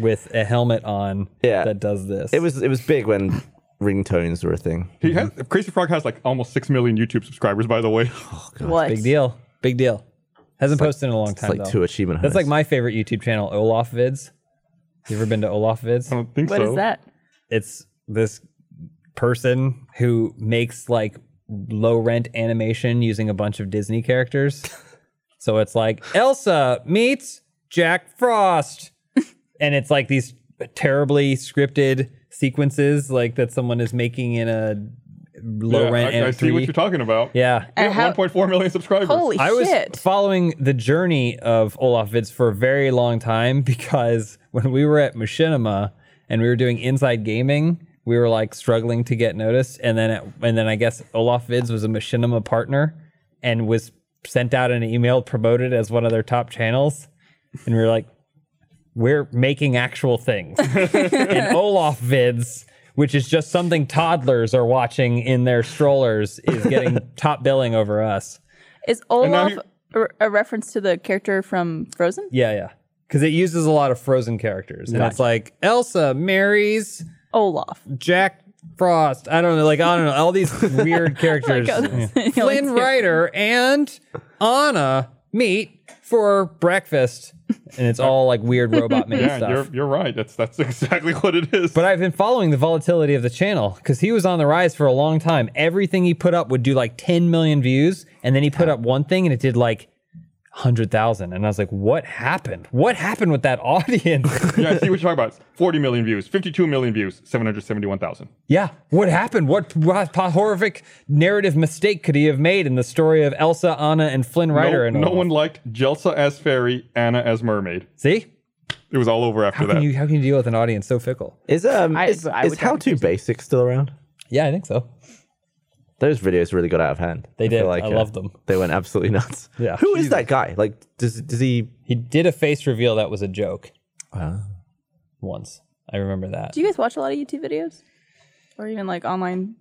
with a helmet on
Yeah.
that does this.
It was it was big when ringtones were a thing.
He has, Crazy Frog has like almost 6 million YouTube subscribers by the way.
What?
big deal. Big deal. Hasn't posted in a long
It's
time.
like
though.
two achievement.
That's like
hunts.
my favorite YouTube channel, Olaf Vids. You ever been to Olaf Vids?
I don't think
What
so.
is that?
it's this person who makes like low rent animation using a bunch of Disney characters. so it's like Elsa meets Jack Frost. and it's like these terribly scripted sequences like that someone is making in a low
Yeah,
rent
I, I see what
MP3.
you're talking about.
yeah.
Yeah,
And how-
1.4 million subscribers.
Holy
I was
shit!
following the journey of Olaf Vids for a very long time because when we were at Machinima and we were doing inside gaming, we were like struggling to get noticed. And then, it, and then I guess Olaf Vids was a Machinima partner and was sent out an email promoted as one of their top channels. And we were like, we're making actual things. and Olaf Vids, which is just something toddlers are watching in their strollers, is getting top billing over us.
Is
now
Olaf
here-
a a reference to the character from Frozen?
Yeah, yeah. Because it uses a lot of frozen characters. And it's like Elsa marries
Olaf.
Jack Frost. I don't know. Like, I don't know. All these weird characters.
Like, oh,
Yeah.
that's the only
Flynn
two.
Rider and Anna meet for breakfast. And it's all like weird robot made
yeah,
stuff.
you're you're right. That's that's exactly what it is.
But I've been following the volatility of the channel because he was on the rise for a long time. Everything he put up would do like 10 million views, and then he put up one thing and it did like 100,000. And I was like, what happened? What happened with that audience?
yeah, I see what you're talking about. 40 million views, 52 million views, 771,000.
yeah, what happened? What, what horrific narrative mistake could he have made in the story of Elsa, Anna, and Flynn Rider?
No,
and
no
all?
one liked Jelsa as fairy, Anna as mermaid.
see
It was all over after
how can
that.
you how can you deal with an audience so fickle?
Is um
I-
is,
I
is
would
how
drive
to basic still around?
Yeah, I think so.
Those videos really got out of hand.
They
feel uh,
did. I loved them.
They went absolutely nuts.
Yeah.
Who is that guy? Like, does does he?
He did a face reveal that was a joke once. I remember that.
Do you guys watch a lot of YouTube videos, or even like online?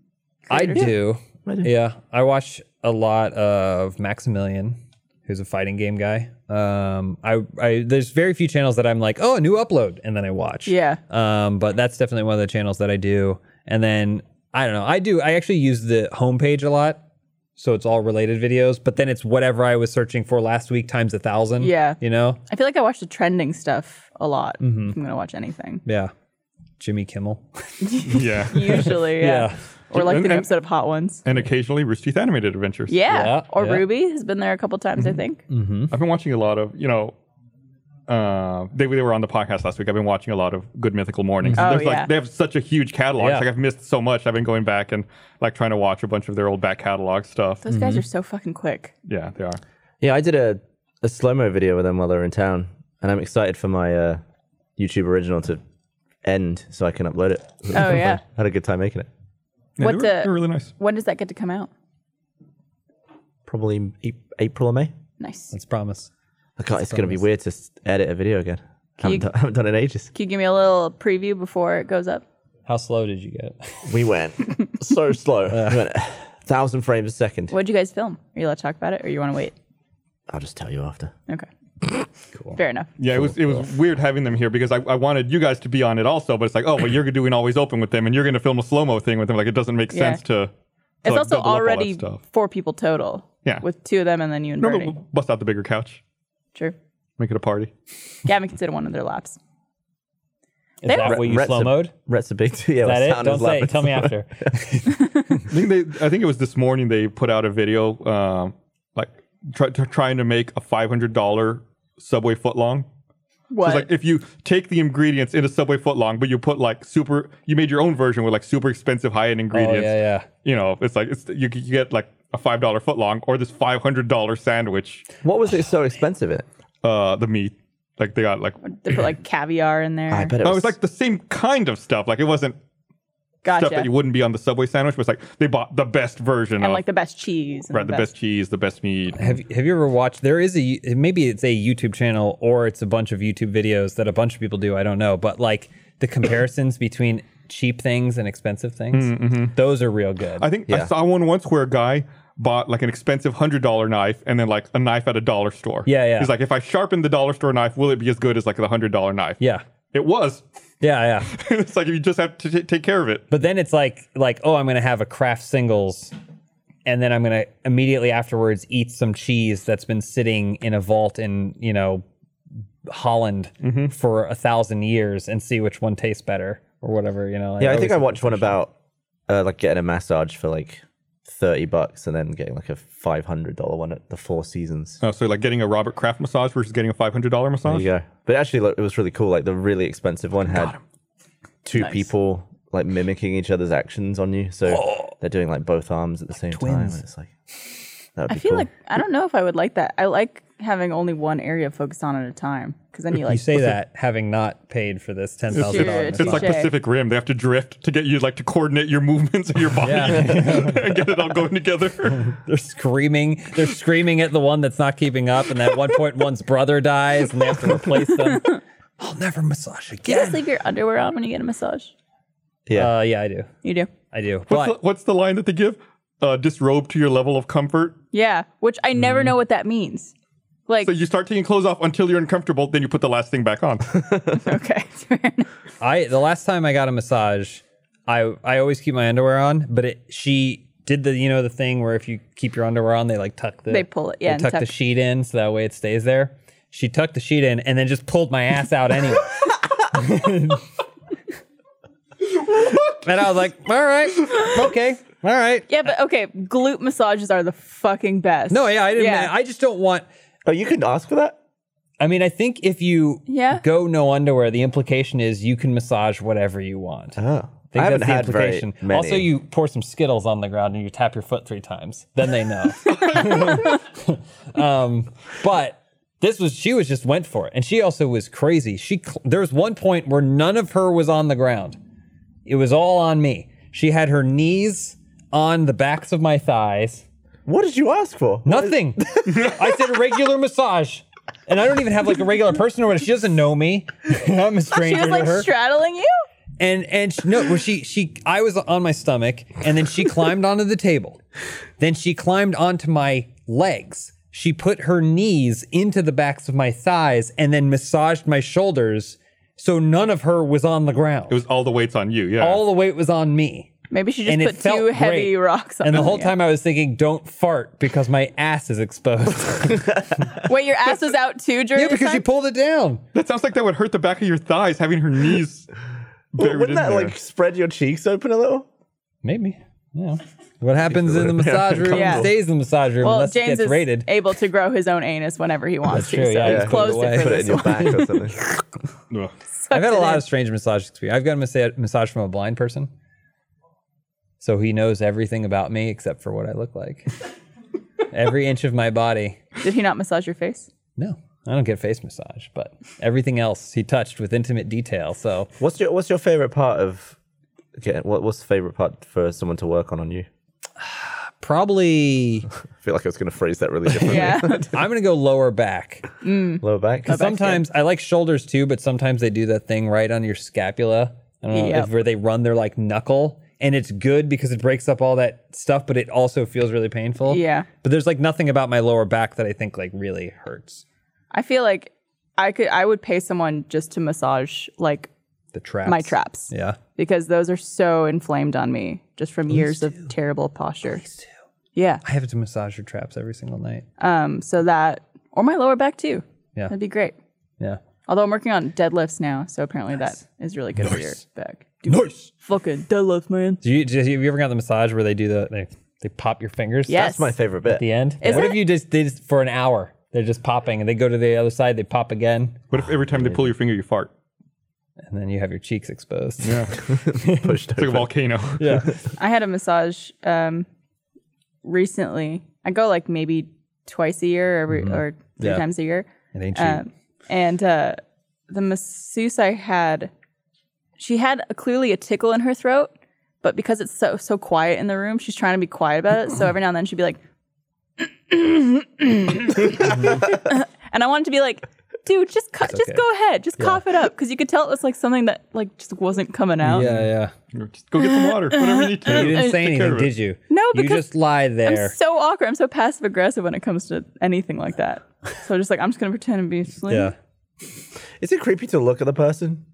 I do.
I do.
Yeah, I watch a lot of Maximilian, who's a fighting game guy. Um, I, I there's very few channels that I'm like, oh, a new upload, and then I watch.
Yeah.
Um, but that's definitely one of the channels that I do. And then I don't know. I do. I actually use the homepage a lot, so it's all related videos. But then it's whatever I was searching for last week times a thousand.
Yeah.
You know.
Mm-hmm.
I feel like I watch the trending stuff a lot. if I'm gonna watch anything.
Yeah. Jimmy Kimmel.
Yeah.
Usually, yeah.
Yeah.
Or like the
And-
new episode of Hot Ones.
and occasionally Rooster Teeth animated adventures.
Yeah.
Yeah,
or
yeah.
Ruby has been there a couple times,
Mm-hmm.
I think.
I've been watching a lot of, you know, uh, they, they were on the podcast last week. I've been watching a lot of Good Mythical Mornings.
Oh,
There's
yeah.
like they have such a huge catalog. It's
Yeah.
Like I've missed so much. I've been going back and like trying to watch a bunch of their old back catalog stuff.
Those guys are so fucking quick.
Yeah, they are.
Yeah, I did a, a slow mo video with them while they were in town, and I'm excited for my uh, YouTube original to end so I can upload it.
Oh, yeah.
I had a good time making it.
Yeah,
What
they were,
the-
they were really nice.
When does that get to come out?
Probably A- April or May.
Nice.
That's promise.
I can't, it's going to be weird to s- edit a video again. I haven't,
You-
done, I haven't done it in ages.
Can you give me a little preview before it goes up?
How slow did you get?
We went so slow. We went a thousand frames a second.
What'd you guys film? Are you allowed to talk about it or you want to wait?
I'll just tell you after.
Okay. cool. Fair enough.
Yeah, it was it was weird having them here because I, I wanted you guys to be on it also, but it's like, oh, well, you're doing always open with them, and you're going to film a slow mo thing with them. Like it doesn't make
Yeah.
sense to. to,
It's
like,
also
double up all that
already
stuff.
four people total.
Yeah.
With two of them and then you and
No,
Bernie.
but we'll bust out the bigger couch,
True.
make it a party.
Gavin can sit in one of their laps.
Is
They
that
don't-
what you
Rhett's
slow
a,
mode?
Rhett's a big deal.
Is that it? Don't say. it. Tell me after.
I think they. I think it was this morning they put out a video, um, like try, tr trying to make a five hundred dollar Subway footlong. So
What?
it's like if you take the ingredients in a Subway footlong, but you put like super, you made your own version with like super expensive high end
oh yeah,
ingredients.
yeah.
You know, it's like it's you, you get like a five dollar footlong or this five hundred dollar sandwich.
What was it so expensive in it?
Uh, the meat, like they got like
they put like caviar in there.
I bet it
oh,
was,
it was like the same kind of stuff. Like it wasn't
gotcha.
stuff that you wouldn't be on the Subway sandwich. But it's like they bought the best version
and
of
like the best cheese. And
right, the best cheese, the best meat.
Have Have you ever watched? There is a maybe it's a YouTube channel or it's a bunch of YouTube videos that a bunch of people do. I don't know, but like the comparisons between cheap things and expensive things,
Mm, mm-hmm.
those are real good.
I think I saw one once where a guy bought like an expensive hundred dollar knife and then like a knife at a dollar store.
Yeah, yeah.
He's like, if I sharpen the dollar store knife, will it be as good as like the hundred dollar knife?
yeah,
It was.
yeah, yeah.
it's like you just have to t- take care of it.
But then it's like like oh, I'm gonna have a craft singles, and then I'm gonna immediately afterwards eat some cheese that's been sitting in a vault in you know Holland
Mm-hmm.
for a thousand years, and see which one tastes better or whatever. You know.
Yeah, I think I
always-
watched one about uh, like getting a massage for like thirty bucks and then getting like a five hundred dollar one at the Four Seasons.
Oh, so like getting a Robert Kraft massage versus getting a five hundred dollar
There
massage.
you go. But actually, like, it was really cool. Like the really expensive one had two people like mimicking each other's actions on you, so they're doing Oh. like both arms at the same time, and it's like that would be
I feel
cool.
like I don't know if I would like that. I like having only one area focused on at a time because then you like
You say that having not paid for this ten thousand
It's-
dollars.
It's like
Touche.
Pacific Rim. They have to drift to get you like to coordinate your movements and your body and get it all going together.
They're screaming. They're screaming at the one that's not keeping up, and at one point one's brother dies, and they have to replace them. I'll never massage
Do you guys
again.
leave your underwear on when you get a massage?
yeah,
Uh, yeah, I do.
You do.
I do.
What's the,
But
what's the line that they give? Uh, disrobe to your level of comfort.
Yeah, which I
Mm-hmm.
never know what that means. Like,
So you start taking clothes off until you're uncomfortable, then you put the last thing back on.
okay, fair enough.
I the last time I got a massage, I I always keep my underwear on, but it, she did the you know the thing where if you keep your underwear on, they like tuck the
They pull it, yeah,
they
and
tuck, the
tuck.
sheet in so that way it stays there. She tucked the sheet in and then just pulled my ass out anyway. and I was like, all right, okay, all right.
yeah, but okay, glute massages are the fucking best.
No, yeah, I didn't. I just don't want.
oh, you can ask for that.
I mean, I think if you
Yeah.
go no underwear, the implication is you can massage whatever you want.
Oh,
I
I
think
haven't
that's the
had very
implication.
many.
Also, you pour some Skittles on the ground and you tap your foot three times. Then they know. um, but this was she was just went for it, and she also was crazy. She cl- there was one point where none of her was on the ground. It was all on me. She had her knees on the backs of my thighs.
what did you ask for?
Nothing. I said a regular massage. And I don't even have like a regular person or whatever. She doesn't know me. I'm a
She
stranger
was like
to her
straddling you.
and and she, no, well, she she I was on my stomach, and then she climbed onto the table, then she climbed onto my legs. She put her knees into the backs of my thighs and then massaged my shoulders, so none of her was on the ground.
It was all the weights on you. Yeah.
all the weight was on me.
Maybe she just
And it
put
felt
two heavy
great.
rocks on.
And the whole
you.
time I was thinking, don't fart because my ass is exposed.
wait, your ass was out too during
yeah,
this
because she
time?
pulled it down.
that sounds like that would hurt the back of your thighs having her knees buried
Wouldn't
in
that
there.
like spread your cheeks open a little?
Maybe. Yeah. What happens in the massage room
Yeah.
stays in the massage room
Well,
unless it
James
gets
is
rated.
able to grow his own anus whenever he wants
true,
to. So
yeah,
he's
yeah.
closed
Put it
it, for
Put it
this
in your
one.
back or something.
Ugh.
I've had a
Sucked it
lot
in.
of strange massage experience. I've got a massa- massage from a blind person. So he knows everything about me except for what I look like. Every inch of my body.
Did he not massage your face?
No, I don't get face massage, but everything else he touched with intimate detail. So
What's your What's your favorite part of? Okay, what, what's the favorite part for someone to work on on you?
probably
I feel like I was going to phrase that really differently.
Yeah.
I'm going to go lower back.
Lower back.
sometimes I like shoulders too, but sometimes they do that thing right on your scapula. I don't know,
Yep.
if- where they run their like knuckle, and it's good because it breaks up all that stuff, but it also feels really painful.
Yeah.
But there's like nothing about my lower back that I think like really hurts.
I feel like I could I would pay someone just to massage like
The traps.
my traps
Yeah.
because those are so inflamed on me just from years of terrible posture. Yeah.
I have to massage your traps every single night.
Um so that or my lower back too.
Yeah.
That'd be great.
Yeah.
Although I'm working on deadlifts now, so apparently that is really good for your back. Dude,
Nice.
fucking deadlift, man.
Do you, do you- have you ever got the massage where they do the they, they pop your fingers?
Yes.
That's my favorite bit.
At the end.
Is
what
it?
if you just did it for an hour? They're just popping, and they go to the other side. They pop again,
What if every time they pull your finger, you fart?
and then you have your cheeks exposed.
Pushed
It's like a
over.
volcano.
yeah.
I had a massage um, recently. I go like maybe twice a year or, every, or three
Mm-hmm. Yeah.
times a year.
It ain't cheap.
Um, and uh, the masseuse I had, she had a, clearly a tickle in her throat, but because it's so so quiet in the room, she's trying to be quiet about it. So every now and then she'd be like, and I wanted to be like, dude, just cu- just
okay.
go ahead, just cough it up, because you could tell it was like something that like just wasn't coming out.
yeah, yeah.
Or Just go get some water. Whatever you need to.
You didn't say
Take care of
anything,
it.
did you?
No,
you
because
just lie
I'm
there.
so awkward. I'm so passive aggressive when it comes to anything like that. So just like I'm just gonna pretend and be slim.
yeah,
Is it creepy to look at the person?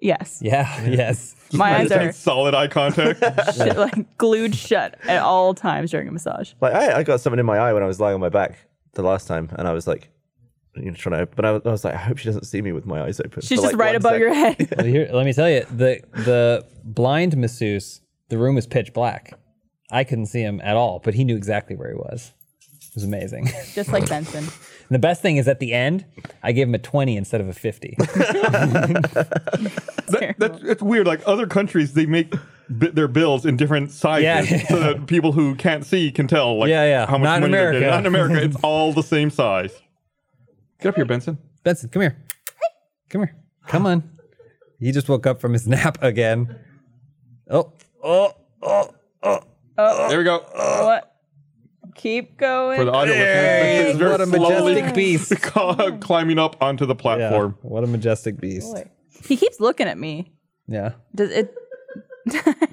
Yes.
yeah, yes.
My eyes
Just
are
need solid eye contact.
shut- like glued shut at all times during a massage.
Like I, I got something in my eye when I was lying on my back the last time, and I was like, you know, trying to. But I was, I was like, I hope she doesn't see me with my eyes open.
She's
for,
just
like,
right
one
above
sec.
your head.
Well, here, let me tell you, the the blind masseuse, the room was pitch black. I couldn't see him at all, but he knew exactly where he was. It was amazing. And
just like Benson.
the best thing is at the end, I gave him a twenty instead of a fifty.
That's it's weird. Like other countries, they make bi- their bills in different sizes
Yeah, yeah.
so that people who can't see can tell. Like
Yeah, yeah.
how much
Not in
money they're getting.
America.
Not in America, it's all the same size. Get up here, Benson.
Benson, come here. Come here. Come on. He just woke up from his nap again. Oh, oh, oh.
There we go.
What? Keep going.
For the audio listeners, Benson's very
what a
slowly
majestic beast.
ca- climbing up onto the
Yeah,
platform.
What a majestic beast.
Boy. He keeps looking at me.
Yeah.
Does it?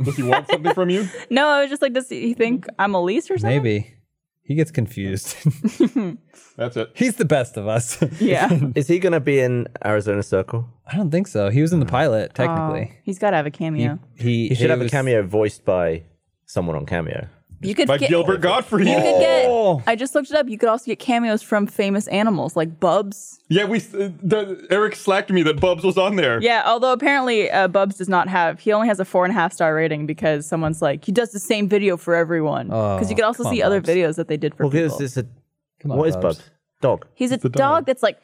Does he want something from you?
No, I was just like, does he think I'm Elise or something?
Maybe. He gets confused.
That's it.
He's the best of us.
Yeah.
Is he gonna be in Arizona Circle?
I don't think so. He was in the
Oh,
pilot, technically.
He's got to have a cameo.
He,
He should have
was-
a cameo voiced by someone on Cameo.
you could
By
get.
Gilbert Godfrey.
You could
Oh.
get. I just looked it up. You could also get cameos from famous animals like Bubs.
Yeah, we. Uh, the, Eric slacked me that Bubs was on there.
Yeah, although apparently uh, Bubs does not have. He only has a four and a half star rating because someone's like he does the same video for everyone. Because you could also see other videos that they did for
Well,
people.
because it's a.
on,
what is
Bubs.
Bubs? Dog.
He's a dog. that's like,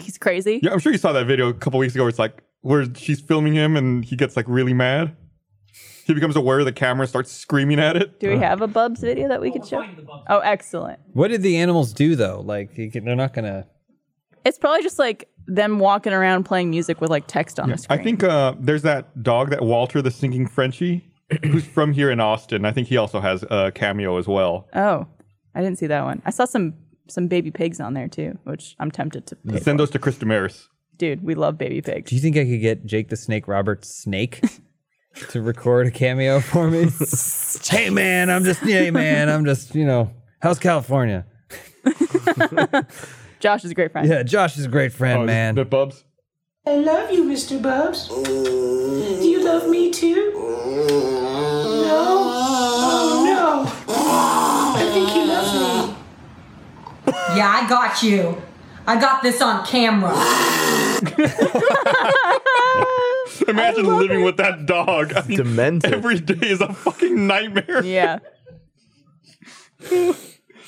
he's crazy.
Yeah, I'm sure you saw that video a couple weeks ago. Where it's like where she's filming him and he gets like really mad. He becomes aware of the camera, and starts screaming at it.
Do we have a Bubs video that we could show? Oh, excellent.
What did the animals do though? Like you can, they're not gonna.
It's probably just like them walking around playing music with like text on the
I
screen.
think uh, there's that dog that Walter, the singing Frenchie, who's from here in Austin. I think he also has a cameo as well.
Oh, I didn't see that one. I saw some some baby pigs on there too, which I'm tempted to. Pay
Send
for.
those to Chris Damaris.
Dude, we love baby pigs.
Do you think I could get Jake the Snake Roberts Snake to record a cameo for me? hey man, I'm just hey man, I'm just you know, how's California?
Josh is a great friend.
Yeah, Josh is a great friend,
Oh,
man.
The Bubs.
I love you, Mr. Bubbs. Do you love me too? No? Oh no. I think you love me.
Yeah, I got you. I got this on camera.
Imagine living with that dog. I mean,
Demented.
Every day is a fucking nightmare.
Yeah.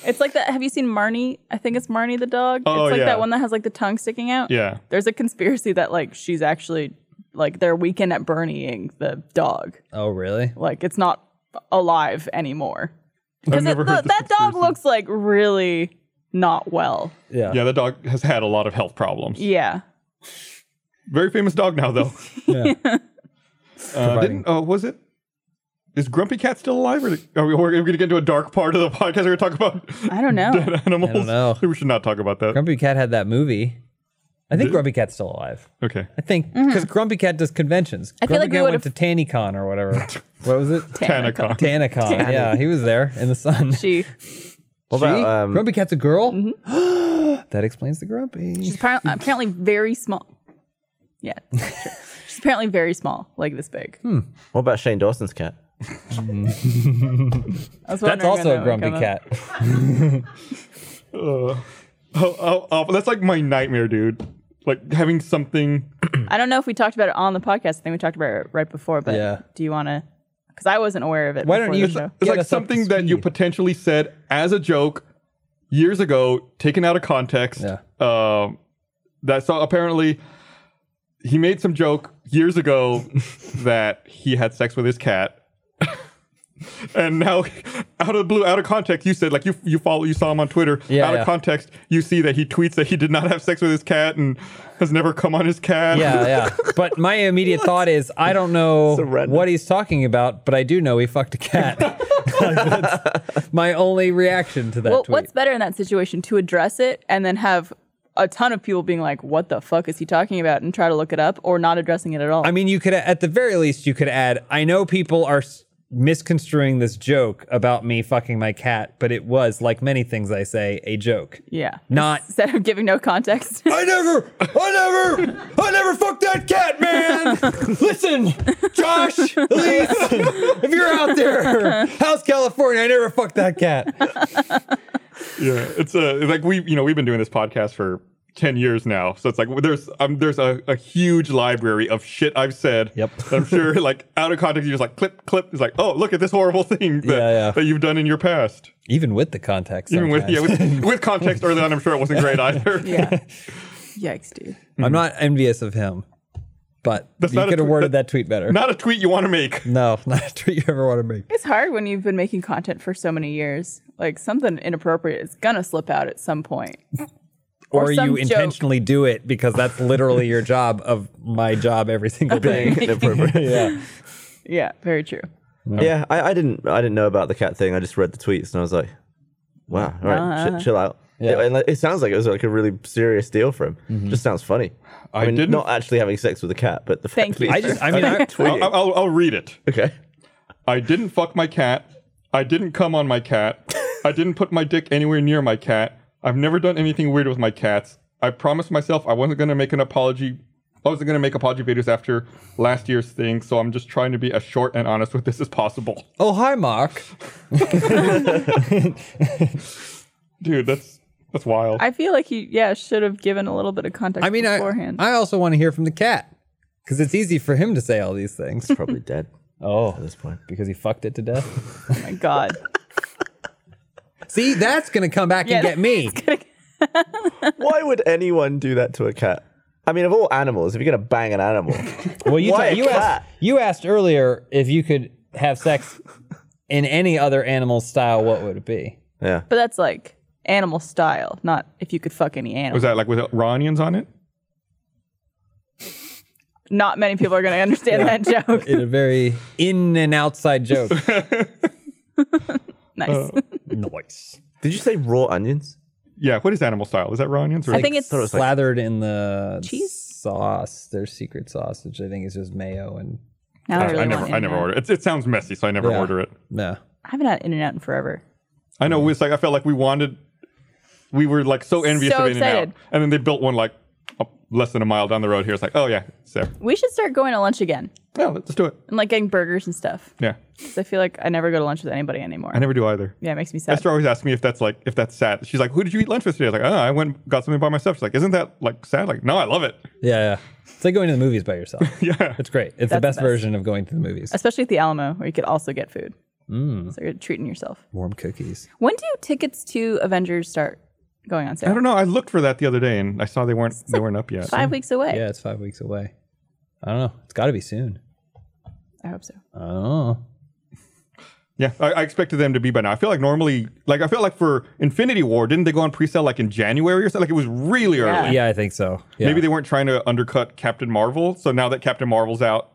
it's like that. Have you seen Marnie? I think it's Marnie the dog.
Oh,
it's like
yeah.
that one that has like the tongue sticking out.
Yeah.
There's a conspiracy that like she's actually like they're weekend at Bernieing the dog.
Oh, really?
Like it's not alive anymore.
I've
Because
never heard this
that dog
conspiracy.
looks like really not well.
Yeah.
Yeah, the dog has had a lot of health problems.
Yeah.
Very famous dog now, though.
Yeah.
Uh,
Providing-
didn't, uh, was it? Is Grumpy Cat still alive? Or are we, are we going to get into a dark part of the podcast? We're going to talk about
I don't know.
dead animals.
know.
Maybe we should not talk about that.
Grumpy Cat had that movie. I think Grumpy Cat's still alive.
okay.
I think because Grumpy Cat does conventions.
Mm-hmm. I feel
Grumpy
like we
Cat went
would've-
to TannyCon or whatever. what was it?
Tanacon.
TannyCon. Yeah, he was there in the sun.
She
What about,
She?
um,
Grumpy Cat's a girl. that explains the Grumpy.
Mm-hmm. she's appar- apparently very small. Yeah. sure. She's apparently very small, like this big.
Hmm.
What about Shane Dawson's cat?
I was
That's
wondering when
also
that
a
would
Grumpy
come up.
Cat.
Uh, oh, oh, oh, that's like my nightmare, dude. Like having something.
I don't know if we talked about it on the podcast. I think we talked about it right before, but
Yeah.
do you want to? Because I wasn't aware of it.
Why don't
before
you-
The show.
It's
Get
like
us up to
something that you
speed.
potentially said as a joke years ago, taken out of context.
Yeah.
Um, that so apparently he made some joke years ago that he had sex with his cat. And now, out of the blue, out of context, you said like you you follow you saw him on Twitter.
Yeah,
out
yeah.
of context, you see that he tweets that he did not have sex with his cat and has never come on his cat.
Yeah, yeah. But my immediate thought is, I don't know
So random.
what he's talking about, but I do know he fucked a cat. That's my only reaction to that
Well,
tweet.
what's better in that situation to address it and then have a ton of people being like, "What the fuck is he talking about?" and try to look it up, or not addressing it at all.
I mean, you could, at the very least, you could add, I know people are s- misconstruing this joke about me fucking my cat, but it was, like many things I say, a joke.
yeah,
Not,
instead of giving no context.
I never, I never, I never fucked that cat, man. Listen, Josh, Elise, if you're out there, House California, I never fucked that cat.
yeah. It's a like we you know we've been doing this podcast for ten years now, so it's like there's um there's a, a huge library of shit I've said.
Yep.
that I'm sure like out of context, you're just like clip clip. It's like oh look at this horrible thing that,
Yeah, yeah.
that you've done in your past.
Even with the context.
Even with yeah
sometimes.
with, with context early on, I'm sure it wasn't great either.
yeah, yikes, dude.
I'm not envious of him, but
That's
you
not a
could have
tweet-
worded that tweet better.
Not a tweet you want to make.
no, not a tweet you ever want to make.
It's hard when you've been making content for so many years. Like something inappropriate is gonna slip out at some point.
Or,
some
you
joke.
intentionally do it because that's literally your job of my job every single day.
Inappropriate.
yeah.
Yeah, very true.
yeah, I, I didn't. I didn't know about the cat thing. I just read the tweets and I was like, "Wow, all right, chi- chill out."
Yeah.
It, and like, it sounds like it was like a really serious deal for him. Just sounds funny. I, mean,
didn't-
not actually having sex with a cat, but the
Thank
fact
you.
that
I
he's
just, I mean, I,
I'll,
tweeting.
I'll, I'll read it.
okay.
I didn't fuck my cat. I didn't come on my cat. I didn't put my dick anywhere near my cat. I've never done anything weird with my cats. I promised myself I wasn't going to make an apology. I wasn't going to make apology videos after last year's thing, so I'm just trying to be as short and honest with this as possible.
oh, hi, Mark.
Dude, that's that's wild.
I feel like you, yeah, should have given a little bit of context
I mean, I,
beforehand.
I also want to hear from the cat because it's easy for him to say all these things.
He's probably dead at
Oh,
this point.
because he fucked it to death.
oh my god.
See, that's gonna come back
Yeah,
and get me.
Why would anyone do that to a cat? I mean, of all animals, if you're gonna bang an animal,
Well, you
Why
ta-
a
you
cat?
asked you asked earlier if you could have sex in any other animal style. What would it be?
yeah.
But that's like animal style, not if you could fuck any animal.
Was that like with Iranians on it?
not many people are going to understand that joke.
In a very in and outside joke.
Nice.
nice.
Did you say raw onions?
Yeah. What is animal style? Is that Iranians? Or
I think it's
thought it was like-
Slathered in the
Cheese?
sauce, their secret sauce, which I think is just mayo and
now I,
I,
really want
never I never
In-N-Out.
order it. It sounds messy, so I never
Yeah.
order it.
no.
I haven't had In and Out in forever.
I know. It's like I felt like we wanted. We were like so envious
So
of In and Out,
excited.
and then they built one like up less than a mile down the road here. It's like, oh yeah, it's there.
We should start going to lunch again
Yeah, let's do it.
and like getting burgers and stuff.
Yeah,
'Cause I feel like I never go to lunch with anybody anymore.
I never do either.
yeah, it makes me sad.
Esther always asks me if that's like if that's sad. She's like, "Who did you eat lunch with today?" I was like, "Oh, I went and got something by myself." She's like, "Isn't that like sad?" Like, no, I love it.
yeah. It's like going to the movies by yourself.
Yeah,
It's great. It's
the
the best,
best.
version of going to the movies.
Especially at the Alamo, where you could also get food.
Mm.
So you're treating yourself.
Warm cookies.
When do tickets to Avengers start going on sale?
I don't know. I looked for that the other day and I saw they weren't they weren't up yet.
Five weeks away.
Yeah, it's five weeks away. I don't know. It's got to be soon.
I hope so.
I don't know.
Yeah, I, I expected them to be by now. I feel like normally, like I feel like for Infinity War, didn't they go on pre-sale like in January or something? Like it was really early.
Yeah.
Yeah, I think so. Yeah.
Maybe they weren't trying to undercut Captain Marvel. So now that Captain Marvel's out,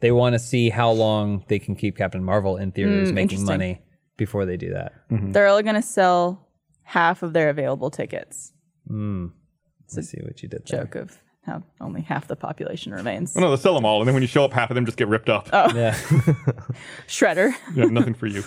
they want to see how long they can keep Captain Marvel in theaters making
Hmm, interesting.
money before they do that.
Mm.
They're only going to sell half of their available tickets.
Let's see what you did there.
Joke of how only half the population remains.
well, oh, no, they sell them all, and then when you show up, half of them just get ripped up.
Yeah.
Shredder.
Yeah, nothing for you.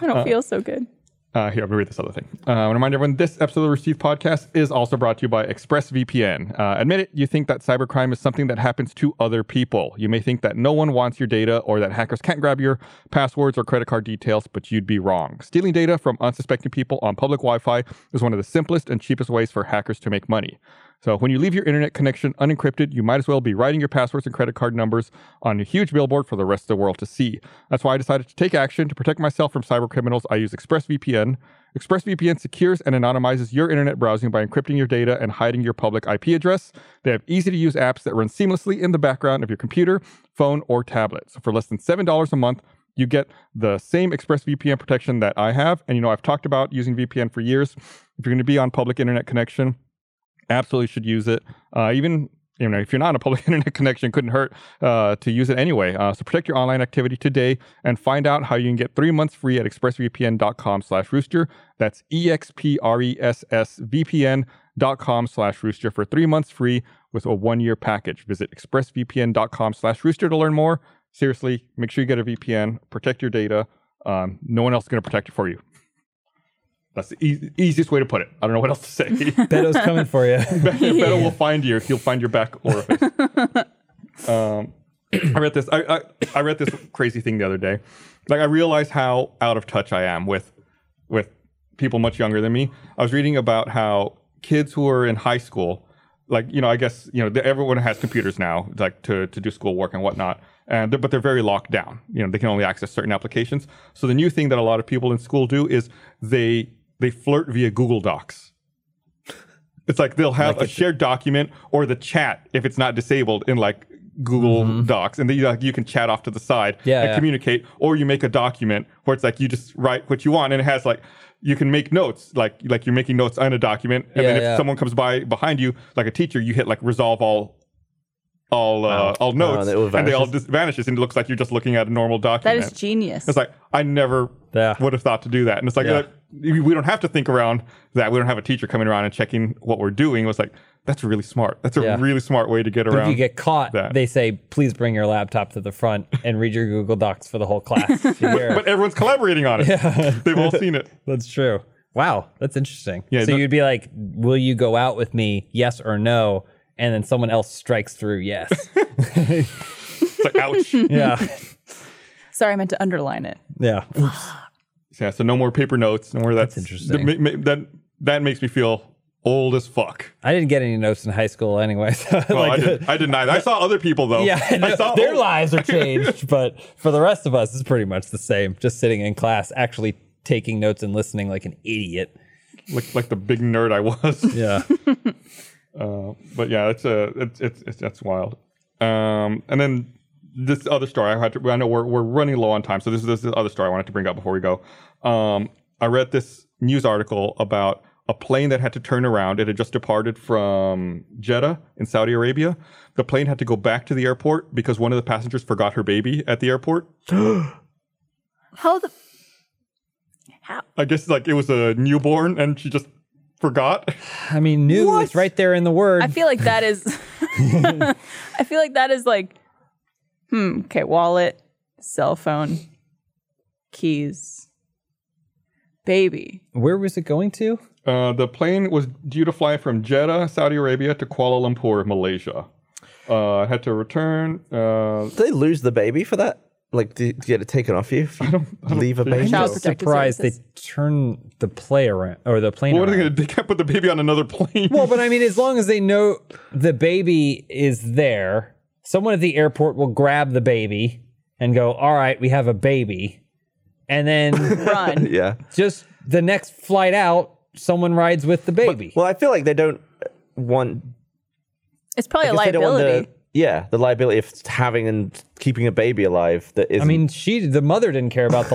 I don't feel so good.
Uh, here, I'm gonna read this other thing. Uh, I want to remind everyone this episode of the Receive Podcast is also brought to you by ExpressVPN. Uh, admit it, you think that cybercrime is something that happens to other people. You may think that no one wants your data or that hackers can't grab your passwords or credit card details, but you'd be wrong. Stealing data from unsuspecting people on public Wi Fi is one of the simplest and cheapest ways for hackers to make money. So when you leave your internet connection unencrypted, you might as well be writing your passwords and credit card numbers on a huge billboard for the rest of the world to see. That's why I decided to take action to protect myself from cyber criminals. I use ExpressVPN. ExpressVPN secures and anonymizes your internet browsing by encrypting your data and hiding your public IP address. They have easy to use apps that run seamlessly in the background of your computer, phone, or tablet. So for less than $7 a month, you get the same ExpressVPN protection that I have. And you know, I've talked about using VPN for years. If you're going to be on public internet connection, absolutely should use it. Uh, even you know, if you're not on a public internet connection, couldn't hurt uh, to use it anyway. Uh, so protect your online activity today and find out how you can get three months free at expressvpn.com slash rooster. That's E E-X-P-R-E-S-S-V-P-N dot com slash rooster for three months free with a one-year package. Visit expressvpn.com slash rooster to learn more. Seriously, make sure you get a VPN, protect your data. Um, no one else is going to protect it for you. That's the eas easiest way to put it. I don't know what else to say.
Beto's coming for you.
Beto will find you. He'll find your back orifice. um, I read this. I, I I read this crazy thing the other day. Like I realized how out of touch I am with with people much younger than me. I was reading about how kids who are in high school, like you know, I guess you know, the- everyone has computers now, like to to do schoolwork and whatnot. And they're, but they're very locked down. You know, they can only access certain applications. So the new thing that a lot of people in school do is they they flirt via Google Docs. It's like they'll have a shared document or the chat if it's not disabled in like Google Docs, and then you, like, you can chat off to the side
Yeah,
and
yeah.
communicate, or you make a document where it's like you just write what you want, and it has like you can make notes, like like you're making notes on a document, and
Yeah,
then if
yeah.
someone comes by behind you, like a teacher, you hit like resolve all. All uh, all notes,
and it all
and they all
vanishes?
just vanishes, and it looks like you're just looking at a normal
That
document.
is genius.
It's like I never
Yeah.
would have thought to do that, and it's like
Yeah.
uh, we don't have to think around that. We don't have a teacher coming around and checking what we're doing. It was like that's really smart. That's a
Yeah.
really smart way to get
If
around.
you get caught,
that.
they say, please bring your laptop to the front and read your Google Docs for the whole class. Here.
but everyone's collaborating on it. They've all seen it.
That's true. Wow, that's interesting.
Yeah,
so
no-
you'd be like, "Will you go out with me? Yes or no?" And then someone else strikes through yes.
It's like ouch.
yeah,
Sorry, I meant to underline it.
yeah.
yeah. So no more paper notes. No more that's,
interesting.
That, ma- ma- that that makes me feel old as fuck.
I didn't get any notes in high school anyway. So
Well,
like,
I, did, I denied. I saw other people though.
yeah,
I
no,
saw
their
old-
lives are changed, but for the rest of us, it's pretty much the same. Just sitting in class, actually taking notes and listening like an idiot.
like like the big nerd I was.
Yeah,
Uh, but yeah, it's a it's it's, it's that's wild. Um, and then this other story I had to. I know we're we're running low on time, so this is this is the other story I wanted to bring up before we go. Um, I read this news article about a plane that had to turn around. It had just departed from Jeddah in Saudi Arabia. The plane had to go back to the airport because one of the passengers forgot her baby at the airport.
How the
I guess like it was a newborn and she just forgot.
I mean, new is right there in the word.
I feel like that is. I feel like that is like, hmm. Okay, wallet, cell phone, keys. baby.
Where was it going to?
Uh, the plane was due to fly from Jeddah, Saudi Arabia, to Kuala Lumpur, Malaysia. Uh, had to return. Uh,
Did they lose the baby for that? Like, do you do you get it taken off you if you leave a baby?
Child
I'm
Protective
surprised they
Services.
turned the play around or the plane.
what are they
around.
going to? They can't put the baby on another plane.
Well, but I mean, as long as they know the baby is there, someone at the airport will grab the baby and go, "All right, we have a baby," and then
Run.
Yeah.
just the next flight out, someone rides with the baby.
Well, I feel like they don't want.
It's probably a
I guess they don't want the-
liability.
yeah, the liability of having and keeping a baby alive that isn't.
I mean, she, the mother, didn't care about the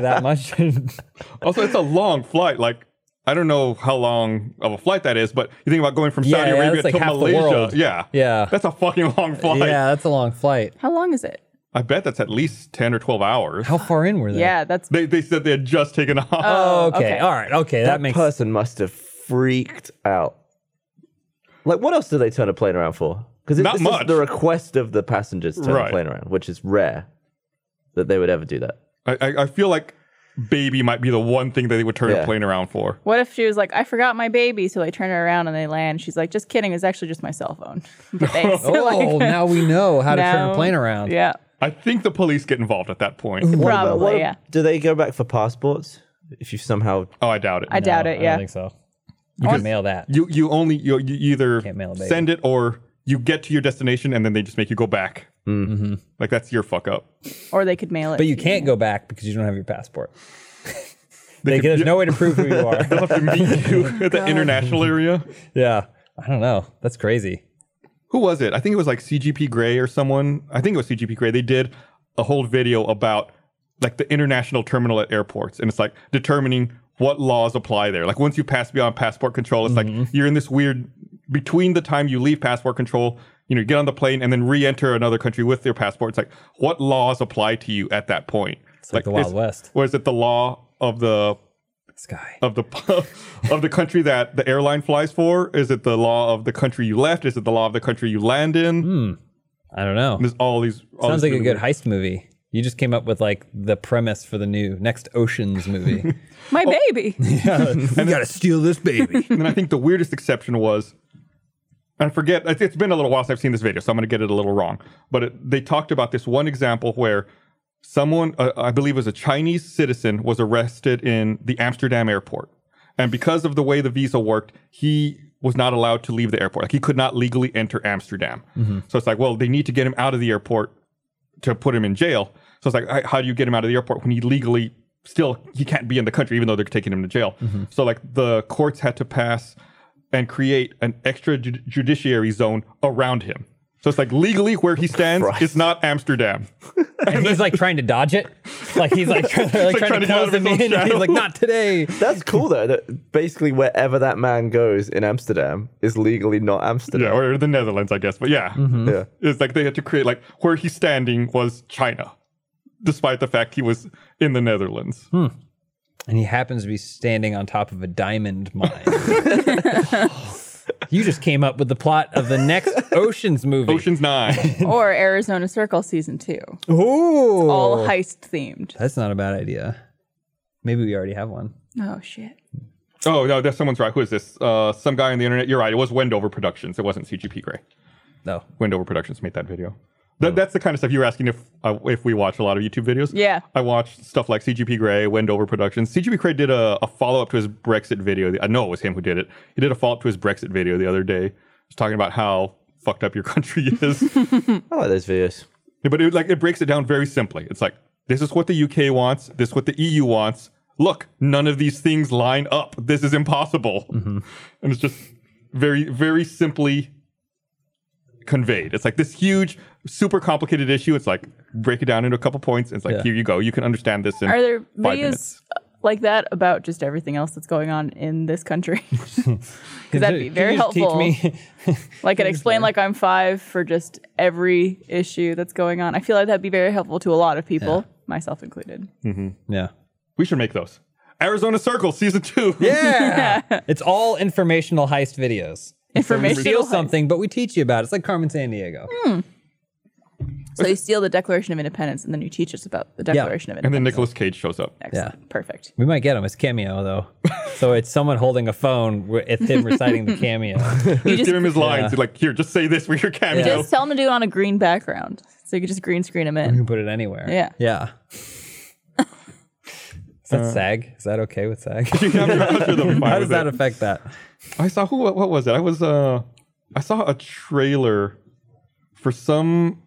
that much.
Also, it's a long flight. Like, I don't know how long of a flight that is, but you think about going from
Yeah,
Saudi
yeah,
Arabia
that's like
to
half the
Malaysia.
world.
Yeah.
Yeah.
That's a fucking long flight.
yeah, that's a long flight.
How long is it?
I bet that's at least 10 or 12 hours.
How far in were they?
Yeah, that's
They, they said they had just taken off.
Oh, okay.
Okay.
All right. Okay.
that,
That, makes sense.
person must have freaked out. Like, what else do they turn a plane around for? Because
Not
it's
much.
the request of the passengers to turn
Right.
the plane around, which is rare that they would ever do that.
I, I, I feel like baby might be the one thing that they would turn a
Yeah.
plane around for.
What if she was like, I forgot my baby, so they turn her around and they land. She's like, just kidding, it's actually just my cell phone. But thanks.
Oh, now we know how to turn
now-
a plane around.
Yeah.
I think the police get involved at that point.
Mm-hmm.
But
Probably,
what-
yeah.
Do they go back for passports if you somehow?
Oh, I doubt it.
I doubt it,
I
yeah.
don't think so. You can mail that.
you you only you, you either
Can't mail a baby.
send it or you get to your destination and then they just make you go back. Like that's your fuck up.
Or they could mail it.
But you
to
can't go back because you don't have your passport.
They
They,
could-
there's no way to prove who you are.
They'll have to meet you at the international area.
yeah. I don't know. That's crazy.
who was it? I think it was like CGP Grey or someone. I think it was CGP Grey. They did a whole video about like the international terminal at airports, and it's like determining what laws apply there. Like once you pass beyond passport control, it's like
Mm-hmm.
you're in this weird between the time you leave passport control, you know, you get on the plane and then re-enter another country with your passport. It's like what laws apply to you at that point? It's
like the Wild West.
Or is it the law of the
Sky.
of the of the country that the airline flies for? Is it the law of the country you left? Is it the law of the country you land in?
I don't know.
There's all these. all
Sounds
these
like a
really
good
weird-
heist Oh, movie. You just came up with like the premise for the new next Oceans movie.
you. My baby.
I gotta steal this baby.
And I think the weirdest exception was, and I forget. It's it's been a little while since I've seen this video, so I'm going to get it a little wrong. But it, they talked about this one example where someone, uh, I believe, it was a Chinese citizen, was arrested in the Amsterdam airport, and because of the way the visa worked, he was not allowed to leave the airport. Like he could not legally enter Amsterdam. So it's like, well, they need to get him out of the airport to put him in jail. So it's like, h- how do you get him out of the airport when he legally still he can't be in the country even though they're taking him to jail? So like the courts had to pass and create an extra ju- judiciary zone around him. So it's like legally where he stands is not Amsterdam.
and he's like trying to dodge it. Like he's like, trying- they're, like,
He's, like,
trying,
trying to get out
to
of his
close him
own
in. and
shadow.
He's like, not today.
That's cool though. That basically wherever that man goes in Amsterdam is legally not
Yeah,
Amsterdam.
or the Netherlands, I guess. But yeah,
Mm-hmm.
Mm. Yeah.
it's like they had to create like where he's standing was China, despite the fact he was in the Netherlands.
And he happens to be standing on top of a diamond mine. you just came up with the plot of the next Oceans movie.
Ocean's Nine.
or Arizona Circle season two.
Ooh.
All heist themed.
That's not a bad idea. Maybe we already have one.
Oh shit.
oh no, that's someone's right. Who is this? Uh, some guy on the internet. You're right. It was Wendover Productions. It wasn't CGP Grey.
No.
Wendover Productions made that video. That, that's the kind of stuff you were asking if uh, if we watch a lot of YouTube videos.
Yeah.
I watched stuff like CGP Grey, Wendover Productions. CGP Grey did a, a follow up to his Brexit video. I know it was him who did it. He did a follow up to his Brexit video the other day. Just talking about how fucked up your country is.
I like those videos.
Yeah, but it like it breaks it down very simply. It's like this is what the UK wants, this is what the EU wants. Look, none of these things line up. This is impossible.
Mm-hmm.
And it's just very very simply conveyed. It's like this huge super complicated issue. It's like break it down into a couple points. It's like
Yeah.
here you go. You can understand this in
Are there
five
videos
minutes.
like that about just everything else that's going on in this country?
Because
that'd be very helpful.
Teach me?
like it explain like I'm five for just every issue that's going on. I feel like that'd be very helpful to a lot of people, myself included.
yeah.
We should make those. Arizona Circle season 2.
Yeah. it's all informational heist videos.
Information.
We steal something, but we teach you about it. It's like Carmen San Diego.
So you steal the Declaration of Independence, and then you teach us about the Declaration of
And
Independence.
then Nicolas Cage shows up.
Excellent. Perfect.
We might get him as cameo though. so it's someone holding a phone. where It's him reciting the cameo.
You
Give him
just,
his lines. He's like, here, just say this for your cameo.
just tell him to do it on a green background, so you can just green screen him in.
You can put it anywhere.
Yeah.
Yeah. Is
Uh.
that SAG? Is that okay with SAG?
I'm sure- I'm sure they'll be fine
How
with
does that
it.
affect that?
I saw who? What was it? I was uh, I saw a trailer for some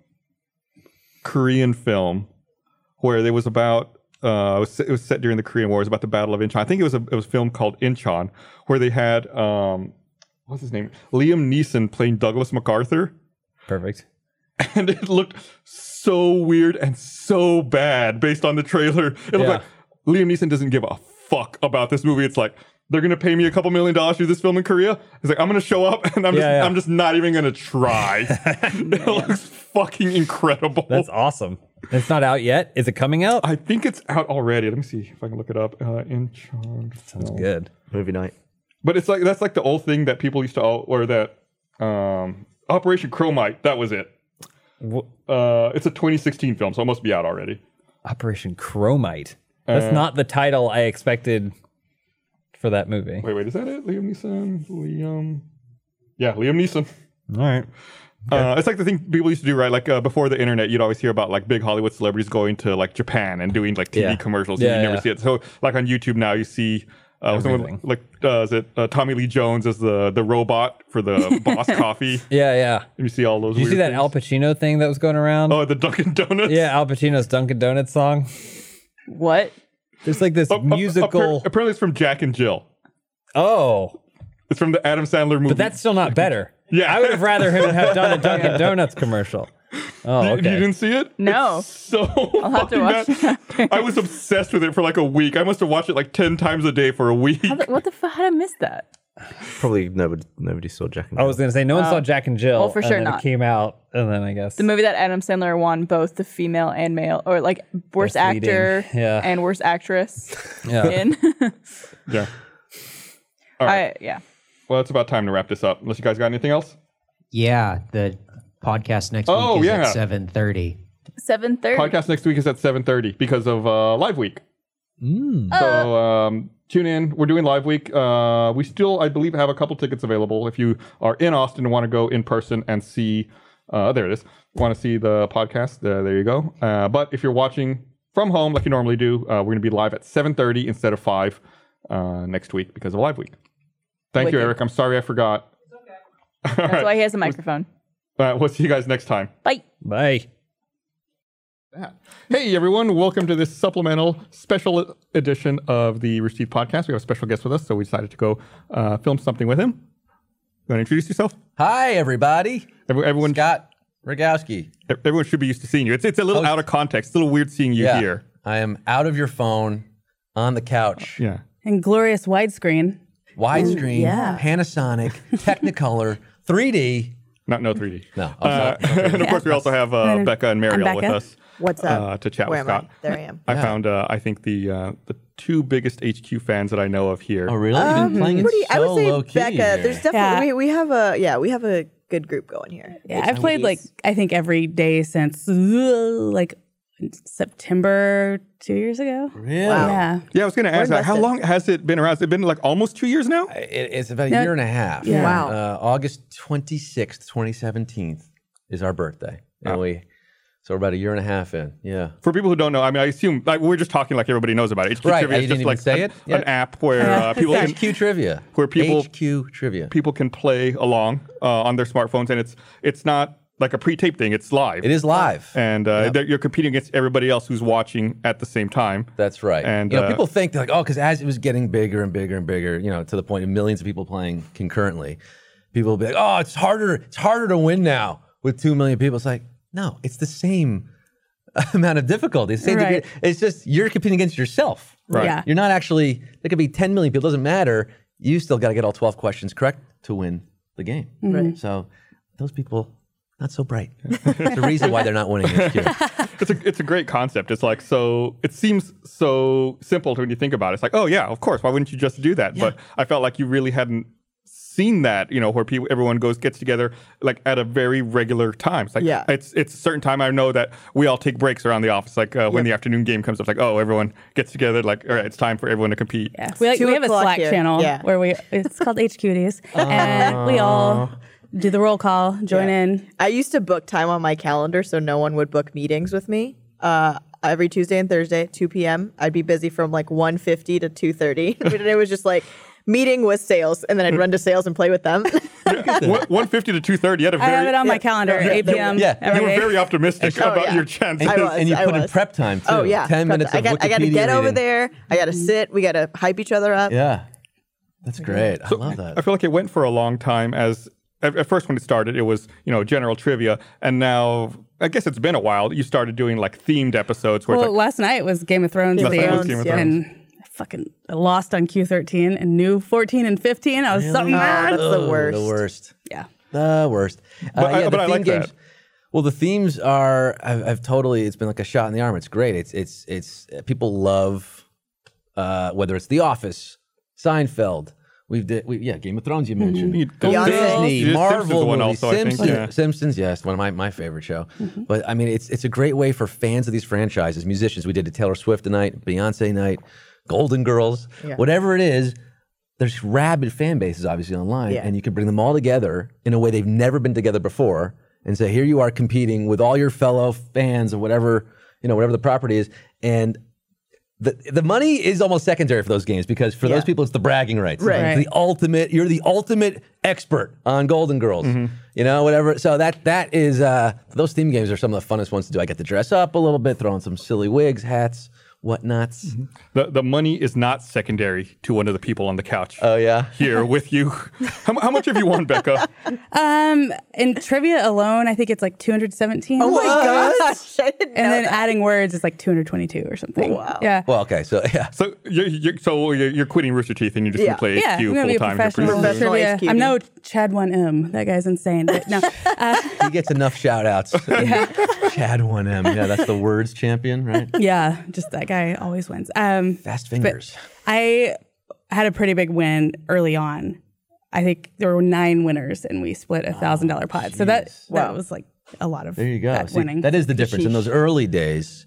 Korean film where it was about uh, it was, it was set during the Korean War. It was about the Battle of Incheon. I think it was a it was a film called Incheon where they had um, what's his name? Liam Neeson playing Douglas MacArthur,
Perfect.
and it looked so weird and so bad based on the trailer. It looked
Yeah.
like Liam Neeson doesn't give a fuck about this movie. It's like they're gonna pay me a couple million dollars to do this film in Korea. He's like, I'm gonna show up and I'm just
Yeah, yeah.
I'm just not even gonna try. it looks fucking incredible.
That's awesome. It's not out yet. Is it coming out?
I think it's out already. Let me see if I can look it up. Uh, Incheon.
Sounds good.
Movie night.
But it's like that's like the old thing that people used to all or that um Operation Chromite. That was it.
W-
Uh, it's a 2016 film, so it must be out already.
Operation Chromite.
Uh.
That's not the title I expected for that movie.
Wait, wait, is that it? Liam Neeson? Liam. Yeah, Liam Neeson.
All right.
Uh, it's like the thing people used to do, right? Like uh, before the internet, you'd always hear about like big Hollywood celebrities going to like Japan and doing like TV
Yeah.
commercials.
Yeah,
and you never
yeah.
see it. So like on YouTube now, you see uh, someone
Everything.
like uh, is it uh, Tommy Lee Jones as the the robot for the Boss Coffee?
Yeah, yeah.
And you see all those.
Did you see
weird
that
things.
Al Pacino thing that was going around?
Oh, the Dunkin' Donuts.
Yeah, Al Pacino's Dunkin' Donuts song.
Mm-hmm.
What?
There's like this
Up- up- up-
musical.
Oh, appar- apparently, it's from Jack and Jill.
oh,
It's from the Adam Sandler movie.
but that's still not better.
Yeah.
I would have rather him have done a Dunkin' Donuts commercial. Oh,
You- You
okay.
didn't see it?
No.
It's so I'll
have to watch
bad. I was obsessed with it for like a week. I must have watched it like ten times a day for a week.
How the, what the fuck? How did I miss that?
Probably nobody nobody saw Jack and
I was gonna say no one saw Jack and Jill.
Oh. well, for
and
sure
then
not.
It came out, and then I guess
The movie that Adam Sandler won both the female and male, or like worst
Best leading,
actor
yeah.
and worst actress
Yeah.
in.
yeah.
I, yeah.
Well, it's about time to wrap this up. Unless you guys got anything else?
Yeah, the podcast next
Oh,
week is
yeah.
at seven thirty.
Seven thirty.
Podcast next week is at 7.30 because of uh, Live Week.
Hmm.
So um, tune in. We're doing Live Week. Uh, we still, I believe, have a couple tickets available. If you are in Austin and want to go in person and see, uh, there it is, want to see the podcast, uh, there you go. Uh, but if you're watching from home like you normally do, uh, we're going to be live at 7.30 instead of 5 uh, next week because of Live Week. Thank
Wicked.
you, Eric. I'm sorry I forgot.
That's why he has a microphone.
Uh, we'll see you guys next time.
Bye.
bye.
that. Hey, everyone. Welcome to this supplemental special edition of the Receive podcast. We have a special guest with us, so we decided to go uh, film something with him. You want to introduce yourself?
Hi, everybody.
Every- Everyone,
Scott Rogowski.
e- everyone should be used to seeing you. It's, it's a little out of context. It's a little weird seeing you here.
I am out of your phone, on the couch,
Yeah.
And glorious widescreen.
widescreen,
yeah.
Panasonic, Technicolor, 3D.
Not no 3D.
No, oh,
Uh, and of course, we also have uh,
I'm-
Becca and
I'm
Mariel with
Becca.
us
What's up?
uh, to chat
Where
with
am
Scott.
I? There I am.
I found, uh, I think, the uh, the two biggest HQ fans that I know of here.
oh, really? You've been playing it
Um, Pretty,
so
I would say
low key.
Becca.
here.
There's definitely we,
Yeah.
we have a yeah we have a good group going here.
Yeah, I've played like I think every day since uh, like September two years ago.
really?
Yeah.
Yeah, I was going to ask that. How
invested.
long has it been around? Has it been like almost two years now?
It, it's about a
No,
year and a half.
yeah.
Wow.
Uh, August 26th, 2017 is our birthday. And we, so we're about a year and a half in. Yeah.
For people who don't know, I mean, I assume like, we're just talking like everybody knows about it. HQ
Right,
Trivia
you
is
didn't
just
even
like
say
an,
it? Yeah.
an app where uh, people can,
HQ trivia.
Where people-
HQ trivia.
people can play along uh, on their smartphones, and it's it's not like a pre-taped thing; it's live.
It is live.
and uh, they're- you're competing against everybody else who's watching at the same time.
That's right.
And,
you know,
uh,
people think they're like, oh, because as it was getting bigger and bigger and bigger, you know, to the point of millions of people playing concurrently, people will be like, oh, it's harder, it's harder to win now with two million people. It's like, no, it's the same amount of difficulty. It's, the same
Right.
degree. it's just you're competing against yourself.
Right.
Yeah.
You're not actually. There could be 10 million people. It doesn't matter. You still got to get all 12 questions correct to win the game.
Mm-hmm.
Right. So those people. Not so bright. It's the reason why they're not winning this year.
It's a it's a great concept. It's like so. It seems so simple to when you think about it. It's like, oh yeah, of course. Why wouldn't you just do that? But I felt like you really hadn't seen that, you know, where people everyone goes gets together like at a very regular time. It's like
Yeah.
it's it's a certain time. I know that we all take breaks around the office. Like uh, when
Yep.
the afternoon game comes up, it's like oh, everyone gets together. Like all right, it's time for everyone to compete. Yeah.
We, like,
Two
we have a
o'clock
Slack
here.
channel
Yeah.
where we it's called HQDs, and we all do the roll call, join in.
I used to book time on my calendar so no one would book meetings with me. Uh, every Tuesday and Thursday at 2 p.m. I'd be busy from like 1.50 to 2.30. and it was just like meeting with sales and then I'd run to sales and play with them.
One fifty to two thirty. At a
I
very
have it on my calendar,
Yeah,
8
you-
p.m.
yeah,
every
you were
day.
very optimistic
Oh,
about
yeah.
your chances.
I
And,
was,
and you
I
put in
was.
prep time too.
oh yeah.
ten
prep-
minutes.
I
of
got I gotta
Wikipedia
get over
reading.
there. I gotta
Mm-hmm.
sit. We gotta hype each other up.
Yeah, that's great. I love
I
that.
feel like it went for a long time as at, at first when it started it was you know general trivia and now I guess it's been a while you started doing like themed episodes where
Well,
it's like
last night was Game of Thrones
Last night was
themed,
Game of
and I fucking lost on Q13 and knew 14 and 15. I was so mad.
Oh, That's the worst.
Oh, The worst.
Yeah.
The worst. Uh,
But I- but I like that.
Well, the themes are. I've, I've totally. It's been like a shot in the arm. It's great. It's it's it's. uh, People love uh, whether it's The Office, Seinfeld. We've did. We, yeah, Game of Thrones. You mentioned
You- the
Beyonce.
Disney,
Simpsons
Marvel,
one
movies,
also, I think,
Simpsons,
yeah. Mm-hmm.
Simpsons, yes, one of my, my favorite show. But I mean, it's it's a great way for fans of these franchises, musicians. We did a Taylor Swift tonight, Beyonce night, Golden Girls, whatever it is. There's rabid fan bases obviously online,
Yeah.
and you can bring them all together in a way they've never been together before, and say, here you are competing with all your fellow fans of whatever you know, whatever the property is, and. The, the money is almost secondary for those games because for those people it's the bragging rights. It's
Right.
the ultimate. You're the ultimate expert on Golden Girls. You know, whatever. So that that is uh, those theme games are some of the funnest ones to do. I get to dress up a little bit, throw on some silly wigs, hats, whatnots.
the, the money is not secondary to one of the people on the couch
Oh yeah,
here with you how, mu- how much have you won Becca
Um, in trivia alone, I think it's like 217. Oh
gosh. I didn't
And
know
then
that.
adding words is like 222 or something.
wow.
Yeah.
Well, okay, so yeah,
so you're, you're, so you're, you're quitting Rooster Teeth and you're just
Yeah.
gonna play
yeah,
HQ
I'm gonna be
full
a
time here
professional,
pretty soon.
Professional
trivia.
HQD.
I'm no Chad One M. That guy's insane. But no, uh,
he gets enough shout outs. Chad one M. Yeah, that's the words champion, right?
yeah, just that guy always wins. Um,
Fast fingers.
I had a pretty big win early on. I think there were nine winners, and we split a thousand dollar pot. So that that was like a lot of
Oh, There you go.
that
See,
winning.
that is the difference. In those early days,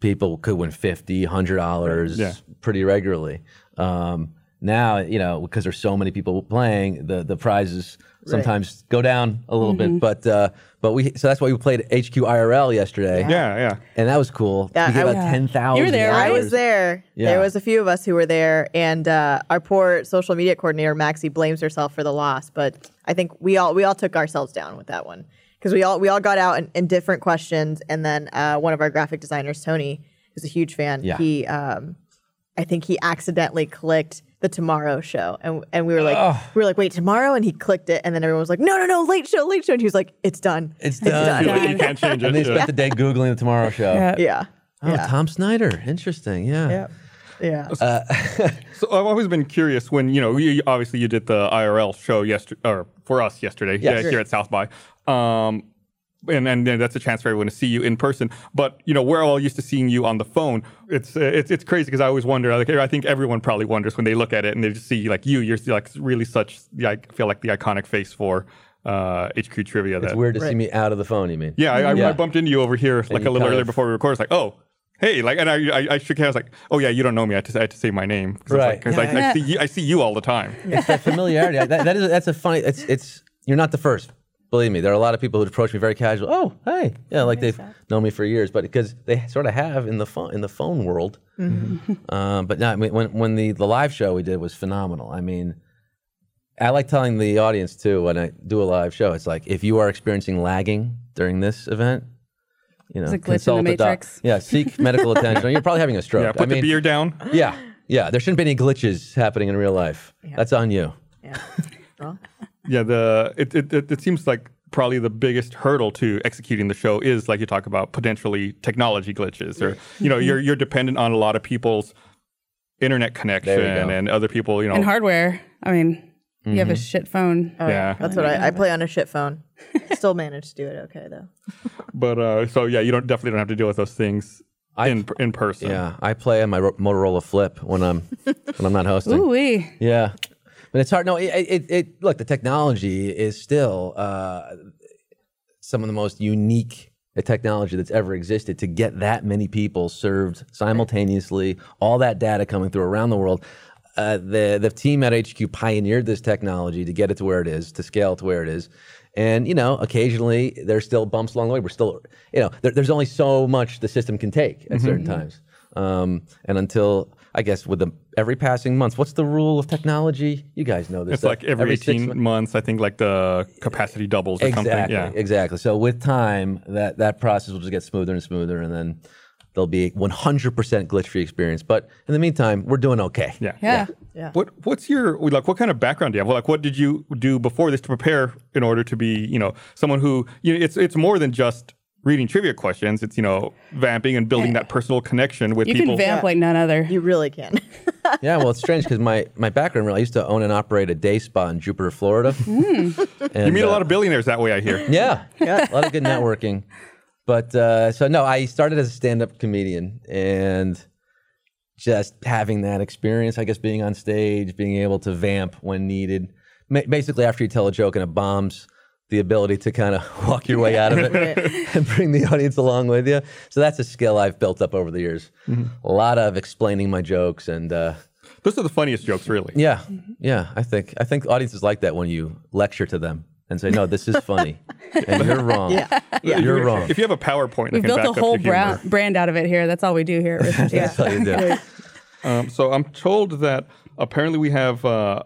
people could win 50 $100
Yeah.
pretty regularly. Um, now, you know, because there's so many people playing, the, the prizes sometimes go down a little bit. But uh, but we so that's why we played HQ IRL yesterday.
yeah yeah
And that was cool.
Yeah,
we
I
gave
was-
out 10,000.
You were there,
I
right?
was there.
Yeah.
There was a few of us who were there, and uh, our poor social media coordinator Maxie blames herself for the loss. But I think we all we all took ourselves down with that one because we all we all got out in, in different questions, and then uh, one of our graphic designers, Tony, who's a huge fan,
Yeah.
he um, I think he accidentally clicked the Tomorrow Show, and and we were like we were like wait tomorrow, and he clicked it, and then everyone was like no no no late show late show, and he was like it's done,
It's done.
You- you can't change
And they
it
spent
yeah.
the day Googling the Tomorrow Show.
Yeah.
yeah
Oh, Tom Snyder. Interesting. Yeah.
yeah yeah.
Uh,
so I've always been curious when you know you, obviously you did the IRL show yesterday or for us yesterday
Yes.
yeah, here at South by um, and, and then that's a chance for everyone to see you in person. But you know, we're all used to seeing you on the phone. It's uh, it's it's crazy because I always wonder. Like, I think everyone probably wonders when they look at it and they just see like you. You're like really such. the- I feel like the iconic face for uh, HQ trivia.
It's
that
weird to see me out of the phone, you mean?
Yeah, I, I, I
Yeah.
bumped into you over here like
you
a little
kind
earlier
of-
before we recorded. It's like, oh. Hey, like, and I, I, I shook hands. Like, oh yeah, you don't know me. I had to, I had to say my name because
Right.
I, was like, 'cause I- I see you, I see you all the time.
it's that familiarity. that, that is that's a funny. It's it's you're not the first. Believe me, there are a lot of people who approach me very casual. Oh, hey, yeah, like they've known me for years, but because they sort of have in the phone in the phone world.
Mm-hmm.
Um, but no, I mean, when when the the live show we did was phenomenal. I mean, I like telling the audience too when I do a live show. It's like if you are experiencing lagging during this event, you know,
a glitch in the
consult a doc.
matrix.
Yeah, seek medical attention. You're probably having a stroke.
Yeah, put
I mean,
the beer down.
yeah, yeah. There shouldn't be any glitches happening in real life. That's on you.
Yeah, the it, it it it seems like probably the biggest hurdle to executing the show is like you talk about potentially technology glitches or you know you're you're dependent on a lot of people's internet connection
go.
and other people you know
and hardware. I mean, you
Mm-hmm.
have a shit phone.
Uh,
yeah
That's what I, I play on a shit phone. Still manage to do it okay though.
but uh so yeah you don't definitely don't have to deal with those things
I-
in in person
Yeah, I play on my Ro- Motorola Flip when I'm when I'm not hosting.
Ooh wee.
Yeah, but But it's hard. No, it, it, it look, the technology is still uh, some of the most unique technology that's ever existed to get that many people served simultaneously, all that data coming through around the world. Uh, the the team at HQ pioneered this technology to get it to where it is, to scale it to where it is, and you know, occasionally there's still bumps along the way. We're still, you know, there, there's only so much the system can take at
Mhm.
Mm-hmm.
certain times, um, and until I guess with the every passing month, what's the rule of technology? You guys know this.
It's
stuff.
like every,
six
18 months, I think like the capacity doubles or
exactly,
something. Yeah.
Exactly. So with time, that that process will just get smoother and smoother, and then there'll be 100% glitch-free experience. But in the meantime, we're doing okay.
Yeah.
Yeah. Yeah.
What What's your like? What kind of background do you have? Like, what did you do before this to prepare in order to be, you know, someone who you know, it's it's more than just reading trivia questions. It's you know, vamping and building that personal connection with
you
people.
can vamp like none other.
You really can.
yeah, well, it's strange because my, my background, really, I used to own and operate a day spa in Jupiter, Florida.
you meet a
uh,
lot of billionaires that way, I hear.
Yeah, a lot of good networking. But uh, so no, I started as a stand-up comedian, and just having that experience, I guess, being on stage, being able to vamp when needed. Ma- basically, after you tell a joke and it bombs, the ability to kind of walk your way out of it and bring the audience along with you. So that's a skill I've built up over the years.
Mhm.
A lot of explaining my jokes and. Uh,
Those are the funniest jokes, really.
yeah, yeah. I think I think audiences like that when you lecture to them and say, "No, this is funny, and you're wrong.
Yeah.
Yeah.
You're wrong."
If you have a PowerPoint,
We've
that can
built a
back
whole
up your humor.
brand, brand out of it here. That's all we do here. at Rooster Teeth.
That's how you do. it.
Um, so I'm told that apparently we have uh,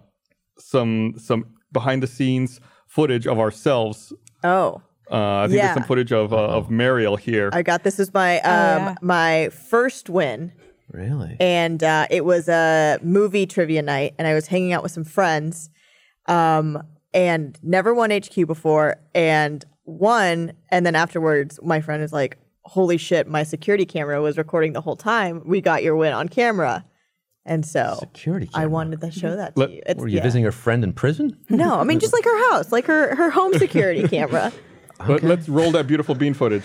some some behind the scenes footage of ourselves.
Oh.
Uh, I think
Yeah.
there's some footage of uh, of Mariel here.
Uh-huh. I got this is
Oh,
my um my first win.
Really?
And uh, it was a movie trivia night, and I was hanging out with some friends, um, and never won HQ before, and won, and then afterwards, my friend is like, "Holy shit! My security camera was recording the whole time. We got your win on camera." And so
security
I wanted to show that to
Let-
you. It's-
were you
yeah.
visiting your friend in prison?
No, I mean just like her house, like her her home security camera.
But let's roll that beautiful bean footage.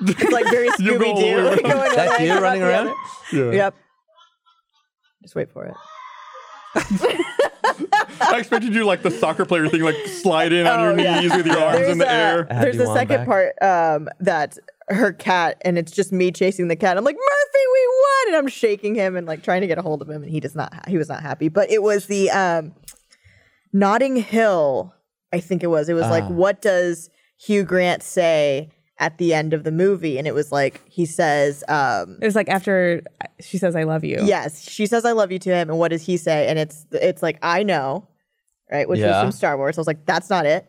It's like very
You go
Scooby
all the way
Doo.
around. That's you running around?
Yeah.
Yep. Just wait for it.
I expected you to do, like the soccer player thing, like slide in on your
Oh, yeah.
knees with your arms
There's
in the
a-
air.
There's the second part um, that her cat, and it's just me chasing the cat. I'm like Murphy, we won, and I'm shaking him and like trying to get a hold of him, and he does not. He was not happy. But it was the um, Notting Hill, I think it was. It was like,
Ah.
what does Hugh Grant say at the end of the movie? And it was like he says, um,
It was like after she says, "I love you."
Yes, she says I love you to him, and what does he say? And it's it's like I know, right? Which
Yeah.
was from Star Wars. I was like, that's not it.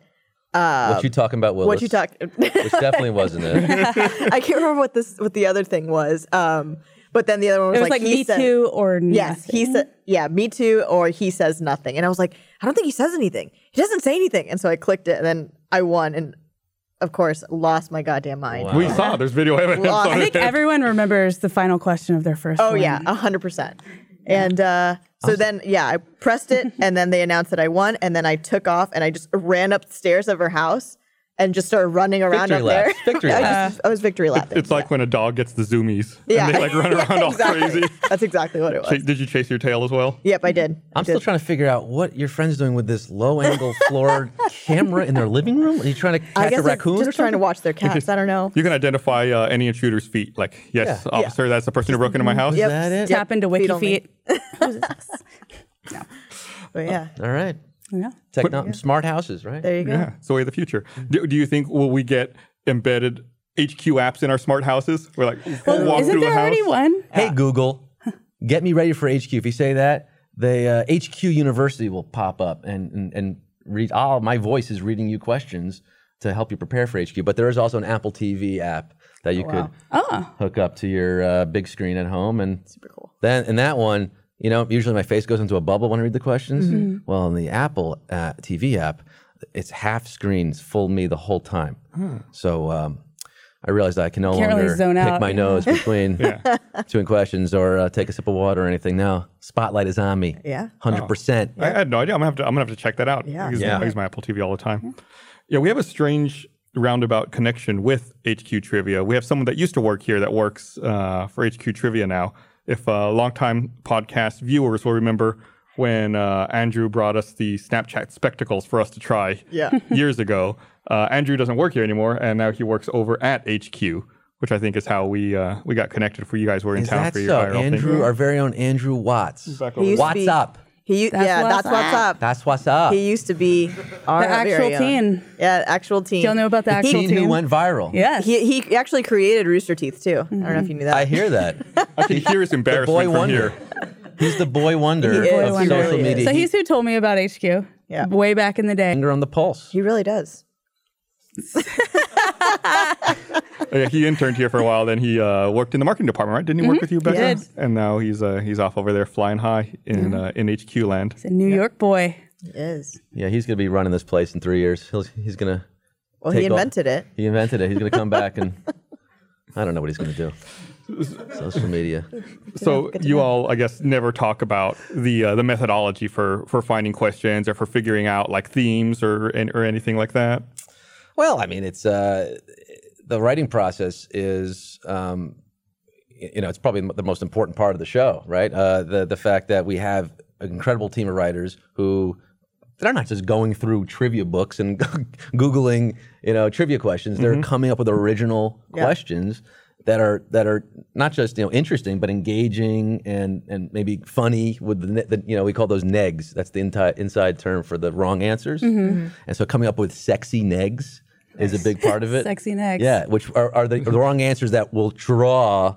Um,
what you talking about,
Oh,
Willis?
What you talk?
Which definitely wasn't it.
I can't remember what this what the other thing was. Um, but then the other one was,
It was like,
he
me
said-
too or
Yes, he said yeah, me too or he says nothing, and I was like, I don't think he says anything. He doesn't say anything, and so I clicked it, and then I won, and of course lost my goddamn mind.
We saw there's video evidence.
Lost.
on
I
it.
think
I think everyone remembers the final question of their first.
Oh
one.
yeah, a hundred percent. And uh, so then yeah, I pressed it, and then they announced that I won, and then I took off, and I just ran upstairs of her house and just started running around
Victory
up there.
laps, victory
I,
laps.
just- I was victory
It-
lapping.
it's like when a dog gets the zoomies
Yeah.
and they like run
Yeah,
around all
exactly.
crazy.
That's exactly what it
Cha-
was.
Did you chase your tail as well?
Yep, I did.
I'm still trying to figure out what your friend's doing with this low-angle floor camera in their living room. Are you trying to
I
catch
guess
a
they're
raccoon?
just
or
trying to
something?
watch their cats. I don't know.
You can identify uh, any intruder's feet. Like, yes,
Yeah.
officer, that's the person who broke into my house.
Yep, that it?
Tap into Wiki
Feet only.
Feet.
But yeah,
All right.
Yeah.
Techno- Smart houses, right?
there you go.
Yeah, it's the way of the future.
Mm-hmm.
Do, do you think will we get embedded HQ apps in our smart houses? We're like, we'll walk
Isn't
through
there
the house.
already one?
Hey Google, get me ready for HQ. If you say that, the uh, HQ University will pop up and and, and read. Oh, my voice is reading you questions to help you prepare for HQ. But there is also an Apple TV app that you
Oh,
could
wow. Ah.
hook up to your uh, big screen at home, and super cool. Then in that one, you know, usually my face goes into a bubble when I read the questions.
Mhm.
Well, in the Apple uh, TV app, it's half screens, full me the whole time.
Hmm.
So. Um, I realized I can no
Can't really
longer
zone
pick
out,
my
yeah.
nose between between questions or uh, take a sip of water or anything. Now spotlight is on me.
Yeah.
hundred percent.
I had no idea. I'm gonna have to. I'm gonna have to check that out.
Yeah.
I use,
Yeah.
I use my Apple TV all the time. Yeah, we have a strange roundabout connection with HQ Trivia. We have someone that used to work here that works uh, for HQ Trivia now. If uh, longtime podcast viewers will remember when uh, Andrew brought us the Snapchat spectacles for us to try
Yeah.
years ago, uh, Andrew doesn't work here anymore, and now he works over at HQ, which I think is how we uh, we got connected. For you guys were in
Is
town
that
for your
so?
viral thing.
Andrew, our very own Andrew Watts.
Back
He used to
What's
be-
up?
He, u-
That's
yeah,
what's
that's what's
up.
up.
That's what's up.
He used to be our
The actual
very own-
teen.
Yeah, actual teen.
Y'all know about the actual
Teen who
team?
went viral.
Yes.
He, he actually created Rooster Teeth too. I don't know if you knew that.
I hear that.
I can hear his embarrassment
boy
from
wonder.
here.
He's the boy wonder
He is.
of
Boy wonder.
social
He really
media.
is.
So
He-
he's who told me about HQ.
Yeah.
Way back in the day.
finger on the pulse.
he really does.
Oh, yeah, he interned here for a while. Then he uh, worked in the marketing department, right? Didn't he work with you, Becca?
Mm-hmm. did.
And now he's uh, he's off over there flying high in uh, in HQ land.
He's a New York boy.
He is.
Yeah, he's gonna be running this place in three years. He'll, he's gonna.
Well, he
take all-
invented it.
He invented it. He's gonna come back and I don't know what he's gonna do. Social media.
So you all, I guess, never talk about the uh, the methodology for for finding questions or for figuring out like themes or an- or anything like that.
Well, I mean, it's uh, the writing process is, um, y- you know, it's probably the most important part of the show, right? Uh, the the fact that we have an incredible team of writers who they're not just going through trivia books and googling, you know, trivia questions.
Mm-hmm.
They're coming up with original questions that are that are not just you know interesting, but engaging and and maybe funny with the, ne- the you know we call those negs. That's the inti- inside term for the wrong answers.
Mm-hmm.
And so coming up with sexy negs is a big part of it.
Sexy negs.
Yeah, which are, are, the, are the wrong answers that will draw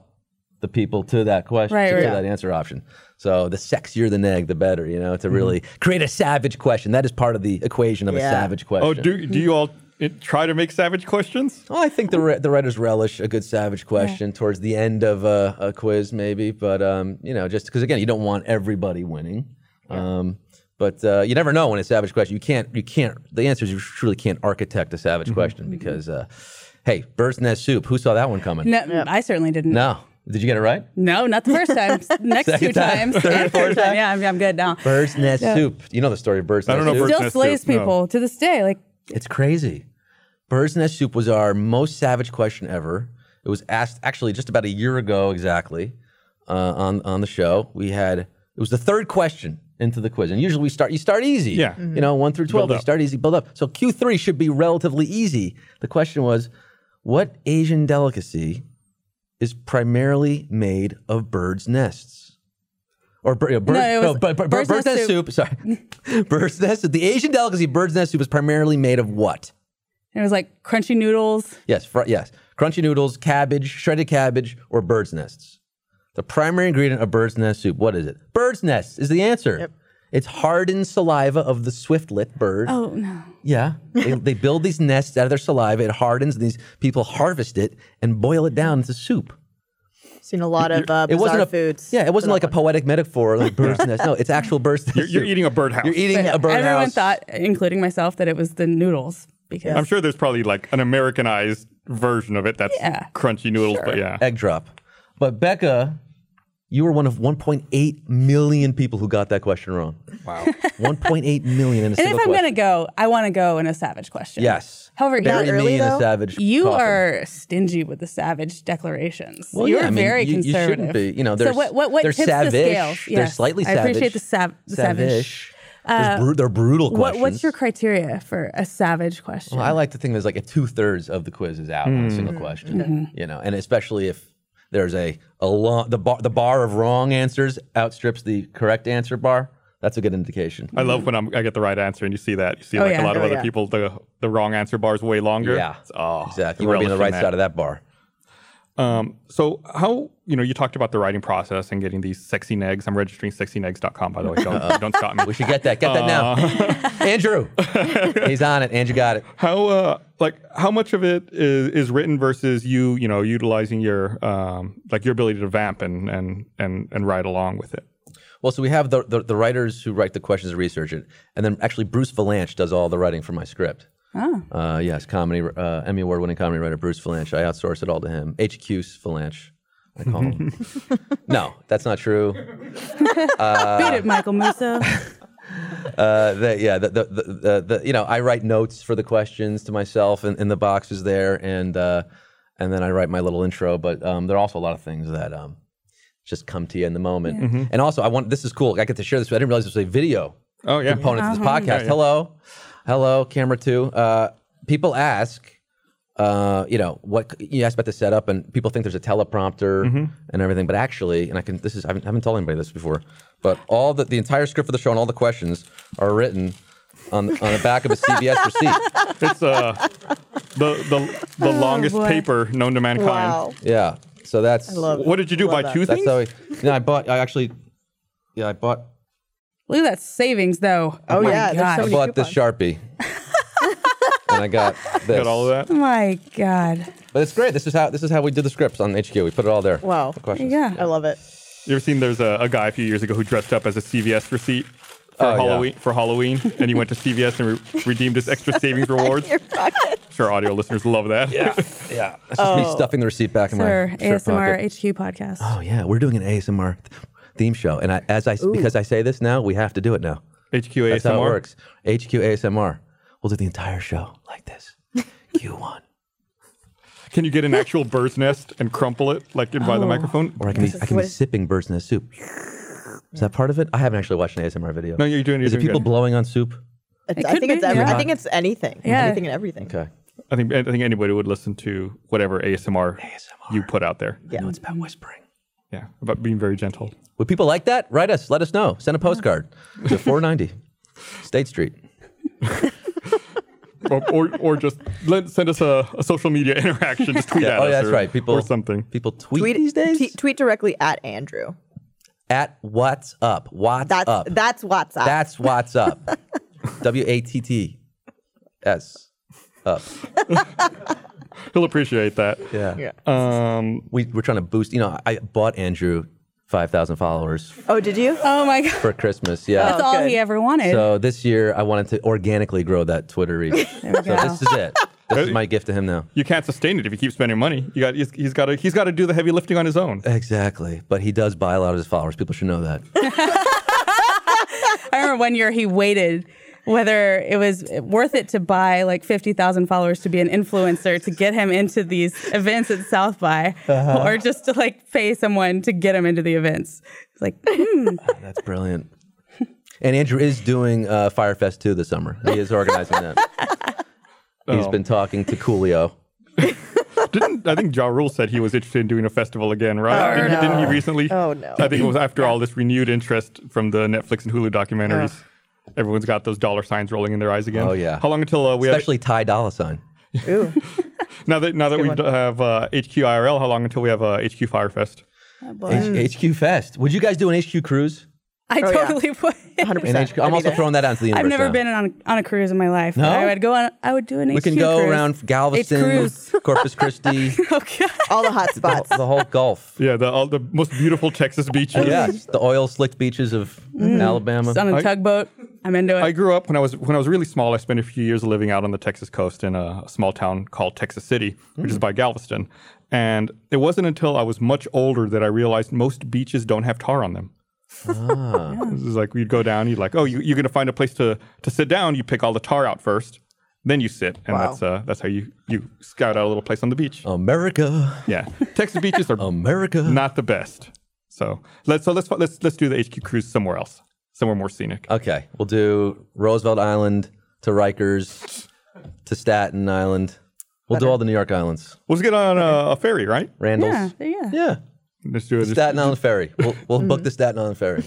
the people to that question,
Right,
to
right.
that answer option. So the sexier the neg, the better, you know,
Mm-hmm.
to really create a savage question. That is part of the equation of a
Yeah.
savage question.
Oh, do do you all uh, try to make savage questions?
Well, I think the ri- the writers relish a good savage question towards the end of a, a quiz, maybe. But um, you know, just because again, you don't want everybody winning. Um, but uh, you never know when a savage question. You can't. You can't. The answer is you truly can't architect a savage
Mm-hmm.
Mm-hmm.
question because, uh, hey, bird's nest soup. Who saw that one coming?
No, I certainly didn't.
No. Did you get it right?
No, not the first time. Next two
Second time.
times. and third time. Yeah, I'm, I'm good now.
Bird's nest soup. You know the story of bird's
I
nest
don't know if
soup.
bird's
Still
nest
slays
soup, no.
people to this day. Like,
It's crazy. Bird's nest soup was our most savage question ever. It was asked actually just about a year ago exactly uh, on on the show. We had it was the third question into the quiz, and usually we start you start easy.
Yeah.
you know one through twelve,
Build
you
up.
start easy, build up. So Q three should be relatively easy. The question was, what Asian delicacy is primarily made of birds' nests? Or bir- uh, bird,
No, it
no,
was
bu- bu- bu- bird's,
bird's
nest,
nest
soup. Sorry, bird's nest soup. The Asian delicacy, bird's nest soup, is primarily made of what?
it was like crunchy noodles.
Yes, fr- yes. Crunchy noodles, cabbage, shredded cabbage, or bird's nests. The primary ingredient of bird's nest soup, what is it? Bird's nest is the answer. It's hardened saliva of the swiftlet bird.
Oh, no.
Yeah. They, they build these nests out of their saliva. It hardens. and These people harvest it and boil it down into soup.
Seen a lot of uh,
It wasn't
bizarre
a,
foods.
Yeah, it wasn't like a poetic metaphor like bird's nest. No, it's actual bird's nest.
You're, you're
soup.
eating a birdhouse.
You're eating a birdhouse.
Everyone thought, including myself, that it was the noodles because
I'm sure there's probably like an Americanized version of it that's
Yeah.
crunchy noodles, but yeah.
egg drop. But Becca, you were one of 1.8 million people who got that question wrong. Wow. 1.8 million in a
And
single
if I'm
question.
gonna go, I want to go in a savage question.
yes.
However,
Bury
you-
me
early,
in a
though?
savage.
you
coffin.
are stingy with the savage declarations.
Well,
You're
yeah, I mean,
very
you- you shouldn't
conservative.
be. You know,
so
there's-
what what what
they're
tips the
savage.
scales?
They're slightly
I
savage.
appreciate the, sav- the savage.
savage. There's bru- they're brutal
What,
questions.
what's your criteria for a savage question?
Well, I like to think there's like a two thirds of the quiz is out on
Mm.
a single question.
Mm-hmm.
You know, and especially if there's a a long the bar the bar of wrong answers outstrips the correct answer bar. That's a good indication.
I love when I'm, I get the right answer and you see that. You see
Oh,
like
yeah.
a lot of
Oh,
other
yeah.
people, the the wrong answer bar is way longer.
Yeah,
It's- Oh,
exactly. You want to be on the right
relishing
side
that.
of that bar.
Um, so how you know you talked about the writing process and getting these sexy negs. I'm registering sexynegs.com by the way.
Uh-huh.
Don't, don't stop me.
We should get that. Get that now. Andrew. He's on it. Andrew got it.
How uh like how much of it is, is written versus you you know utilizing your um like your ability to vamp and and and and ride along with it.
Well, so we have the, the, the writers who write the questions and research it. And then actually, Bruce Valanche does all the writing for my script.
Oh.
Uh, yes, comedy uh, Emmy award winning comedy writer Bruce Valanche. I outsourced it all to him. HQ's Valanche. I call him. no, that's not true.
Beat it, Michael Musso.
Uh, the, yeah, the, the, the, the, the, you know, I write notes for the questions to myself, and, and the box is there, and uh, and then I write my little intro. But um, there are also a lot of things that um, just come to you in the moment.
Yeah. Mhm.
And also, I want this is cool. I get to share this. I didn't realize this was a video
Oh, yeah.
component to this
Uh-huh.
podcast.
Yeah, yeah.
Hello, hello, camera two. Uh, people ask. Uh, you know what you asked about the setup, and people think there's a teleprompter
Mhm.
and everything, but actually, and I can this is I haven't, I haven't told anybody this before, but all the the entire script for the show and all the questions are written on on the back of a CVS receipt.
It's uh the the the longest
boy.
paper known to mankind.
Wow. Yeah. So that's.
I love it. What did you do, Love buy that. two
That's
things?
how I, no, I bought. I actually. Yeah, I bought.
Look at that savings, though. Oh, my God.
I bought this sharpie. and I got this. Got all of that.
Oh, My God.
But it's great. This is how this is how we did the scripts on HQ. We put it all there.
Wow.
For questions.
Yeah.
I love it.
You ever seen there's a, a guy a few years ago who dressed up as a CVS receipt for
Oh, yeah.
Halloween for Halloween, and he went to CVS and re- redeemed his extra savings rewards.
Your pocket.
I'm sure audio listeners love that. Yeah,
yeah. That's just me
Oh.
stuffing the receipt back in my
Sir,
shirt
ASMR
pocket.
HQ podcast.
Oh yeah, we're doing an ASMR theme show, and I, as I
Ooh.
because I say this now, we have to do it now.
HQ
That's how it
ASMR?
works. HQ ASMR. We'll do the entire show like this. Q1.
Can you get an actual bird's nest and crumple it like in by the
Oh.
microphone?
Or I can be, I can be sipping bird's nest soup. Is that part of it? I haven't actually watched an ASMR video.
No, you're doing- you're
Is it
doing
people
good.
blowing on soup?
It's,
It
I
could
think it's
be,
every,
yeah.
I think it's anything.
Yeah.
Anything and everything.
Okay.
I think I think anybody would listen to whatever ASMR, you put out there.
Yeah.
it's about whispering.
Yeah, about being very gentle.
Would people like that? Write us. Let us know. Send a postcard to 490 State Street.
or, or, or just let, send us a, a social media interaction. Just tweet
Yeah,
at
oh,
us.
that's
or,
right. People-
or something.
People tweet,
Tweet
these days
t- tweet directly at Andrew.
at what's up. What's
That's
up?
that's WhatsApp.
That's what's up. W A T T S up.
He'll appreciate that.
Yeah.
Um,
we we're trying to boost. You know, I bought Andrew five thousand followers
oh, did you?
Oh, my God.
for Christmas. Yeah.
That's all he ever wanted.
Oh, So this year, I wanted to organically grow that Twitter reach.
There we
so
go.
this is it. This is my gift to him now.
You can't sustain it if you keep spending money. You got he's, he's got to he's got to do the heavy lifting on his own.
Exactly. But he does buy a lot of his followers. People should know that.
I remember one year he waited whether it was worth it to buy like 50,000 followers to be an influencer to get him into these events at South by
Uh-huh.
or just to like pay someone to get him into the events. It's like, hmm.
That's brilliant. And Andrew is doing uh, Firefest 2 this summer. He is organizing that. He's
Oh.
been talking to Coolio.
Didn't I think Ja Rule said he was interested in doing a festival again? Right?
Oh,
didn't, he- didn't he
no.
recently?
Oh, no.
I think it was after all this renewed interest from the Netflix and Hulu documentaries.
Oh.
Everyone's got those dollar signs rolling in their eyes again.
Oh, yeah.
How long until uh, we have-
Especially Ty Dolla Sign.
now that now that
Good
we
one.
d- have uh, HQ IRL? How long until we have uh, HQ Firefest?
H- HQ Fest. Would you guys do an HQ cruise?
I
Oh, yeah.
totally would.
An HQ I'm also throwing that out into the
I've
universe.
never
now.
been on on a cruise in my life.
No?
I would go on. I would do an
We can
HQ
go
cruise.
around
H
Galveston,
cruise. Oh,
Corpus Christi,
All the hot spots.
the whole Gulf.
Yeah, the all the most beautiful Texas beaches.
Yes, the oil slicked beaches of
Mm.
Alabama.
Just on a
I-
tugboat. I'm into it.
I grew up when I was when I was really small. I spent a few years living out on the Texas coast in a small town called Texas City, which is by Galveston. And it wasn't until I was much older that I realized most beaches don't have tar on them.
Ah.
This is like you'd go down, you'd like, oh, you, you're gonna find a place to to sit down. You pick all the tar out first, then you sit, and
Wow.
that's uh, that's how you you scout out a little place on the beach.
Oh. America.
Yeah, Texas beaches
Oh.
are
America.
not the best. So let's so let's let's let's do the HQ cruise somewhere else, somewhere more scenic.
Okay, we'll do Roosevelt Island to Rikers to Staten Island. We'll do all the New York Islands.
Let's get on uh, a ferry, right?
Randall's.
yeah, yeah. Mm.
Yeah.
Let's do it. Just-
Staten Island Ferry. We'll, we'll book the Staten Island Ferry.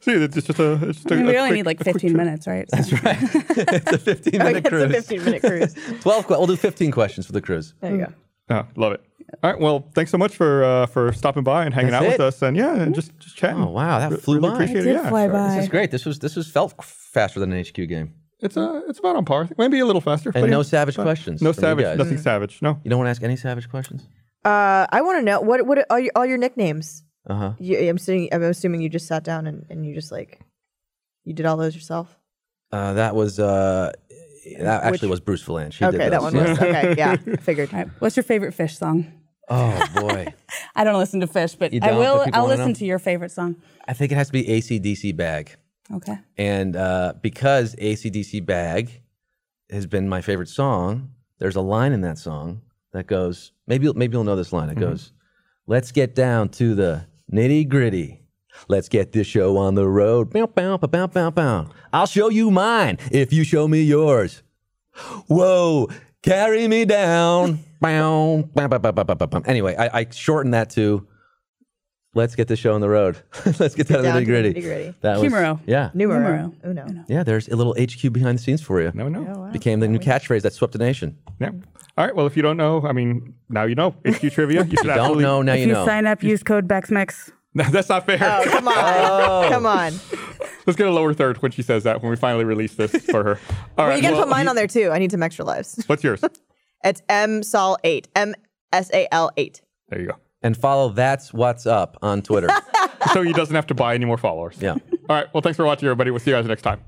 See, it's just a. It's just
I
a
mean,
a
we only
quick-
need like
a quick
15
trip.
minutes, right? So-
It's a 15
it's
minute
a
cruise.
15 minute cruise.
12 que- We'll do 15 questions for the cruise.
There you go.
Oh, love it. All right. Well, thanks so much for uh, for stopping by and hanging
That's
out with
it?
us, and yeah, and just just chatting.
Oh, wow, that
Re-
flew
really
by.
Appreciate
It
it.
did
Yeah, sorry.
fly by.
This is great. This was this was felt faster than an HQ game.
It's uh, it's about on par. Maybe a little faster.
And
but
no
yeah,
savage
fine.
questions
No
from you
savage.
guys.
Nothing savage. No.
You don't want to ask any savage questions?
Uh, I want to know what what are your, all your nicknames?
Uh huh.
You, I'm sitting. I'm assuming you just sat down and, and you just like you did all those yourself.
Uh, that was uh, that actually was
Which-
Bruce Valanche. He
Okay,
did
that
those,
one was-
yeah.
okay, yeah.
Figured.
All right, what's your favorite fish song?
Oh boy,
I don't listen to fish, but
You
I
don't, but
will.
people
I'll
wanna
listen
know.
to your favorite song.
I think it has to be ACDC Bag.
Okay.
And uh, because ACDC Bag has been my favorite song, there's a line in that song that goes, maybe, you'll- maybe you'll know this line. It
Mhm.
goes, let's get down to the nitty gritty. Let's get this show on the road. Bow, bow, bow, bow, bow, bow. I'll show you mine if you show me yours. Whoa, carry me down. bow, bow, bow, bow, bow, bow, bow, bow. Anyway, I, I shortened that to let's get this show on the road. let's get down to the
Down
nitty
to the
gritty.
nitty-gritty.
That was-
Numero.
Yeah.
Numero. Uno.
Yeah, there's a little HQ behind the scenes for you.
No, no.
Oh,
Became the new catchphrase that swept the nation.
Yeah. All right. Well, if you don't know, I mean, now you know. HQ trivia. You should
don't
absolutely
know, now
if you, sign up, use code BEXMEX.
No, that's not fair.
Oh, come on. Come on.
Let's get a lower third when she says that when we finally release this for her. All
Well,
right.
you got to
well,
put mine on there too. I need some extra lives.
What's yours?
It's M Sol 8. M S A L 8.
There you go.
And follow That's What's Up on Twitter.
so he doesn't have to buy any more followers.
Yeah.
All right. Well, thanks for watching, everybody. We'll see you guys next time.